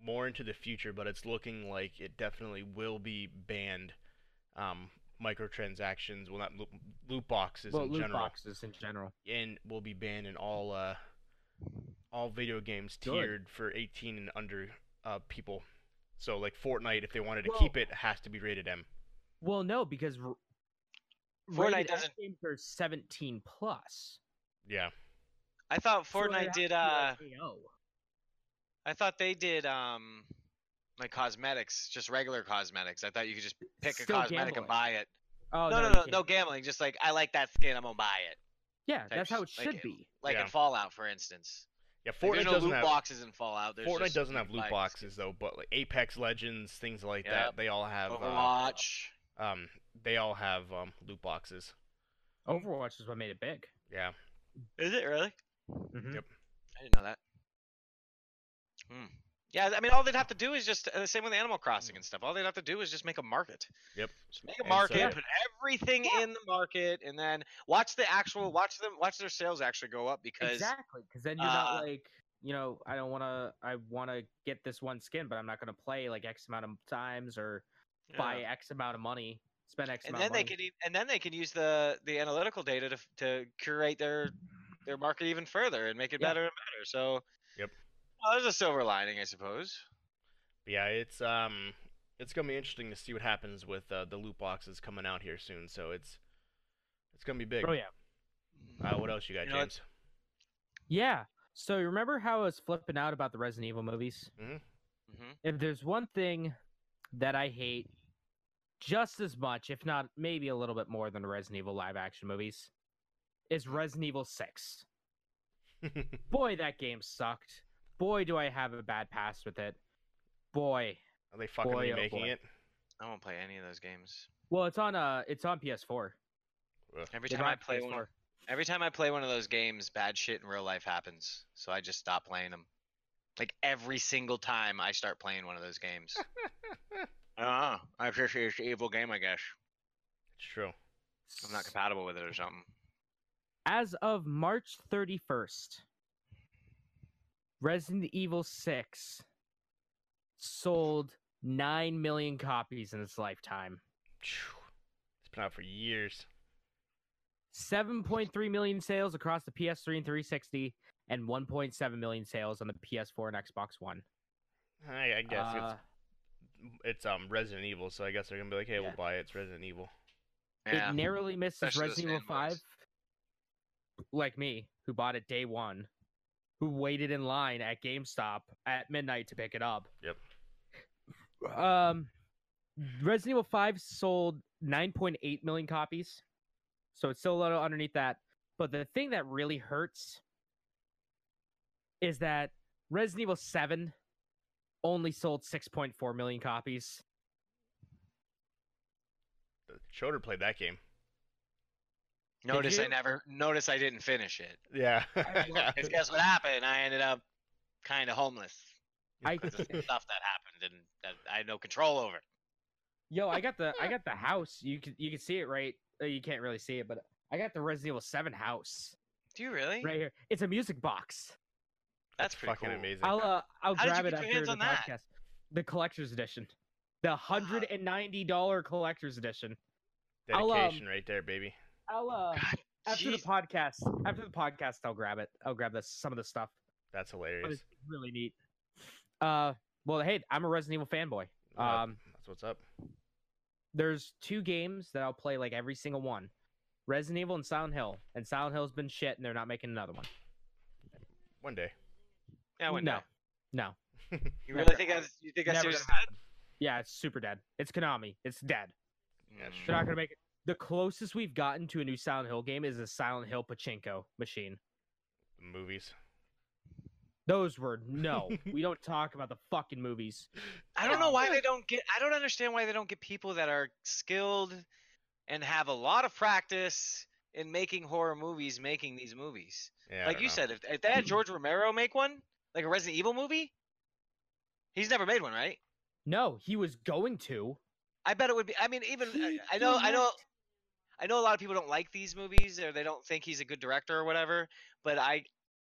more into the future, but it's looking like it definitely will be banned. Um, microtransactions, well, not loot, loot boxes well, in loot general boxes in general. and will be banned in all uh all video games Good. tiered for 18 and under uh people. So like Fortnite, if they wanted to Well- keep it, has to be rated M. Well, no, because r- Fortnite rated X doesn't- games are seventeen plus. Yeah. I thought so it Fortnite has did. to be, like, uh AO. I thought they did. um like cosmetics, just regular cosmetics. I thought you could just pick a Still cosmetic gambling. and buy it. Oh no, no, you no, no, can't. gambling. Just like I like that skin, I'm gonna buy it. Yeah, that's how it types, like uh, should it. be. Like Yeah. in Fallout, for instance. Yeah, Fortnite Like, there's no doesn't loot have boxes in Fallout. There's Fortnite just, doesn't you have loot buy boxes though, but like Apex Legends, things like Yep. that, they all have uh, Overwatch. um they all have um loot boxes. Overwatch is what made it big. Yeah. Is it really? Mhm. Yep. I didn't know that. Hmm. Yeah, I mean, all they'd have to do is just uh, the same with Animal Crossing and stuff. All they'd have to do is just make a market. Yep. Just make a And so- market, Yeah. put everything in the market, and then watch the actual watch them watch their sales actually go up because Exactly, because then you're not uh, like you know I don't want to I want to get this one skin, but I'm not going to play like X amount of times or Yeah. buy X amount of money, spend X and amount. then of they money. can e- and then they can use the the analytical data to f- to curate their their market even further and make it Yeah. better and better. So Yep. well, there's a silver lining, I suppose. But yeah, it's um it's going to be interesting to see what happens with uh, the loot boxes coming out here soon. So it's it's going to be big. Oh yeah, Uh, what else you got, You know what? James? yeah. So you remember how I was flipping out about the Resident Evil movies? hmm if there's one thing that I hate just as much, if not maybe a little bit more than the Resident Evil live action movies, is Resident Evil 6. Boy, that game sucked. Boy, do I have a bad past with it. Boy. Are they fucking Boy, oh remaking boy. it? I won't play any of those games. Well, it's on uh it's on PS4. Every It's time I on play one, PS4. every time I play one of those games, bad shit in real life happens. So I just stop playing them. Like every single time I start playing one of those games. Ah, I appreciate it's an evil game, I guess. It's true. I'm not compatible with it or something. As of March 31st, Resident Evil 6 sold 9 million copies in its lifetime. Phew. It's been out for years. 7.3 million sales across the PS3 and 360, and 1.7 million sales on the PS4 and Xbox One. I, I guess Uh, it's it's um Resident Evil, so I guess they're gonna be like, hey, Yeah. we'll buy it. It's Resident Evil. Yeah. It narrowly misses Especially those Resident Evil fanboys. 5, like me, who bought it day one, who waited in line at GameStop at midnight to pick it up. Yep. Um, Resident Evil 5 sold 9.8 million copies, so it's still a little underneath that. But the thing that really hurts is that Resident Evil 7 only sold 6.4 million copies. The- Schroeder played that game. Notice I you? never notice I didn't finish it. Yeah. I 'Cause guess what happened? I ended up kind of homeless. I 'cause of the stuff that happened and that I had no control over. Yo, I got the I got the house. You can you can see it right. uh, You can't really see it, but I got the Resident Evil Seven house Do you really? right here. It's a music box. That's pretty fucking cool. amazing. I'll uh, I'll How did you grab it get your after hands the on that? podcast. The collector's edition, the hundred and ninety dollar collector's edition. I'll, um, Dedication right there, baby. I'll uh, God, after the jeez. podcast after the podcast I'll grab it. I'll grab this some of the stuff. That's But hilarious. it's really neat. Uh, well, hey, I'm a Resident Evil fanboy. Yep, Um, that's what's up. there's two games that I'll play like every single one. Resident Evil and Silent Hill. And Silent Hill's been shit and they're not making another one. One day. Yeah, I wouldn't no. know. No. You really Never. think that's you think that's Never serious? gonna Yeah, it's super dead. It's Konami. It's dead. Yeah, Mm. sure. They're not gonna make it. The closest we've gotten to a new Silent Hill game is a Silent Hill pachinko machine. Movies. Those were no. we don't talk about the fucking movies. I don't know Yeah. why they don't get. I don't understand why they don't get people that are skilled and have a lot of practice in making horror movies making these movies. Yeah, I like don't you know. said, if, if they had George Romero make one, like a Resident Evil movie, he's never made one, right? No, he was going to. I bet it would be. I mean, even He I I know, I know, directed. I know. A lot of people don't like these movies, or they don't think he's a good director or whatever. But I,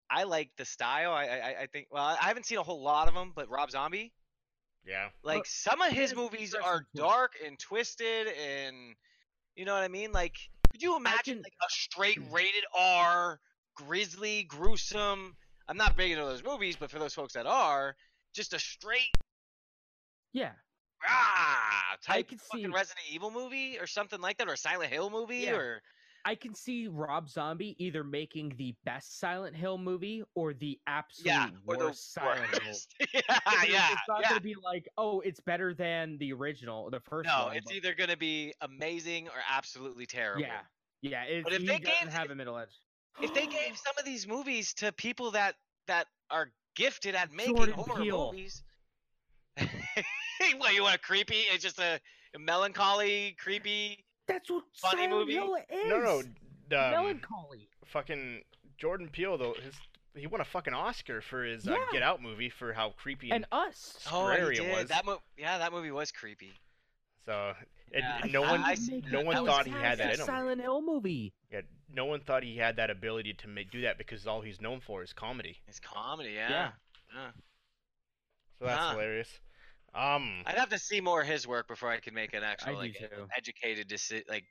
I like the style. I, I, I- I think. Well, I haven't seen a whole lot of them, but Rob Zombie. Yeah. Like some of his is movies interesting are twist. dark and twisted, and you know what I mean. Like, could you imagine can- like a straight rated R, grisly, gruesome? I'm not big into those movies, but for those folks that are, just a straight Yeah, rah, type could fucking see- Resident Evil movie or something like that, or a Silent Hill movie, Yeah. or I can see Rob Zombie either making the best Silent Hill movie or the absolute yeah, or the worst Silent Hill. worst. yeah, It's- Ah, yeah, it's not yeah. gonna be like, oh, it's better than the original, the first No, one. it's but- either gonna be amazing or absolutely terrible. yeah, yeah. It's, But if he they doesn't gave- have a middle edge. if they gave some of these movies to people that that are gifted at making Jordan horror Peele. movies, what you want a creepy? It's just a, a melancholy, creepy. that's what funny Silent movie? Hill is. No, no. d- Um, melancholy. Fucking Jordan Peele though. His he won a fucking Oscar for his uh, Yeah. Get Out movie for how creepy And and, us. Oh, he Scary it did. was. That mo- yeah, that movie was creepy. so. It, Yeah. no I- one, I see- no one that was thought he had that a in him. Silent Hill movie. Yeah, no one thought he had that ability to ma- do that because all he's known for is comedy. It's comedy, yeah. Yeah. Yeah. So that's Huh. hilarious. Um, I'd have to see more of his work before I could make an actual do like too. educated deci- like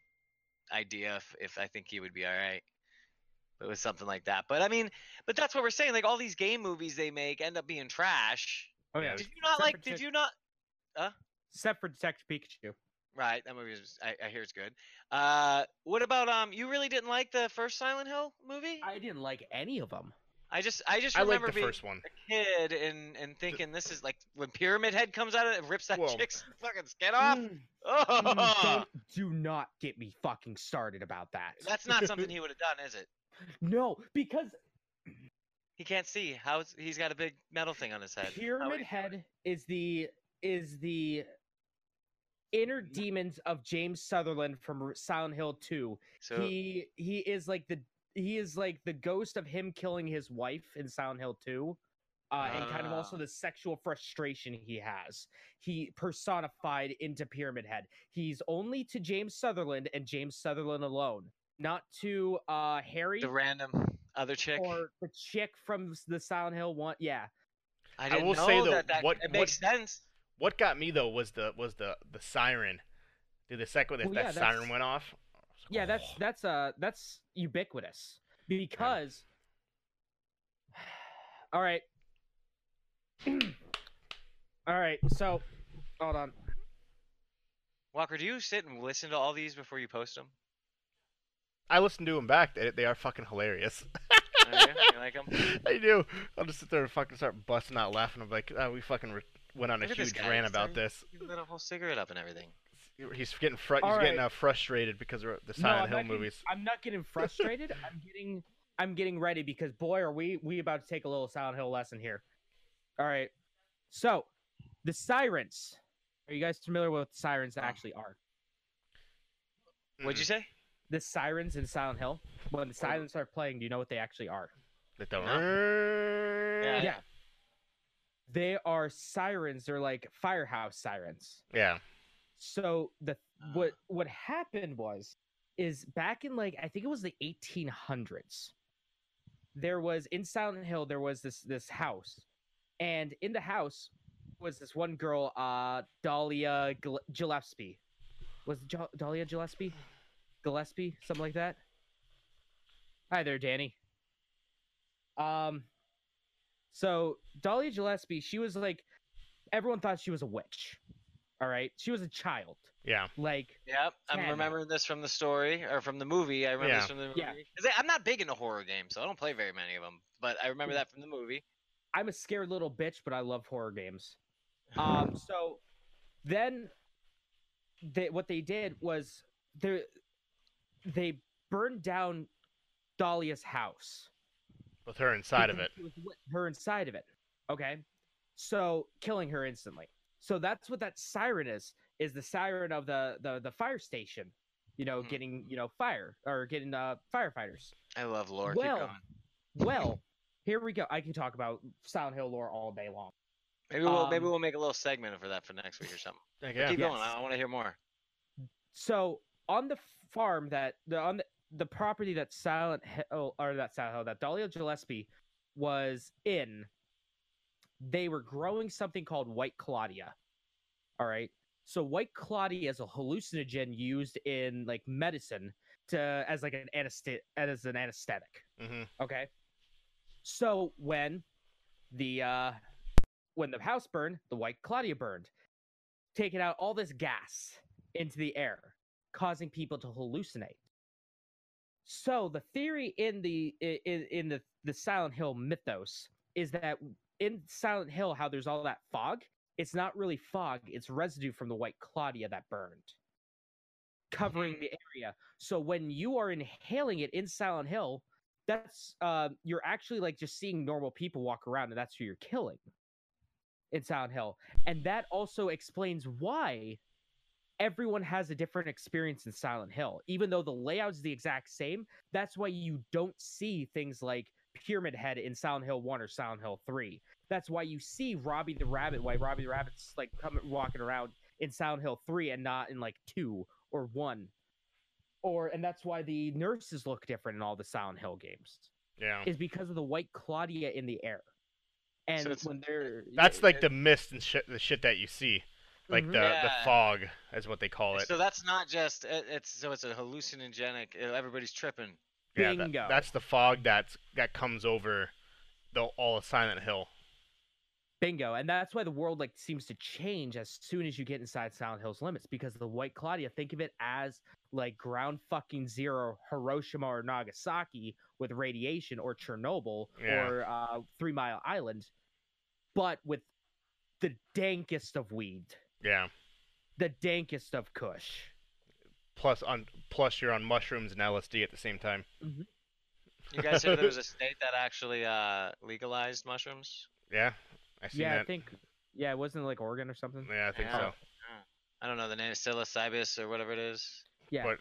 idea if, if I think he would be all right. It was something like that. But I mean, but that's what we're saying. Like all these game movies they make end up being trash. Oh Yeah. yeah, Did you not like? Separate Did tip. you not? except for Detective Pikachu. Right, that movie is. I, I hear it's good. Uh, what about um? You really didn't like the first Silent Hill movie? I, I didn't like any of them. just, I just I like remember the being first one. a kid and and thinking this is like when Pyramid Head comes out of it, and rips that Well- chick's fucking skin off. Mm. Oh, do not get me fucking started about that. that's not something he would have done, is it? No, because He can't see. How's he's got a big metal thing on his head? How would Pyramid he- Head is the is the inner Mm-hmm. demons of James Sutherland from R- Silent Hill 2. So He he is like the he is like the ghost of him killing his wife in Silent Hill 2. Uh, and kind of also Ah. the sexual frustration he has. He personified into Pyramid Head. He's only to James Sutherland and James Sutherland alone, not to uh Harry the random other chick. or the chick from s- the Silent Hill one. Yeah, I didn't will know say, though, that, that. what- it what- makes sense. What got me though was the was the the siren. Dude, the second that, Well, that yeah, that's- siren went off. I was like, Yeah, that's "Oh." that's uh that's ubiquitous because All right. All right. So, hold on. Walker, do you sit and listen to all these before you post them? I listened to them back. They, they are fucking hilarious. you like 'em? I do. I'll just sit there and fucking start busting out laughing. I'm like, oh, we fucking re- went on a Look at this huge guy, rant he's about starting- this. He lit a whole cigarette up and everything. He's getting fru- he's All getting right. uh, frustrated because of the No, Silent I'm not Hill getting- movies. I'm not getting frustrated. I'm getting I'm getting ready because boy are we we about to take a little Silent Hill lesson here. All right. So, the sirens. Are you guys familiar with what the sirens actually are? What'd you say? The sirens in Silent Hill. When the sirens are playing, do you know what they actually are? Like the- Yeah. yeah. Yeah. They are sirens. They're like firehouse sirens. So the Uh-huh. Uh, what what happened was is back in like I think it was the 1800s. There was in Silent Hill there was this this house, and in the house was this one girl, uh, Dahlia Gil- Gillespie. Was it Gil- Dahlia Gillespie? Gillespie, something like that. Hi there, Danny. Um, so Dahlia Gillespie, she was like, everyone thought she was a witch. All right, she was a child. Yeah. Like, Yep, I'm Ten. remembering this from the story or from the movie. I remember Yeah. this from the movie. Yeah. Mm. 'Cause I- I'm not big into horror games, so I don't play very many of them. But I remember that from the movie. I'm a scared little bitch, but I love horror games. Um, so then they, what they did was they they burned down Dahlia's house. with her inside of because it. she was with her inside of it. Okay. So killing her instantly. So that's what that siren is, is the siren of the the, the fire station, you know, Mhm. getting, you know, fire or getting uh firefighters. I love lore. Well- Keep going. Well, here we go. I can talk about Silent Hill lore all day long. Maybe we'll maybe um, we'll make a little segment for that for next week or something. Like, But yeah. Keep going. Yes. I, want to hear more. So on the farm that the on the, the property that Silent Hill or that Silent Hill that Dahlia Gillespie was in, they were growing something called White Claudia. All right. So White Claudia is a hallucinogen used in like medicine to as like an anesthetic as an anesthetic. hmm Okay. So when the uh when the house burned, the white Claudia burned, taking out all this gas into the air, causing people to hallucinate. So the theory in the i- in, in the the Silent Hill mythos is that in Silent Hill how there's all that fog, it's not really fog, it's residue from the white Claudia that burned covering the area. So when you are inhaling it in Silent Hill, that's uh, you're actually like just seeing normal people walk around and that's who you're killing in Silent Hill. And that also explains why everyone has a different experience in Silent Hill. Even though the layout's the exact same, that's why you don't see things like Pyramid Head in Silent Hill 1 or Silent Hill 3. That's why you see Robbie the Rabbit, why Robbie the Rabbit's like coming walking around in Silent Hill 3 and not in like 2 or 1. Or and that's why the nurses look different in all the Silent Hill games Yeah. is because of the white Claudia in the air. And it's- when they're That's like the mist and shit, the shit that you see, like Mhm. the the Yeah. fog, is what they call it. So that's not just it, it's so it's a hallucinogenic. uh, Everybody's tripping. yeah, that- bingo. that's the fog that's that comes over the all of Silent Hill. bingo, and that's why the world like seems to change as soon as you get inside Silent Hill's limits because the white Claudia. Think of it as like ground fucking zero, Hiroshima or Nagasaki with radiation, or Chernobyl, Yeah. or uh, Three Mile Island, but with the dankest of weed, Yeah. the dankest of Kush. Plus on plus you're on mushrooms and LSD at the same time. You guys hear there was a state that actually uh, legalized mushrooms? Yeah. I seen Yeah, I that. think. Yeah, it wasn't it, like Oregon or something. yeah, I think Yeah. so. I don't know the name, psilocybis or whatever it is. Yeah, But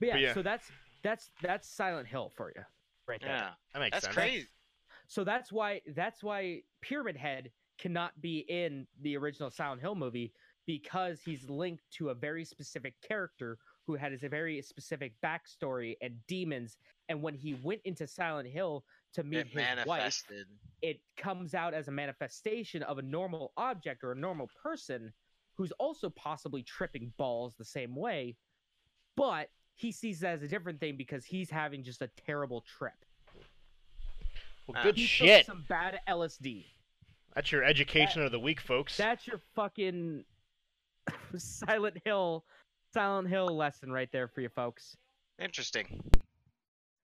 But yeah, But yeah. so that's that's that's Silent Hill for you, right there. Yeah, that makes that's sense. crazy. So that's why that's why Pyramid Head cannot be in the original Silent Hill movie because he's linked to a very specific character who had his very specific backstory and demons. And when he went into Silent Hill to meet It his wife, manifested. it comes out as a manifestation of a normal object or a normal person who's also possibly tripping balls the same way, but he sees it as a different thing because he's having just a terrible trip. Well, Uh, good He took shit. Some bad LSD. That's your education of the week, folks. That's your fucking Silent Hill, Silent Hill lesson right there for you folks. Interesting.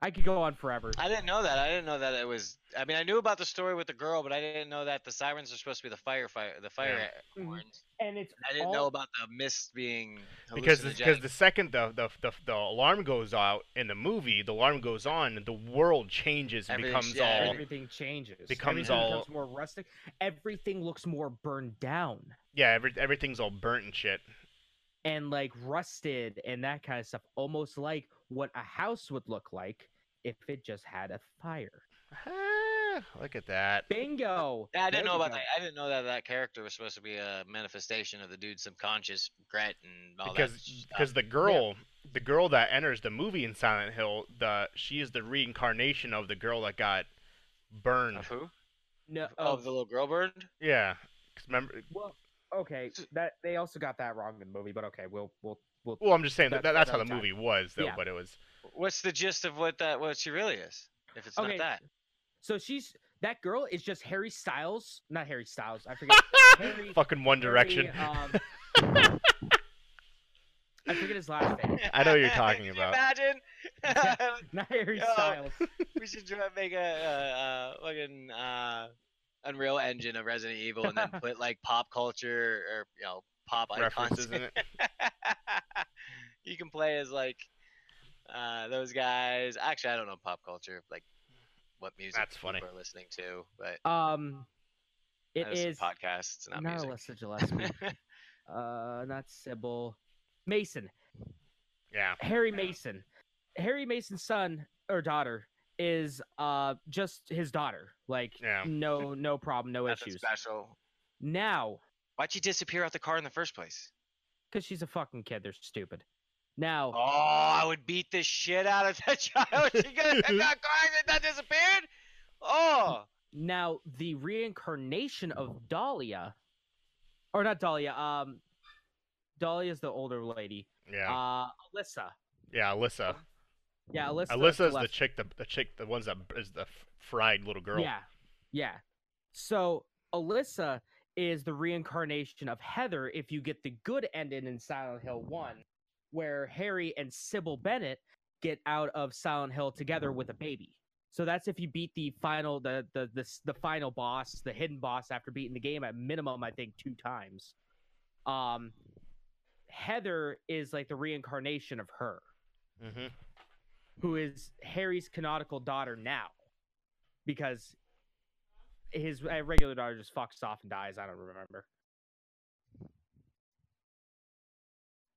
I could go on forever. I didn't know that. I didn't know that it was. I mean, I knew about the story with the girl, but I didn't know that the sirens are supposed to be the fire, fire the fire Mhm. horns. And it's I didn't all- know about the mist being because the, because hallucinogenic. the second the, the the the alarm goes out in the movie, the alarm goes on, and the world changes and Everything's- becomes yeah, all everything changes. becomes everything all- becomes more rustic. Everything looks more burned down. yeah, every, everything's all burnt and shit. and like rusted and that kind of stuff, almost like what a house would look like if it just had a fire. Ah, look at that. Bingo! Yeah, I didn't There know we about go. that. I didn't know that that character was supposed to be a manifestation of the dude's subconscious regret and all that. because stuff. because the girl the girl that enters the movie in Silent Hill, the she is the reincarnation of the girl that got burned. Of who? No, Of- oh, Of the little girl burned? Yeah, 'cause remember. well, oh, okay, that they also got that wrong in the movie, but okay, we'll we'll we'll. Well, I'm just saying that, That's that's how the another time. movie was though, Yeah. but it was What's the gist of what that what she really is? If it's Okay. not that. So she's that girl is just Harry Styles, not Harry Styles. I forget. Harry, fucking One Direction. Harry, um, I forget his last name. I know what you're talking Can you about. imagine? Not Harry Oh. Styles. we should try to make a, a, a fucking uh, Unreal Engine of Resident Evil and then put like pop culture or you know pop icons. References in it. you can play as like uh, those guys. Actually, I don't know pop culture like what music That's funny. people are listening to, but Um, it I listen to is podcasts, not, not music. Alyssa Gillespie. uh, not Sybil. Mason. Yeah. Harry Mason. Harry Mason's son or daughter is uh just his daughter. Like Yeah. no no problem, no Nothing issues. special. Now, Why'd you disappear out the car in the first place? cuz she's a fucking kid, they're stupid. Now, Oh, I would beat the shit out of that child. She got that car accident that disappeared. Oh, now the reincarnation of Dahlia or not Dahlia, um Dahlia's the older lady. Yeah. Uh Alyssa. yeah. Alyssa. Yeah, Alyssa. Alyssa is the Gillespie. chick. The, the chick. The ones that is the f- fried little girl. Yeah. Yeah. So Alyssa is the reincarnation of Heather if you get the good ending in Silent Hill 1, where Harry and Sybil Bennett get out of Silent Hill together with a baby. So that's if you beat the final the the the, s- the final boss, the hidden boss after beating the game at minimum I think 2 times. Um Heather is like the reincarnation of her Mm-hmm. who is Harry's canonical daughter now, because his uh, regular daughter just fucks off and dies. I don't remember.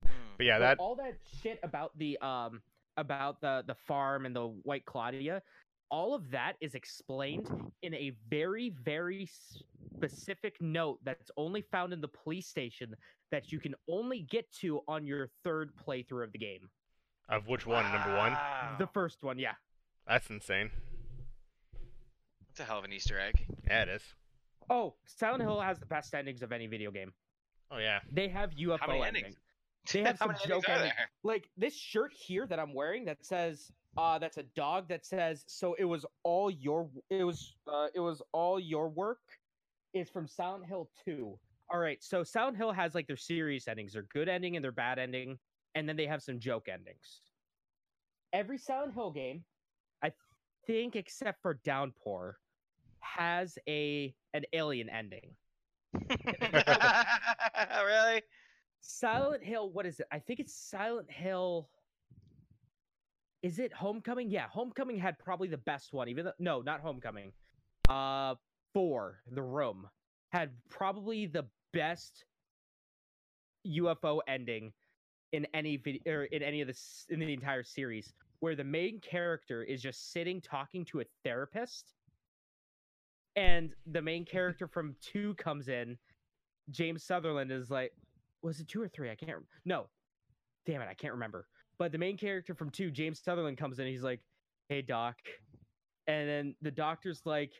Hmm. But yeah, So that. all that shit about the um about the the farm and the White Claudia, all of that is explained in a very very specific note that's only found in the police station that you can only get to on your third playthrough of the game. Of which one? Number one. Wow. The first one, yeah. That's insane. That's a hell of an Easter egg. Yeah, it is. Oh, Silent Hill has the best endings of any video game. Oh yeah. They have UFO many ending. endings? They have some How many endings joke are ending. there? Like this shirt here that I'm wearing that says uh that's a dog that says so it was all your it was uh it was all your work is from Sound Hill 2. All right, so Sound Hill has like their series endings, their good ending and their bad ending, and then they have some joke endings. Every Sound Hill game, I think except for Downpour, has a an alien ending. really? Silent Hill, what is it? I think it's Silent Hill. Is it Homecoming? Yeah, Homecoming had probably the best one. Even though, no, not Homecoming. Uh, four, The Room, had probably the best UFO ending in any video or in any of this in the entire series, where the main character is just sitting talking to a therapist, and the main character from two comes in. James Sutherland is like, was it two or three? I can't. rem- No, damn it, I can't remember. But the main character from two, James Sutherland, comes in. He's like, "Hey, doc," and then the doctor's like,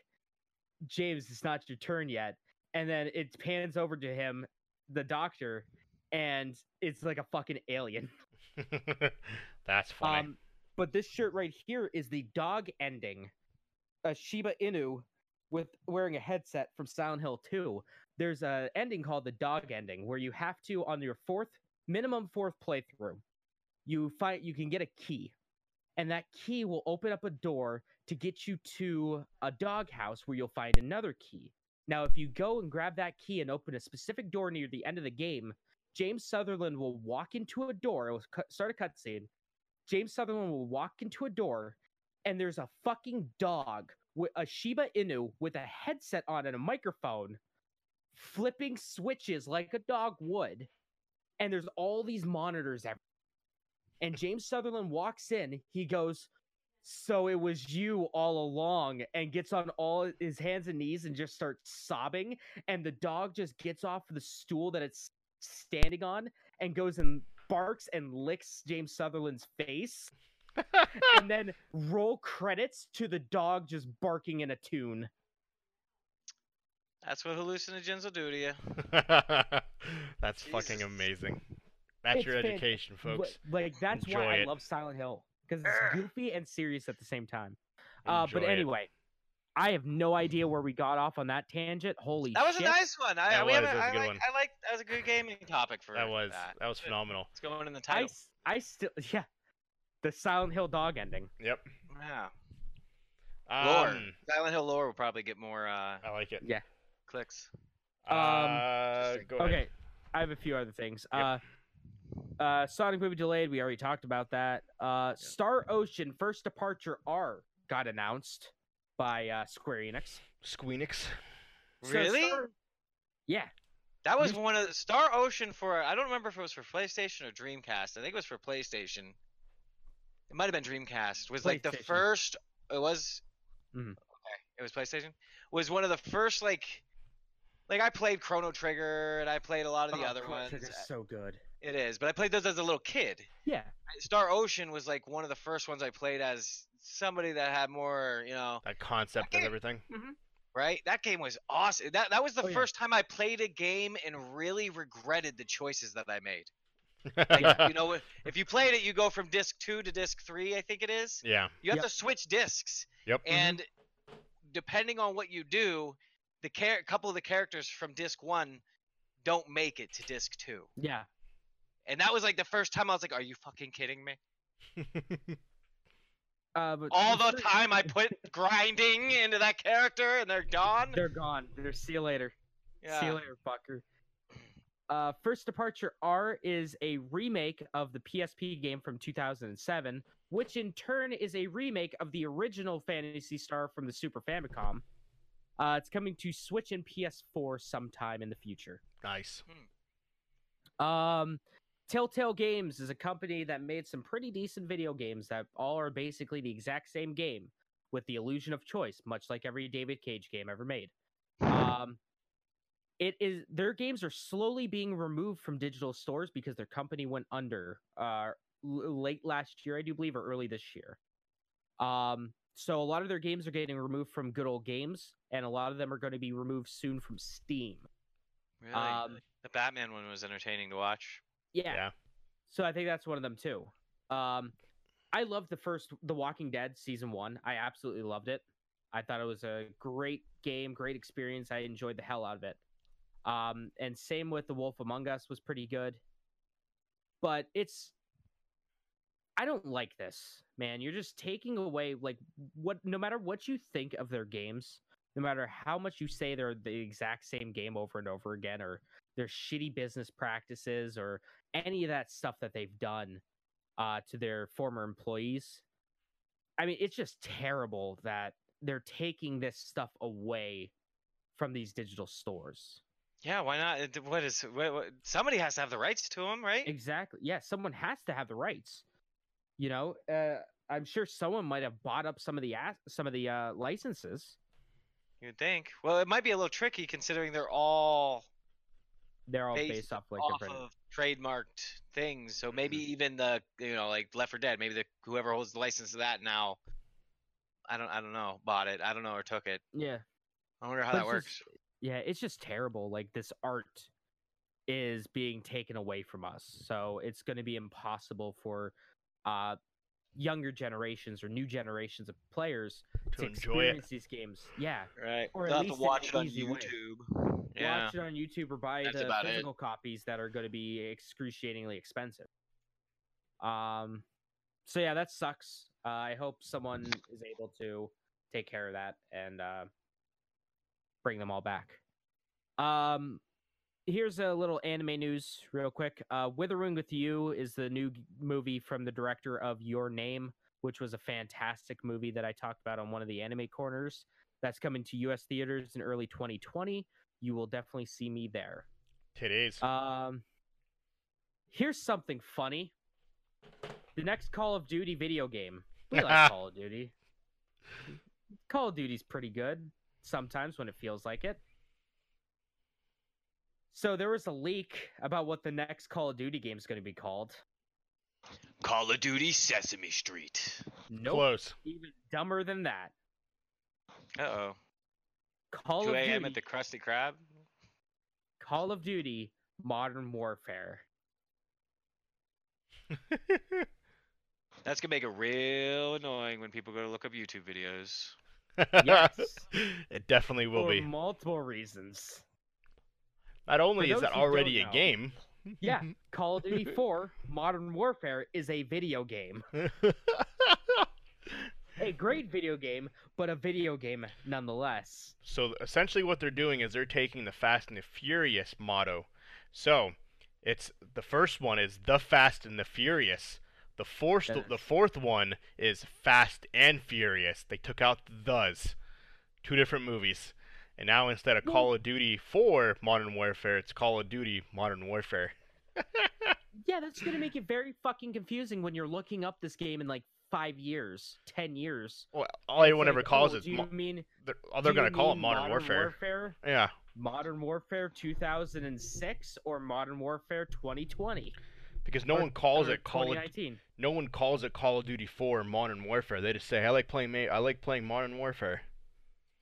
"James, it's not your turn yet." And then it pans over to him, the doctor, and it's like a fucking alien. That's funny. Um, but this shirt right here is the dog ending, a Shiba Inu with wearing a headset from Silent Hill 2. There's a ending called the dog ending where you have to on your fourth minimum fourth playthrough, you find you can get a key, and that key will open up a door to get you to a dog house where you'll find another key. Now, if you go and grab that key and open a specific door near the end of the game, James Sutherland will walk into a door. It will cut- start a cutscene. James Sutherland will walk into a door and there's a fucking dog with a Shiba Inu with a headset on and a microphone flipping switches like a dog would. And there's all these monitors everywhere. And James Sutherland walks in, he goes, So it was you all along, and gets on all his hands and knees and just starts sobbing. And the dog just gets off the stool that it's standing on and goes and barks and licks James Sutherland's face and then roll credits to the dog just barking in a tune. That's what hallucinogens will do to you. Um, That's fucking Jesus. amazing. That's It's your fan- education, Wh- folks. Like that's Enjoy why I it. love Silent Hill because Ugh. it's goofy and serious at the same time. Uh, but Enjoy it. anyway, I have no idea where we got off on that tangent. Holy That was shit! a nice one. I, That we was- that haven't- was a I good like, one. I like that was a good gaming topic for that was That. that was phenomenal. It's going in the I title. s- I still yeah, the Silent Hill dog ending. Yep. Yeah. Lore. Um, Silent Hill lore will probably get more uh, I like it. Yeah. clicks. uh, Um, go ahead. Okay, I have a few other things. Yep. Uh, uh, Sonic movie delayed. We already talked about that. Uh, Star Ocean First Departure R got announced by uh, Square Enix. Squeenix. So Really? Star- Yeah, That was one of the, Star Ocean for I don't remember if it was for PlayStation or Dreamcast. I think it was for PlayStation. It might have been Dreamcast. Was like the PlayStation. first. It was. Mhm. Okay, it was PlayStation. Was one of the first like, like I played Chrono Trigger and I played a lot of the Oh, other Chrono ones. Trigger's so good. It is, but I played those as a little kid. Yeah, Star Ocean was like one of the first ones I played as somebody that had more, you know, That concept of Okay. everything. right? That game was awesome. That that was the Oh, yeah. first time I played a game and really regretted the choices that I made. yeah. you know, if you played it, you go from disc two to disc three, I think it is. You have Yep. Mm-hmm. to switch discs, Yep. and depending on what you do, the char- couple of the characters from disc one don't make it to disc two. yeah. And that was like the first time I was like, "Are you fucking kidding me?" Uh, but All the Star- time I put grinding into that character, and they're gone. They're gone. They're see you later. yeah. See you later, fucker. Uh, First Departure R is a remake of the PSP game from 2007, which in turn is a remake of the original Fantasy Star from the Super Famicom. Uh, it's coming to Switch and PS4 sometime in the future. nice. Um, Telltale Games is a company that made some pretty decent video games that all are basically the exact same game with the illusion of choice, much like every David Cage game ever made. Um, it is their games are slowly being removed from digital stores because their company went under uh, l- late last year, I do believe, or early this year. Um, so a lot of their games are getting removed from good old games, and a lot of them are going to be removed soon from Steam. Really? Um, the Batman one was entertaining to watch. Yeah, Yeah. So I think that's one of them too. Um, I loved the first The Walking Dead season one. I absolutely loved it. I thought it was a great game, great experience. I enjoyed the hell out of it. Um, and same with The Wolf Among Us was pretty good. But it's I don't like this, man. You're just taking away like what no matter what you think of their games, no matter how much you say they're the exact same game over and over again or their shitty business practices or any of that stuff that they've done uh, to their former employees. I mean, it's just terrible that they're taking this stuff away from these digital stores. Yeah, why not? It- What is? What, what, somebody has to have the rights to them, right? Exactly. Yeah, someone has to have the rights. You know, uh, I'm sure someone might have bought up some of the ass- some of the uh, licenses. You'd think. Well, it might be a little tricky considering they're all They're all Based based off like Mm-hmm. off different. of trademarked things. So maybe even the you know like Left 4 Dead, maybe the whoever holds the license to that now. I don't I don't know bought it. I don't know or took it. Yeah. I wonder how But that it's works. just- yeah, it's just terrible. Like this art is being taken away from us, so it's going to be impossible for uh, younger generations or new generations of players to, To enjoy it. experience these games. Yeah, Right. or at They'll have to least in watch an it on easy way. YouTube. Yeah. watch it on YouTube or buy That's the about it. physical copies that are going to be excruciatingly expensive. Um, so yeah, that sucks. Uh, I hope someone is able to take care of that and uh, bring them all back. Um, here's a little anime news, real quick. Uh, Withering with You is the new g- movie from the director of Your Name, which was a fantastic movie that I talked about on one of the anime corners. That's coming to U.S. theaters in early 2020 you will definitely see me there. Today's. Um, here's something funny. The next Call of Duty video game. We like Call of Duty. Call of Duty's pretty good sometimes when it feels like it. So there was a leak about what the next Call of Duty game is going to be called. Call of Duty Sesame Street. Nope, Close. even dumber than that. Uh oh. Call 2 of a.m. Duty. at the Krusty Krab. Call of Duty Modern Warfare. That's gonna make it real annoying when people go to look up YouTube videos. Yes. it definitely will for be. multiple reasons. Not only is those that who don't already a know. game. Yeah, Call of Duty 4 Modern Warfare is a video game. A great video game, but a video game nonetheless. So essentially, what they're doing is they're taking the Fast and the Furious motto. So it's the first one is the Fast and the Furious. The fourth, Yes. the fourth one is Fast and Furious. They took out the thes, two different movies, and now instead of Call of Duty for Modern Warfare, it's Call of Duty Modern Warfare. Yeah, that's gonna make it very fucking confusing when you're looking up this game in like five years, ten years. Well, all anyone It's ever like, calls oh, it, Do you mo- mean? they're, all they're do you gonna call it mean Modern, Warfare. Warfare? Yeah, Modern Warfare 2006 or Modern Warfare 2020? because no Or- one calls or it Call of 2019. no one calls it Call of Duty 4 or Modern Warfare. They just say, "I like playing ma- I like playing Modern Warfare."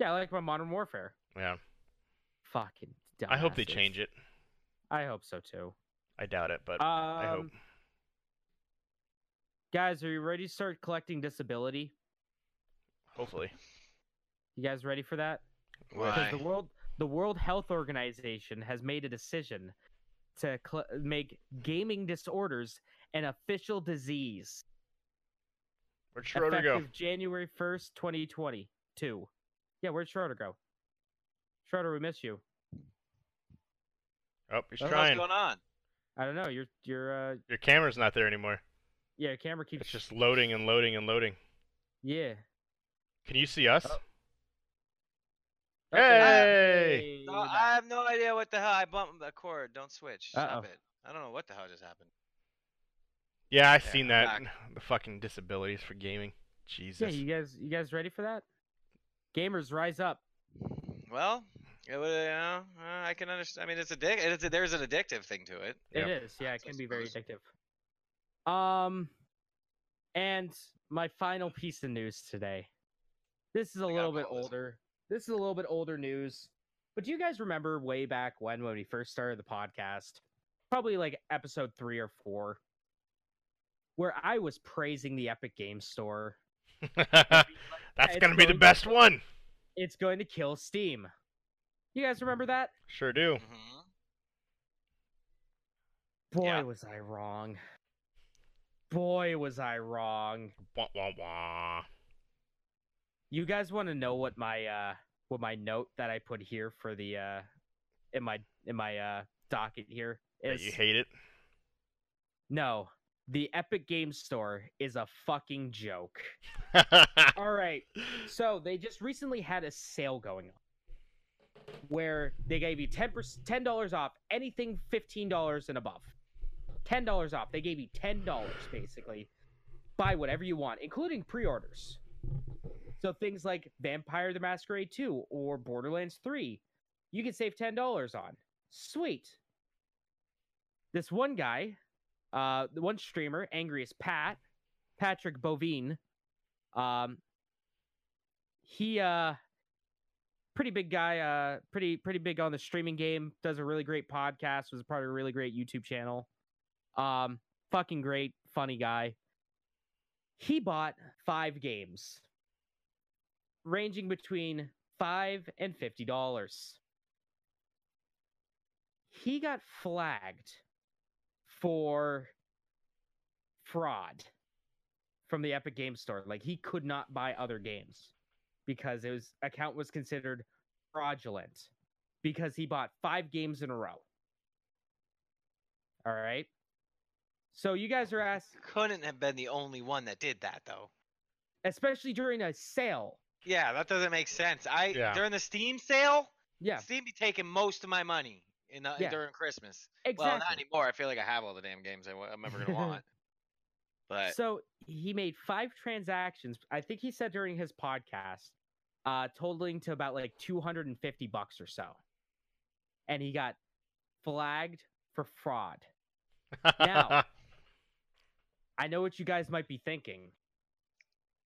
Yeah, I like my Modern Warfare. Yeah. Fucking. I hope they change it. I hope so too. I doubt it, but Um, I hope. Guys, are you ready to start collecting disability? Hopefully. You guys ready for that? Why? Because the world, the World Health Organization has made a decision to cl- make gaming disorders an official disease Where'd Schroeder go? effective January 1st, 2022. Yeah, where'd Schroeder go? Schroeder, we miss you. Oh, he's Oh, how's trying. What's going on? I don't know. Your your uh Your camera's not there anymore. yeah, your camera keeps It's just loading and loading and loading. yeah. Can you see us? Oh. Hey! No, I have no idea what the hell. I bumped the cord. Don't switch. Stop Uh-oh. it. I don't know what the hell just happened. Yeah, I There, seen I'm that. The fucking disabilities for gaming. Yeah, Jesus. you guys you guys ready for that? Gamers rise up. Well, it would, you know, uh, I can understand. I mean, it's addic- it's a, there's an addictive thing to it. It is, Yep. yeah, it That's, I can be very addictive. Um and my final piece of news today. This is a I got little bit all this. older. This is a little bit older news. But do you guys remember way back when when we first started the podcast? Probably like episode 3 or 4 where I was praising the Epic Game Store That's it's gonna be the going- best one. it's going to kill Steam. You guys remember that? Sure do. hmm Boy, Yeah. was I wrong. Boy, was I wrong. Wah, wah, wah. You guys want to know what my uh what my note that I put here for the uh in my in my uh docket here That is? you hate it. No, the Epic Game Store is a fucking joke. All right. So they just recently had a sale going on where they gave you 10 $10 off anything $15 and above. $10 off. They gave you $10 basically. Buy whatever you want, including pre-orders. So things like Vampire the Masquerade 2 or Borderlands 3, you can save $10 on. Sweet. This one guy, uh the one streamer, Angriest Pat, Patrick Bovine, um he uh pretty big guy uh pretty pretty big on the streaming game does a really great podcast was a part of a really great youtube channel um fucking great funny guy he bought five games ranging between five and fifty dollars he got flagged for fraud from the epic game store like he could not buy other games because it was account was considered fraudulent because he bought five games in a row. All right. So you guys are asked, Couldn't have been the only one that did that though. especially during a sale. Yeah, that doesn't make sense. I Yeah. during the Steam sale, Yeah, Steam be taking most of my money in the, Yeah. during Christmas. exactly. Well, not anymore. I feel like I have all the damn games I, wa- I'm ever gonna want. But So he made five transactions. I think he said during his podcast, uh, totaling to about like 250 bucks or so. And he got flagged for fraud. Now- I know what you guys might be thinking.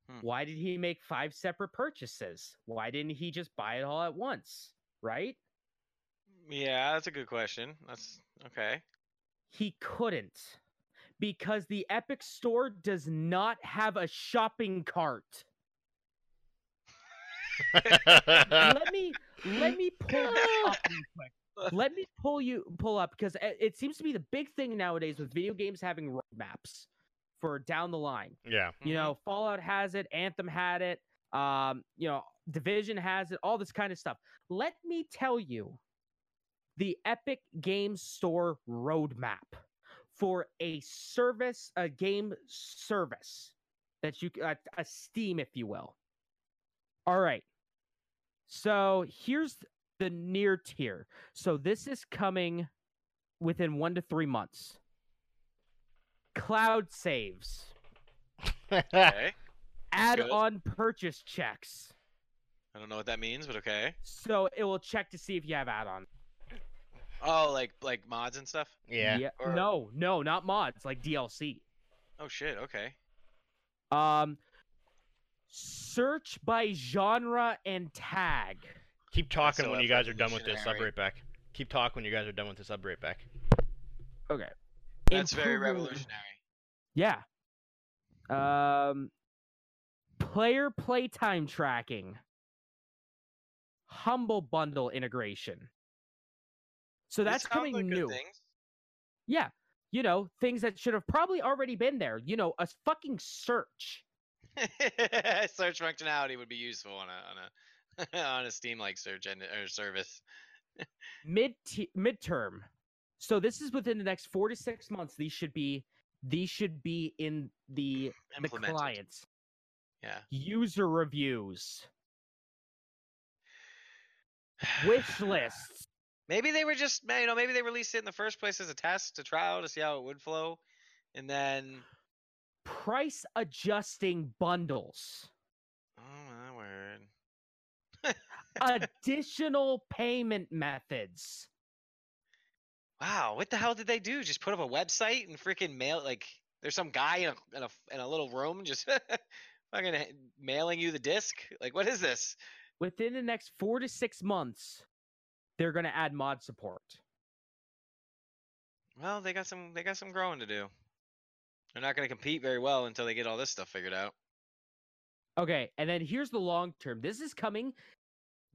Hmm. Why did he make five separate purchases? Why didn't he just buy it all at once? Right? yeah, that's a good question. That's okay. He couldn't because the Epic Store does not have a shopping cart. let me let me pull that up real quick. Let me pull you pull up because it seems to be the big thing nowadays with video games having roadmaps. for down the line. Yeah. You Mm-hmm. know, Fallout has it, Anthem had it, um, you know, Division has it, all this kind of stuff. Let me tell you the Epic Game Store roadmap for a service, a game service that you c- a, a Steam, if you will. All right. So here's the near tier. So this is coming within one to three months. Cloud saves Mm-hmm. okay. add good. on purchase checks. I don't know what that means, but okay. So it will check to see if you have add on. Oh, like like mods and stuff. yeah. or- No, no, not mods, like DLC. Oh shit. Okay. Um search by genre and tag. Keep talking so when you guys are done with this. I'll be revolutionary. right back. Keep talking when you guys are done with this. I'll be right back. Okay. That's very Improve- revolutionary. Yeah. Um player playtime tracking. Humble bundle integration. So These that's sound coming like good new. things. Yeah. You know, things that should have probably already been there. You know, a fucking search. search functionality would be useful on a on a on a Steam like search engine or service. mid midterm. So this is within the next four to six months. These should be these should be in the the Implemented. clients Yeah. user reviews wish lists. Maybe they were just ma- you know maybe they released it in the first place as a test to try out to see how it would flow, and then Price adjusting bundles, oh my word. additional payment methods. Wow, what the hell did they do? Just put up a website and freaking mail like there's some guy in a in a, in a little room just fucking h- mailing you the disc. Like what is this? Within the next four to six months, they're going to add mod support. Well, they got some they got some growing to do. They're not going to compete very well until they get all this stuff figured out. Okay, and then here's the long term. This is coming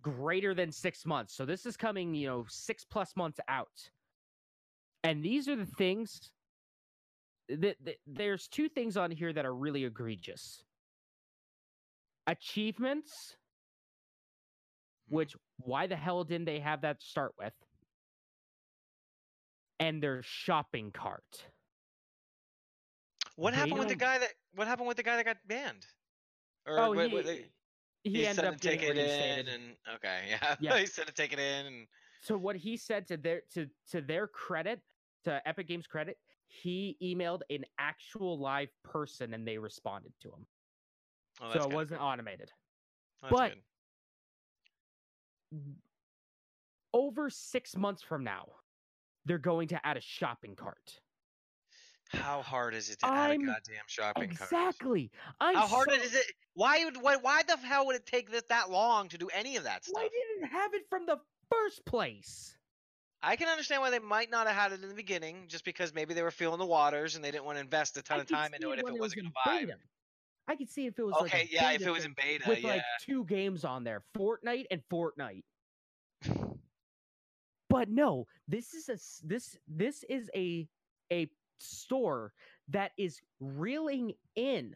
greater than six months. So this is coming, you know, six plus months out. And these are the things that, that there's two things on here that are really egregious achievements, Hmm. which why the hell didn't they have that to start with? And their shopping cart. What they happened with the don't- guy that what happened with the guy that got banned? Or Oh, what- he, what they- he he's ended suddenly up getting taking it in reinstated. and okay, yeah. Yeah. he said to take it in and So what he said to their to to their credit, to Epic Games credit, he emailed an actual live person and they responded to him. oh, that's so it good. wasn't automated. Oh, that's but- good. Over 6 months from now, they're going to add a shopping cart. how hard is it to add a I'm- goddamn shopping cart? Exactly. I'm How hard so- is it? Why would why, why the hell would it take this that long to do any of that Why stuff? didn't it have it from the first place? I can understand why they might not have had it in the beginning, just because maybe they were feeling the waters and they didn't want to invest a ton I of could time into see it if when it wasn't in going to vibe. beta. I could see if it was like a Okay, yeah, if beta it was thing in beta, with yeah. like two games on there, Fortnite and Fortnite. But no, this is a s- this this is a a store that is reeling in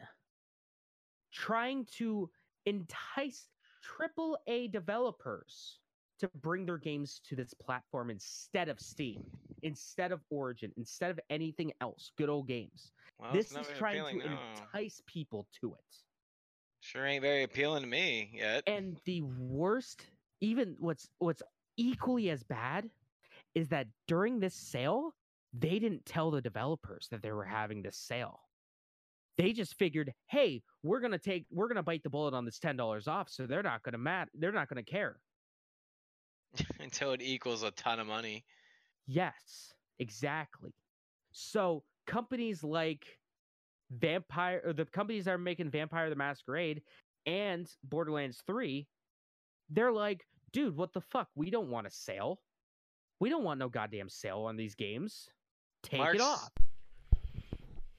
trying to entice triple A developers to bring their games to this platform instead of Steam, instead of Origin, instead of anything else, good old games. Well, this Oh, it's not is very trying appealing, to no. entice people to it. Sure ain't very appealing to me yet. and the worst even what's what's equally as bad is that during this sale they didn't tell the developers that they were having this sale they just figured hey we're gonna take we're gonna bite the bullet on this $10 off so they're not gonna mad they're not gonna care Until it equals a ton of money. yes exactly so companies like vampire or the companies that are making vampire the masquerade and borderlands 3 they're like dude what the fuck we don't want a sale we don't want no goddamn sale on these games take Mark's- it off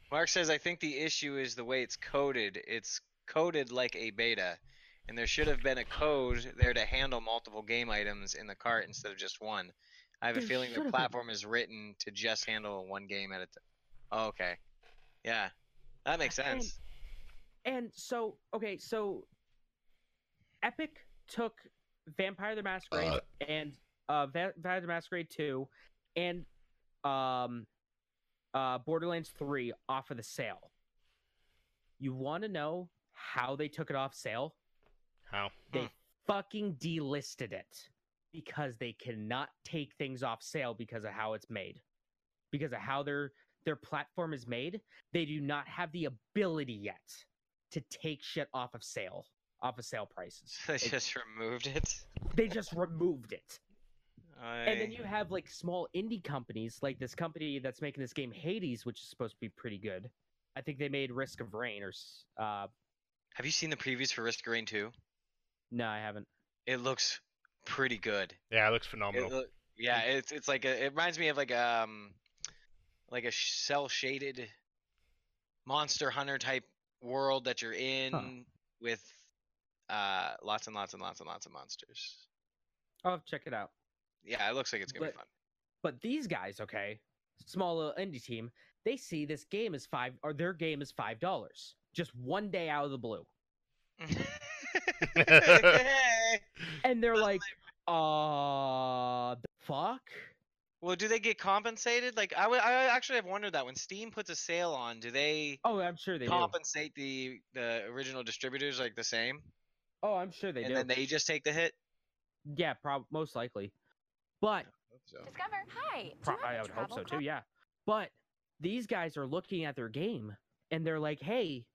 Mark says, I think the issue is the way it's coded. It's coded like a beta, and there should have been a code there to handle multiple game items in the cart instead of just one. I have a There feeling should have the been. platform is written to just handle one game at a time. Oh, okay. Yeah. That makes sense. And so, okay, so Epic took Vampire the Masquerade Uh. and uh, Va- Vampire the Masquerade 2 and um, uh, Borderlands 3 off of the sale. You want to know how they took it off sale? How? Fucking delisted it because they cannot take things off sale because of how it's made, because of how their their platform is made. They do not have the ability yet to take shit off of sale, off of sale prices. So they It- just removed it. they just removed it. And then Aye. you have like small indie companies, like this company that's making this game Hades, which is supposed to be pretty good. I think they made Risk of Rain, or s- uh, Have you seen the previews for Risk of Rain 2? no, I haven't. It looks pretty good. Yeah, it looks It phenomenal. loo- yeah, it's it's like a, it reminds me of like um like a cell shaded monster hunter type world that you're in with uh lots and lots and lots and lots of monsters. I'll have to Oh, check it out. Yeah, it looks like it's gonna be But- fun. But these guys, okay, small little indie team, they see this game is five, or their game is five dollars, just one day out of the blue, and they're like, uh, the fuck. well, do they get compensated? Like, I would- I actually have wondered that when Steam puts a sale on, do they Oh, I'm sure they do. compensate the the original distributors like the same, Oh, I'm sure they and do. then they just take the hit? Yeah, prob most likely. But So. Discover. Hi. Pro- I would hope so too. Yeah, but these guys are looking at their game and they're like, "Hey,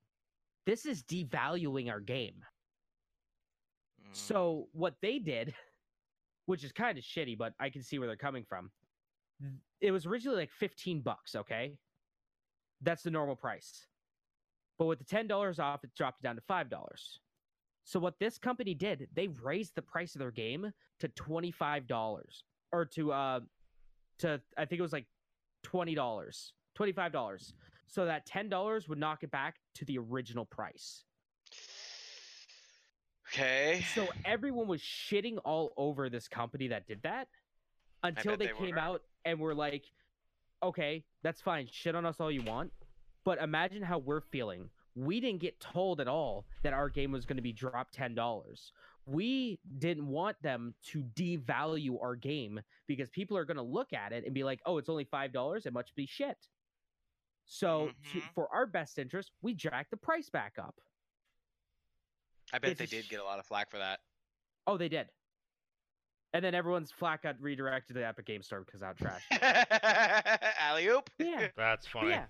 this is devaluing our game." Mm. So what they did, which is kind of shitty, but I can see where they're coming from. th- It was originally like 15 bucks, okay? That's the normal price. But with the $10 off, it dropped down to $5. So what this company did, they raised the price of their game to $25 or to uh to I think it was like $20, $25. So that $10 would knock it back to the original price. Okay. So everyone was shitting all over this company that did that until bet they, they came were. out and were like, okay, that's fine. Shit on us all you want. But imagine how we're feeling. We didn't get told at all that our game was going to be dropped $10. We didn't want them to devalue our game because people are going to look at it and be like, oh, it's only $5. It must be shit. So, to, Mhm. for our best interest, we jacked the price back up. I bet it's they a did sh- get a lot of flack for that. Oh, they did. And then everyone's flack got redirected to the Epic Game Store because how trash. Alley oop. yeah, That's but funny. yeah.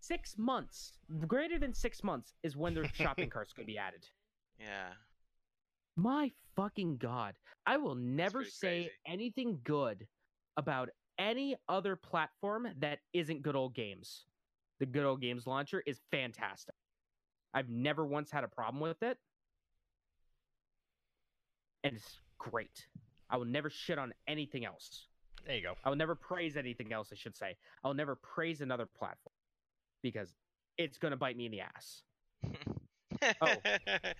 Six months, greater than six months, is when their shopping carts could be added. Yeah. My fucking god! I will never pretty say crazy. anything good about any other platform that isn't Good Old Games. The Good Old Games launcher is fantastic. I've never once had a problem with it, and it's great. I will never shit on anything else. There you go. I will never praise anything else, I should say. I'll never praise another platform because it's going to bite me in the ass. Oh.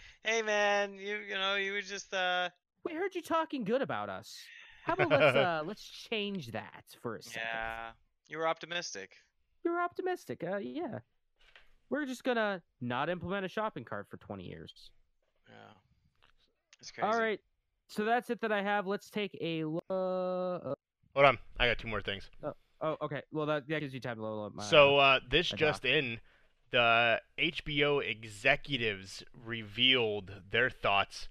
hey man, you you know you were just uh We heard you talking good about us. How about let's uh, let's change that for a second? yeah you were optimistic. You're optimistic. Uh, yeah. We're just going to not implement a shopping cart for 20 years. Yeah. It's crazy. All right. So that's it that I have. Let's take a look. Uh, Hold on. I got two more things. oh, okay. Well, that, that gives you time to load up my. So uh, this my just in, the HBO executives revealed their thoughts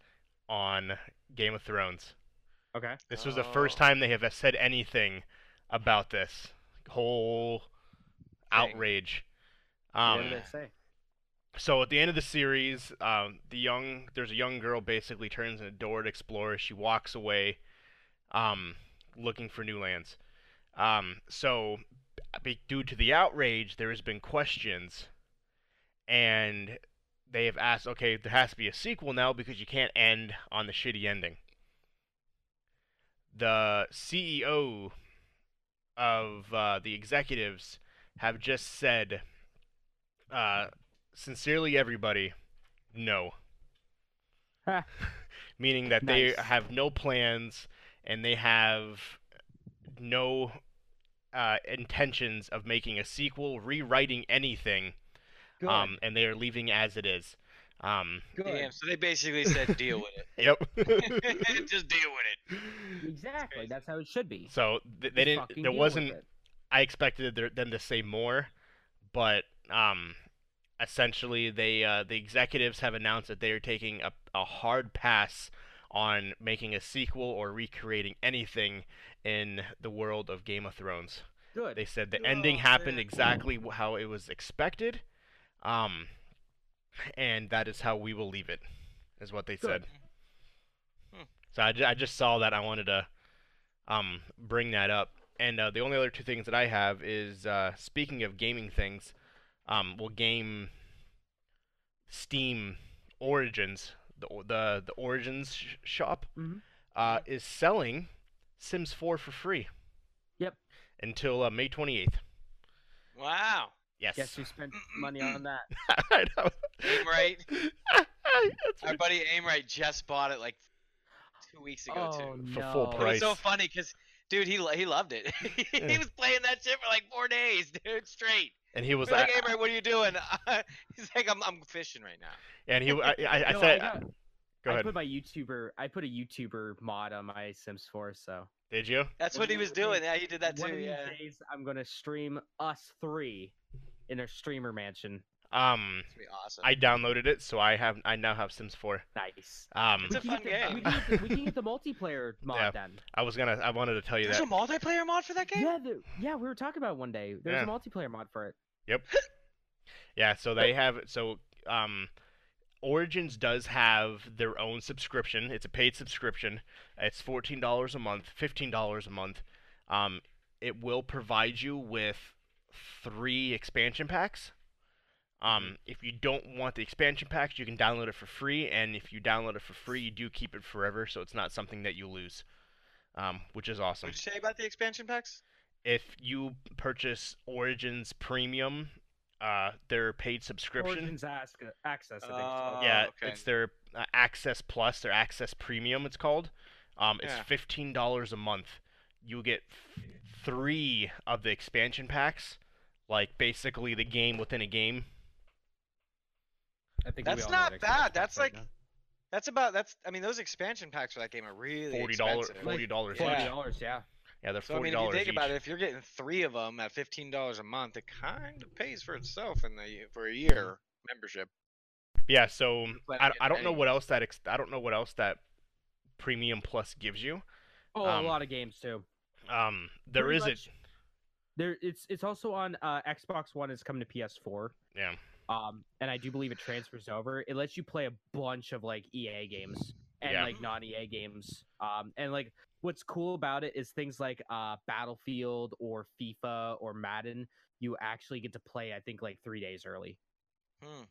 on Game of Thrones. okay. This was the first Oh. time they have uh, said anything about this whole outrage. what Um, did it say? so at the end of the series, um, the young there's a young girl basically turns an adored explorer. She walks away, um, looking for new lands. Um, so be- due to the outrage, there has been questions, and they have asked, okay, there has to be a sequel now because you can't end on the shitty ending. The CEO of uh, the executives have just said. Uh, sincerely everybody no Ha. meaning that Nice. they have no plans and they have no uh, intentions of making a sequel rewriting anything Good. um, and they are leaving as it is. Um, good. Damn. So they basically said, deal with yep. it. Just deal with it. Exactly. crazy. That's how it should be. so th- they Just didn't. fucking There deal with wasn't. it. I expected there- them to say more, but um, essentially they uh, the executives have announced that they are taking a, a hard pass on making a sequel or recreating anything in the world of Game of Thrones. good. They said the Oh, ending happened man. exactly wh- how it was expected, um, and that is how we will leave it, is what they Good. said. Hmm. So I, ju- I just saw that I wanted to um, bring that up, and uh, the only other two things that I have is uh, speaking of gaming things, um, well, game Steam Origins, the o- the the Origins sh- shop, Mm-hmm. Mhm. uh, is selling Sims 4 for free. Yep. Until uh, May 28th. Wow. Yes. Guess who spent money on that? I know. Aim right. That's Our buddy Aimright just bought it like two weeks ago oh too. For no. full It was so Christ. funny because, dude, he lo- he loved it. Yeah. he was playing that shit for like four days, dude, straight. And he was We're like, I- Aimright, what are you doing? He's like, I'm I'm fishing right now. and he I, I, I No, said got- go I ahead. put my YouTuber. I put a YouTuber mod on my Sims 4, so Did you? That's One what he of was these days- doing. Yeah, he did that one too. of these Yeah. days I'm gonna stream us three in a streamer mansion. Um It's gonna be awesome. I downloaded it so I have I now have Sims 4. Nice. Um It's a can get fun the- game. We can, get the, we can get the multiplayer mod Yeah. then. I was going to I wanted to tell you There's that. a multiplayer mod for that game. Yeah, the, yeah, we were talking about it one day. There's Yeah. a multiplayer mod for it. Yeah, so they have so um Origins does have their own subscription. It's a paid subscription. It's fourteen dollars a month, fifteen dollars a month. Um, it will provide you with three expansion packs. Um, if you don't want the expansion packs, you can download it for free, and if you download it for free, you do keep it forever, so it's not something that you lose, um, which is awesome What'd you say about the expansion packs? if you purchase Origins Premium, uh, their paid subscription. Origins Asca- Access. I think it's Oh, called. yeah, okay. it's their uh, Access Plus, their Access Premium. It's called. Um, it's Yeah. fifteen dollars a month. You get th- three of the expansion packs, like basically the game within a game. I think we That's all know what not Xbox bad. is That's right like that's about that's. I mean, those expansion packs for that game are really Forty dollars. expensive. Like, Forty dollars. yeah. now. Yeah. forty dollars. Yeah. they're So I forty mean, if you dollars think each. about it, if you're getting three of them at fifteen dollars a month, it kind of pays for itself in the y- for a year Mm-hmm. membership. Yeah, so But I, it- I don't know hey. what else that ex- I don't know what else that Premium Plus gives you. Oh, Um, a lot of games too. Um, there Pretty is a much- There, it's it's also on uh, Xbox One. It's coming to PS4. Yeah. Um, and I do believe it transfers over. It lets you play a bunch of like EA games and Yeah. like non EA games. Um, and like what's cool about it is things like uh Battlefield or FIFA or Madden. You actually get to play. I think like three days early. Hmm.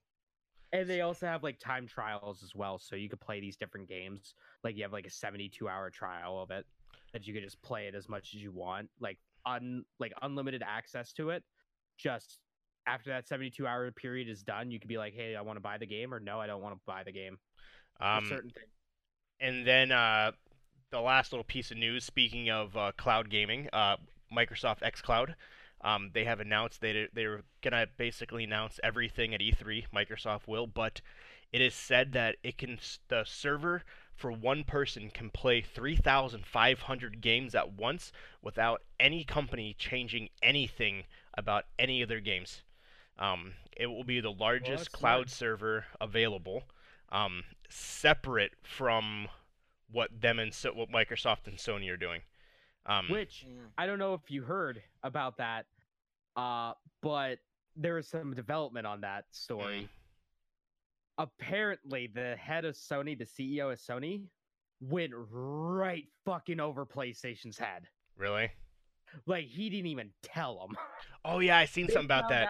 And they also have like time trials as well, so you could play these different games. Like you have like a seventy-two hour trial of it that you could just play it as much as you want, like un like unlimited access to it. Just after that seventy-two hour period is done, you could be like, "Hey, I want to buy the game," or "No, I don't want to buy the game." for um, certain things. And then uh, the last little piece of news. Speaking of uh, cloud gaming, uh, Microsoft XCloud, um, they have announced they they're gonna basically announce everything at E3. Microsoft will, but it is said that it can s- the server for one person can play 3,500 games at once without any company changing anything about any of their games. Um, it will be the largest that's nice. cloud server available, um, separate from what them and so- what Microsoft and Sony are doing. Um, Which I don't know if you heard about that, uh, but there was some development on that Mm. story. Apparently, the head of Sony, the CEO of Sony, went right fucking over PlayStation's head. really? Like he didn't even tell them. Oh yeah, I seen something about that.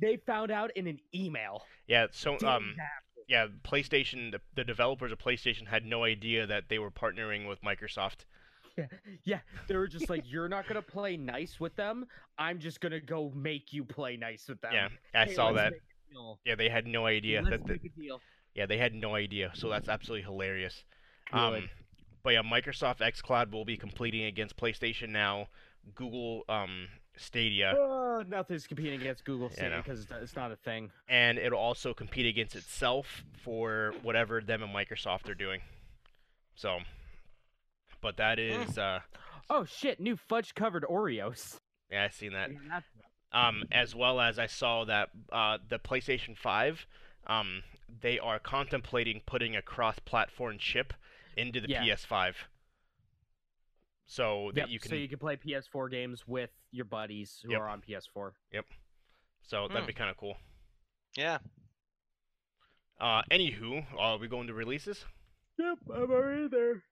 they found out in an email. Yeah, so Didn't um, have- yeah, PlayStation, the, the developers of PlayStation had no idea that they were partnering with Microsoft. yeah, they were just like, "You're not gonna play nice with them. I'm just gonna go make you play nice with them." Yeah, I Hey, saw let's that. make a deal. Yeah, they had no idea Let's that. The, make a deal. yeah, they had no idea. So that's absolutely hilarious. Good. Um, but yeah, Microsoft xCloud will be completing against PlayStation Now, Google um, Stadia, Oh, nothing's competing against Google Yeah, I Stadia know. because it's not a thing. and it'll also compete against itself for whatever them and Microsoft are doing. So, but Hmm. that is uh, Oh shit! New fudge covered Oreos. yeah, I seen that. Yeah, that- um, as well as I saw that uh, the PlayStation 5, um, they are contemplating putting a cross-platform chip into the Yeah. PS5, so that Yep, you can, so so, you can play PS4 games with your buddies who Yep. are on PS4. that'd Hmm. be kind of cool. Yeah. Uh, anywho, are we going to releases? Yep, I'm already there.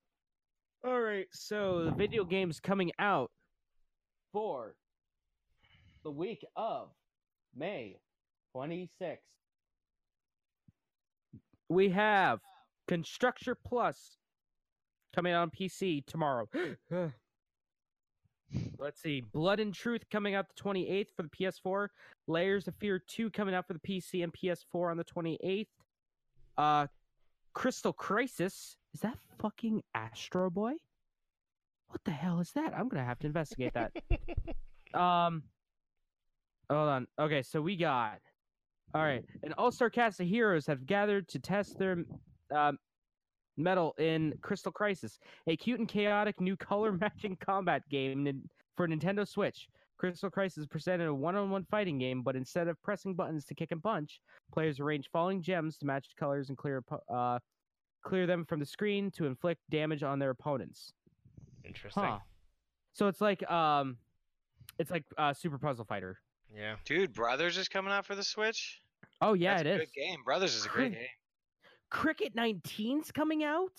All right, so the video games coming out for the week of May 26th. We have Constructor Plus coming out on PC tomorrow. Let's see, Blood and Truth coming out the 28th for the PS4. Layers of Fear 2 coming out for the PC and PS4 on the 28th. Uh, Crystal Crisis. Is that fucking Astro Boy? What the hell is that? I'm gonna have to investigate that. um, hold on. Okay, so we got. All right, an all-star cast of heroes have gathered to test their um, metal in Crystal Crisis, a cute and chaotic new color-matching combat game nin- for Nintendo Switch. Crystal Crisis presented a one-on-one fighting game, but instead of pressing buttons to kick and punch, players arrange falling gems to match colors and clear oppo- uh, clear them from the screen to inflict damage on their opponents. Interesting. Huh. So it's like um, it's like uh, Super Puzzle Fighter. Yeah. Dude, Brothers is coming out for the Switch. Oh yeah, it That's a is. Good game. Brothers is a great Cri- game. Cricket 19's coming out.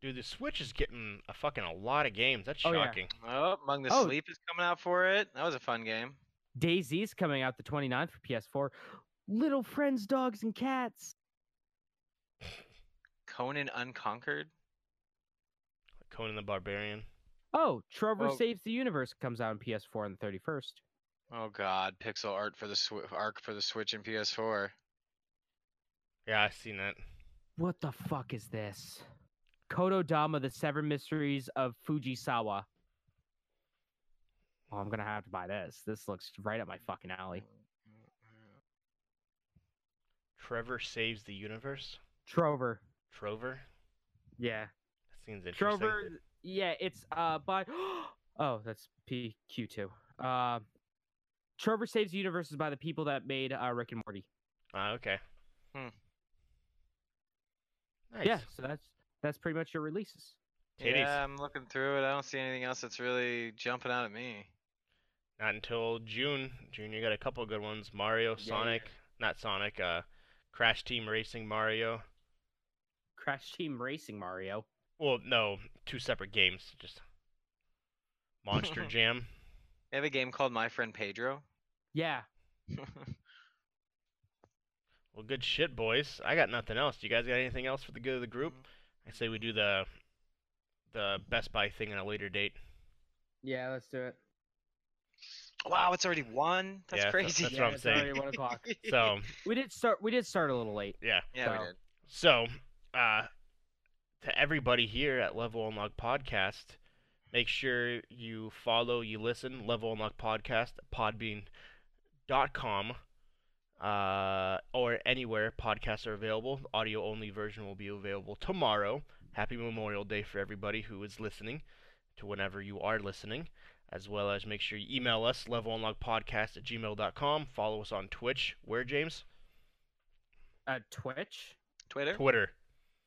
Dude, the Switch is getting a fucking a lot of games. That's Oh, yeah. shocking. Oh, Among the Oh. Sleep is coming out for it. That was a fun game. Daisy's coming out the 29th for PS4. Little Friends, Dogs and Cats. Conan Unconquered. Conan the Barbarian. Oh, Trevor Oh. Saves the Universe comes out on PS4 on the 31st. Oh God, pixel art for the Swi arc for the Switch and PS4. Yeah, I seen that. What the fuck is this? Kododama: The Seven Mysteries of Fujisawa. Oh, I'm gonna have to buy this. This looks right up my fucking alley. Trevor saves the universe. Trover. Trover. Yeah. That seems interesting. Trover. Yeah, it's uh by. oh, that's PQ2. Uh, Trover Saves the Universe is by the people that made uh, Rick and Morty. Ah, okay. Hmm. Nice. Yeah, so that's that's pretty much your releases. Titties. Yeah, I'm looking through it. I don't see anything else that's really jumping out at me. Not until June. June, you got a couple good ones. Mario, yeah. Sonic, not Sonic. Uh, Crash Team Racing Mario. Crash Team Racing Mario. Well, no, two separate games. Just Monster Jam. They have a game called My Friend Pedro. Yeah. Well, good shit, boys. I got nothing else. You guys got anything else for the good of the group? I say we do the the Best Buy thing on a later date. Yeah, let's do it. wow, it's already one. That's Yeah, that's- crazy. that's what I'm it's saying. already one o'clock. So, We did start. We did start a little late. yeah. yeah, we so- did. So, uh, to everybody here at Level Unlock Podcast, make sure you follow, you listen, Level Unlock Podcast, podbean.com, uh, or anywhere podcasts are available. Audio only version will be available tomorrow. Happy Memorial Day for everybody who is listening, to whenever you are listening. As well as make sure you email us, levelunlockpodcast at gmail.com. Follow us on Twitch. Where, James? Uh, Twitch, Twitter. Twitter.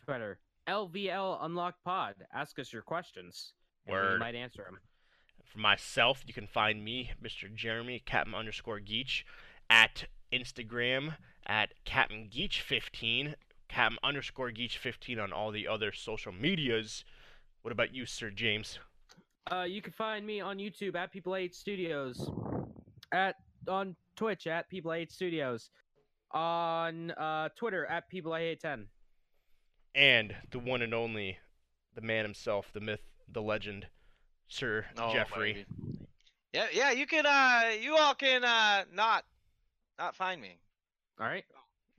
Twitter, LVL Unlocked Pod. Ask us your questions. and We Word. might answer them. For myself, you can find me, Mr. Jeremy, Captain underscore Geach, at Instagram, at Captain Geach15, Captain underscore Geach15 on all the other social medias. What about you, Sir James? Uh, you can find me on YouTube at People Eight Studios, at on Twitch at People Eight Studios, on uh, Twitter at People Eight Ten. And the one and only, the man himself, the myth, the legend, Sir Oh, Jeffrey. baby. Yeah, yeah. You can. Uh, you all can. Uh, not, not find me. All right.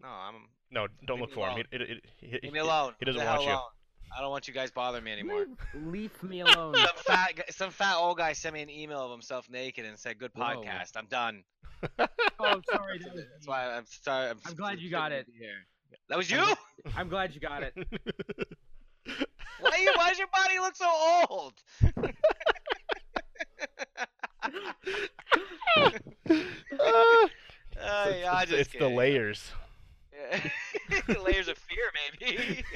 No, I'm. No, don't Leave look me for him. alone. He, it, it, he, Leave me alone. he doesn't Leave the hell want you. alone. I don't want you guys bothering me anymore. Leave, leave me alone. some fat, gu- some fat old guy sent me an email of himself naked and said, "Good Whoa. podcast. I'm done." oh, sorry. That was That's me. why I'm sorry. I'm, I'm glad you got shouldn't it. be Here. That was you. I'm I'm glad you got it. why you? Why does your body look so old? Ah, Uh, it's yeah, I it's- just it's the kidding. layers. Yeah. Layers of fear, maybe.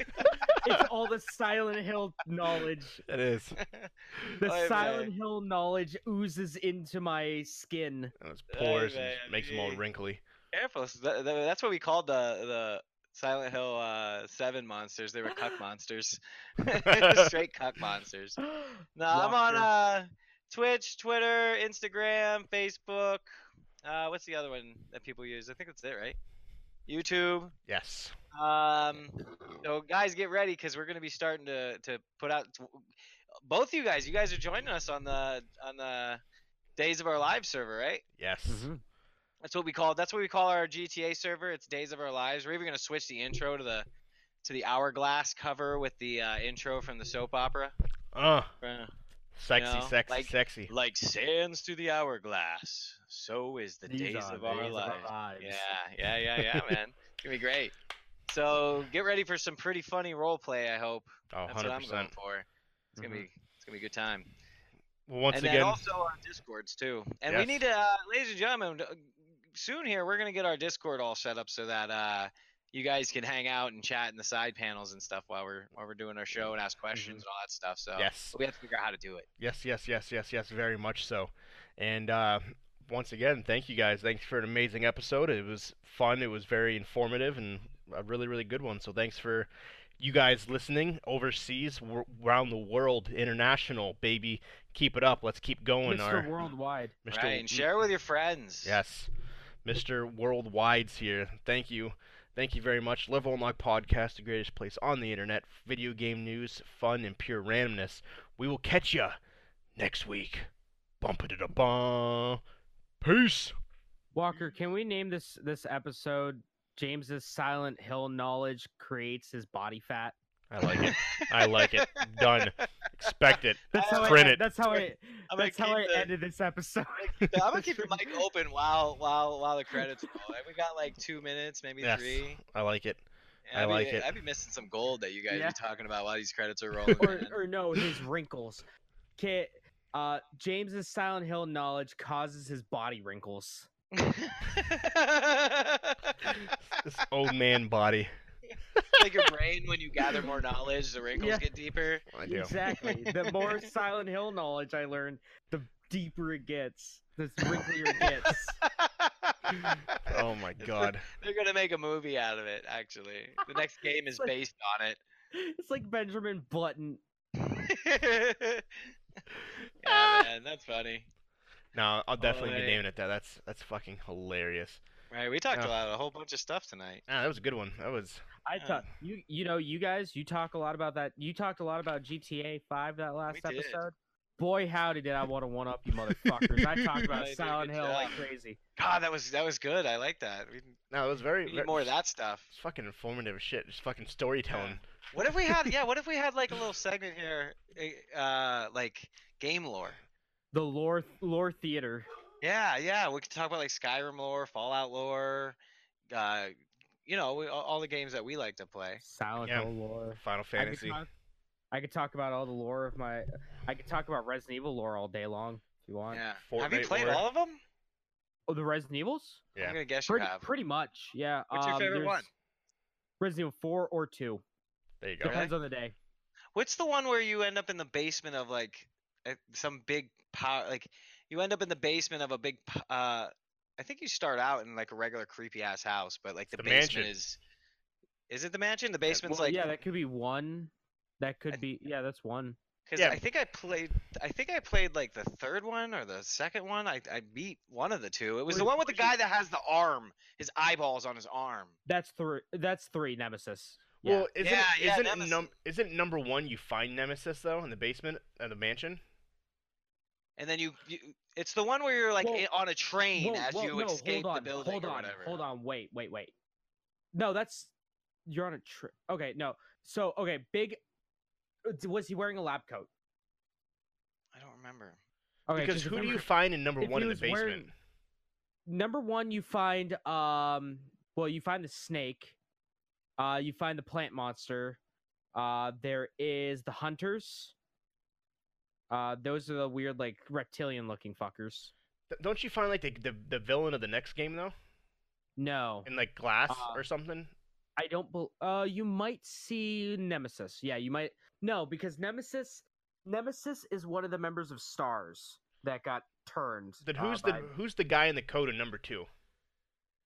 It's all the Silent Hill knowledge. It is. The Oy vey. Silent Hill knowledge oozes into my skin. And it's pores and man, makes them all gee. wrinkly. Careful. s- th- th- That's what we called the the Silent Hill uh, Seven monsters. They were cuck monsters, straight cuck monsters. No, I'm on Rocker. uh, Twitch, Twitter, Instagram, Facebook. Uh, what's the other one that people use? I think that's it, right? YouTube. Yes. Um, so guys, get ready because we're gonna be starting to to put out. both you guys, you guys are joining us on the on the Days of Our Lives server, right? Yes. Mm-hmm. That's what we call. That's what we call our GTA server. It's Days of Our Lives. We're even gonna switch the intro to the to the hourglass cover with the uh, intro from the soap opera. Uh, Uh, sexy, No, sexy, like- sexy. Like sands through the hourglass, so is the These days are of our days lives. lives. Yeah, yeah, yeah, yeah, man. It's gonna be great. So get ready for some pretty funny role play. I hope Oh, that's what I'm 100%. going for. It's gonna Mhm. be it's gonna be a good time. Well, Once and again, then also our discords too. And we Yes. need to, uh, ladies and gentlemen, uh, soon here we're gonna get our discord all set up so that uh, you guys can hang out and chat in the side panels and stuff while we're while we're doing our show and ask questions and all that stuff. So yes. we have to figure out how to do it. Yes, yes, yes, yes, yes, very much so. And uh, once again, thank you guys. Thanks for an amazing episode. It was fun. It was very informative and a really, really good one. So thanks for you guys listening overseas, w- around the world, international, baby. Keep it up. Let's keep going. Our Mr. Worldwide. Mr. Right, and share with your friends. Yes, Mr. Worldwide's here. Thank you. Thank you very much. Level Unlock Podcast, the greatest place on the internet. Video game news, fun, and pure randomness. We will catch ya next week. Bump it up Peace. Walker, can we name this this episode James's Silent Hill knowledge creates his body fat? I like it. I like it. Done. Expect it. That's how print I, it. That's how I I'm gonna that's how I keep the- ended this episode. So I'm gonna keep your mic open while while while the credits roll. We got like two minutes, maybe Yes. three. I like it. Yeah, I I'd be- like it. I'd be missing some gold that you guys Yeah. be talking about while these credits are rolling. or, man. or no, his wrinkles. Kit, uh, James's Silent Hill knowledge causes his body wrinkles. This old man body. like your brain, when you gather more knowledge, the wrinkles Yeah. get deeper. I do. Exactly. the more Silent Hill knowledge I learn, the deeper it gets. The wrinklier it gets. Oh my god. They're gonna make a movie out of it. Actually, the next game is It's like- based on it. It's like Benjamin Button. yeah, man, that's funny. No, I'll definitely be Alright. naming it that. That's that's fucking hilarious. Right, we talked Yeah. about a whole bunch of stuff tonight. Ah, that was a good one. That was I Yeah. thought you you know you guys you talk a lot about that. You talked a lot about GTA 5 that last did. episode. Boy howdy did I want to one up you motherfuckers. I talked I about did a Silent good Hill like job. crazy. God, that was that was good. I like that. We, No, it was very, we very need more of that stuff. It's fucking informative as shit. Just fucking storytelling. What if we had yeah? What if we had like a little segment here, eh, uh, like game lore? The lore lore theater. Yeah, yeah. We could talk about like Skyrim lore, Fallout lore, uh, you know, we, all, all the games that we like to play. Silent Yeah. Hill lore. Final Fantasy. I could, talk, I could talk about all the lore of my. I could talk about Resident Evil lore all day long if you want. Yeah. Have you Fortnite played lore. all of them? Oh, the Resident Evils? Yeah. I'm gonna guess you Pretty, have. pretty much. Yeah. What's your um, favorite there's one? Resident Evil four or two. There you go. Okay. Depends on the day. What's the one where you end up in the basement of like uh, some big power? Like you end up in the basement of a big. p- Uh, I think you start out in like a regular creepy ass house, but like the, the basement mansion. is. Is it the mansion? The basement's Well, like yeah, that could be one. That could be yeah, that's one. Because Yeah. I think I played, I think I played like the third one or the second one. I, I beat one of the two. It was the Wait, one with the which is- guy that has the arm, his eyeballs on his arm. That's three. That's three. Nemesis. Yeah. Well, isn't Yeah, it, yeah, isn't it Nemesis. num- isn't number one you find Nemesis though in the basement of the mansion? And then you, you it's the one where you're like Well- in- on a train Whoa, as whoa, you no, escape hold on, the building Hold or on, whatever. hold on, wait, wait, wait. No, that's you're on a trip. Okay, no. So okay, big was he wearing a lab coat? I don't remember. Okay, because 'cause if who do you remember- find in number if one he in the was wearing- basement? number one you find um well you find the snake uh you find the plant monster uh there is the hunters uh those are the weird like reptilian looking fuckers Th- Don't you find like the, the the villain of the next game though, no in like glass Uh, or something? i don't bel uh you might see nemesis yeah you might no because nemesis nemesis is one of the members of stars that got turned Then uh, who's the by- who's the guy in the coat in number two?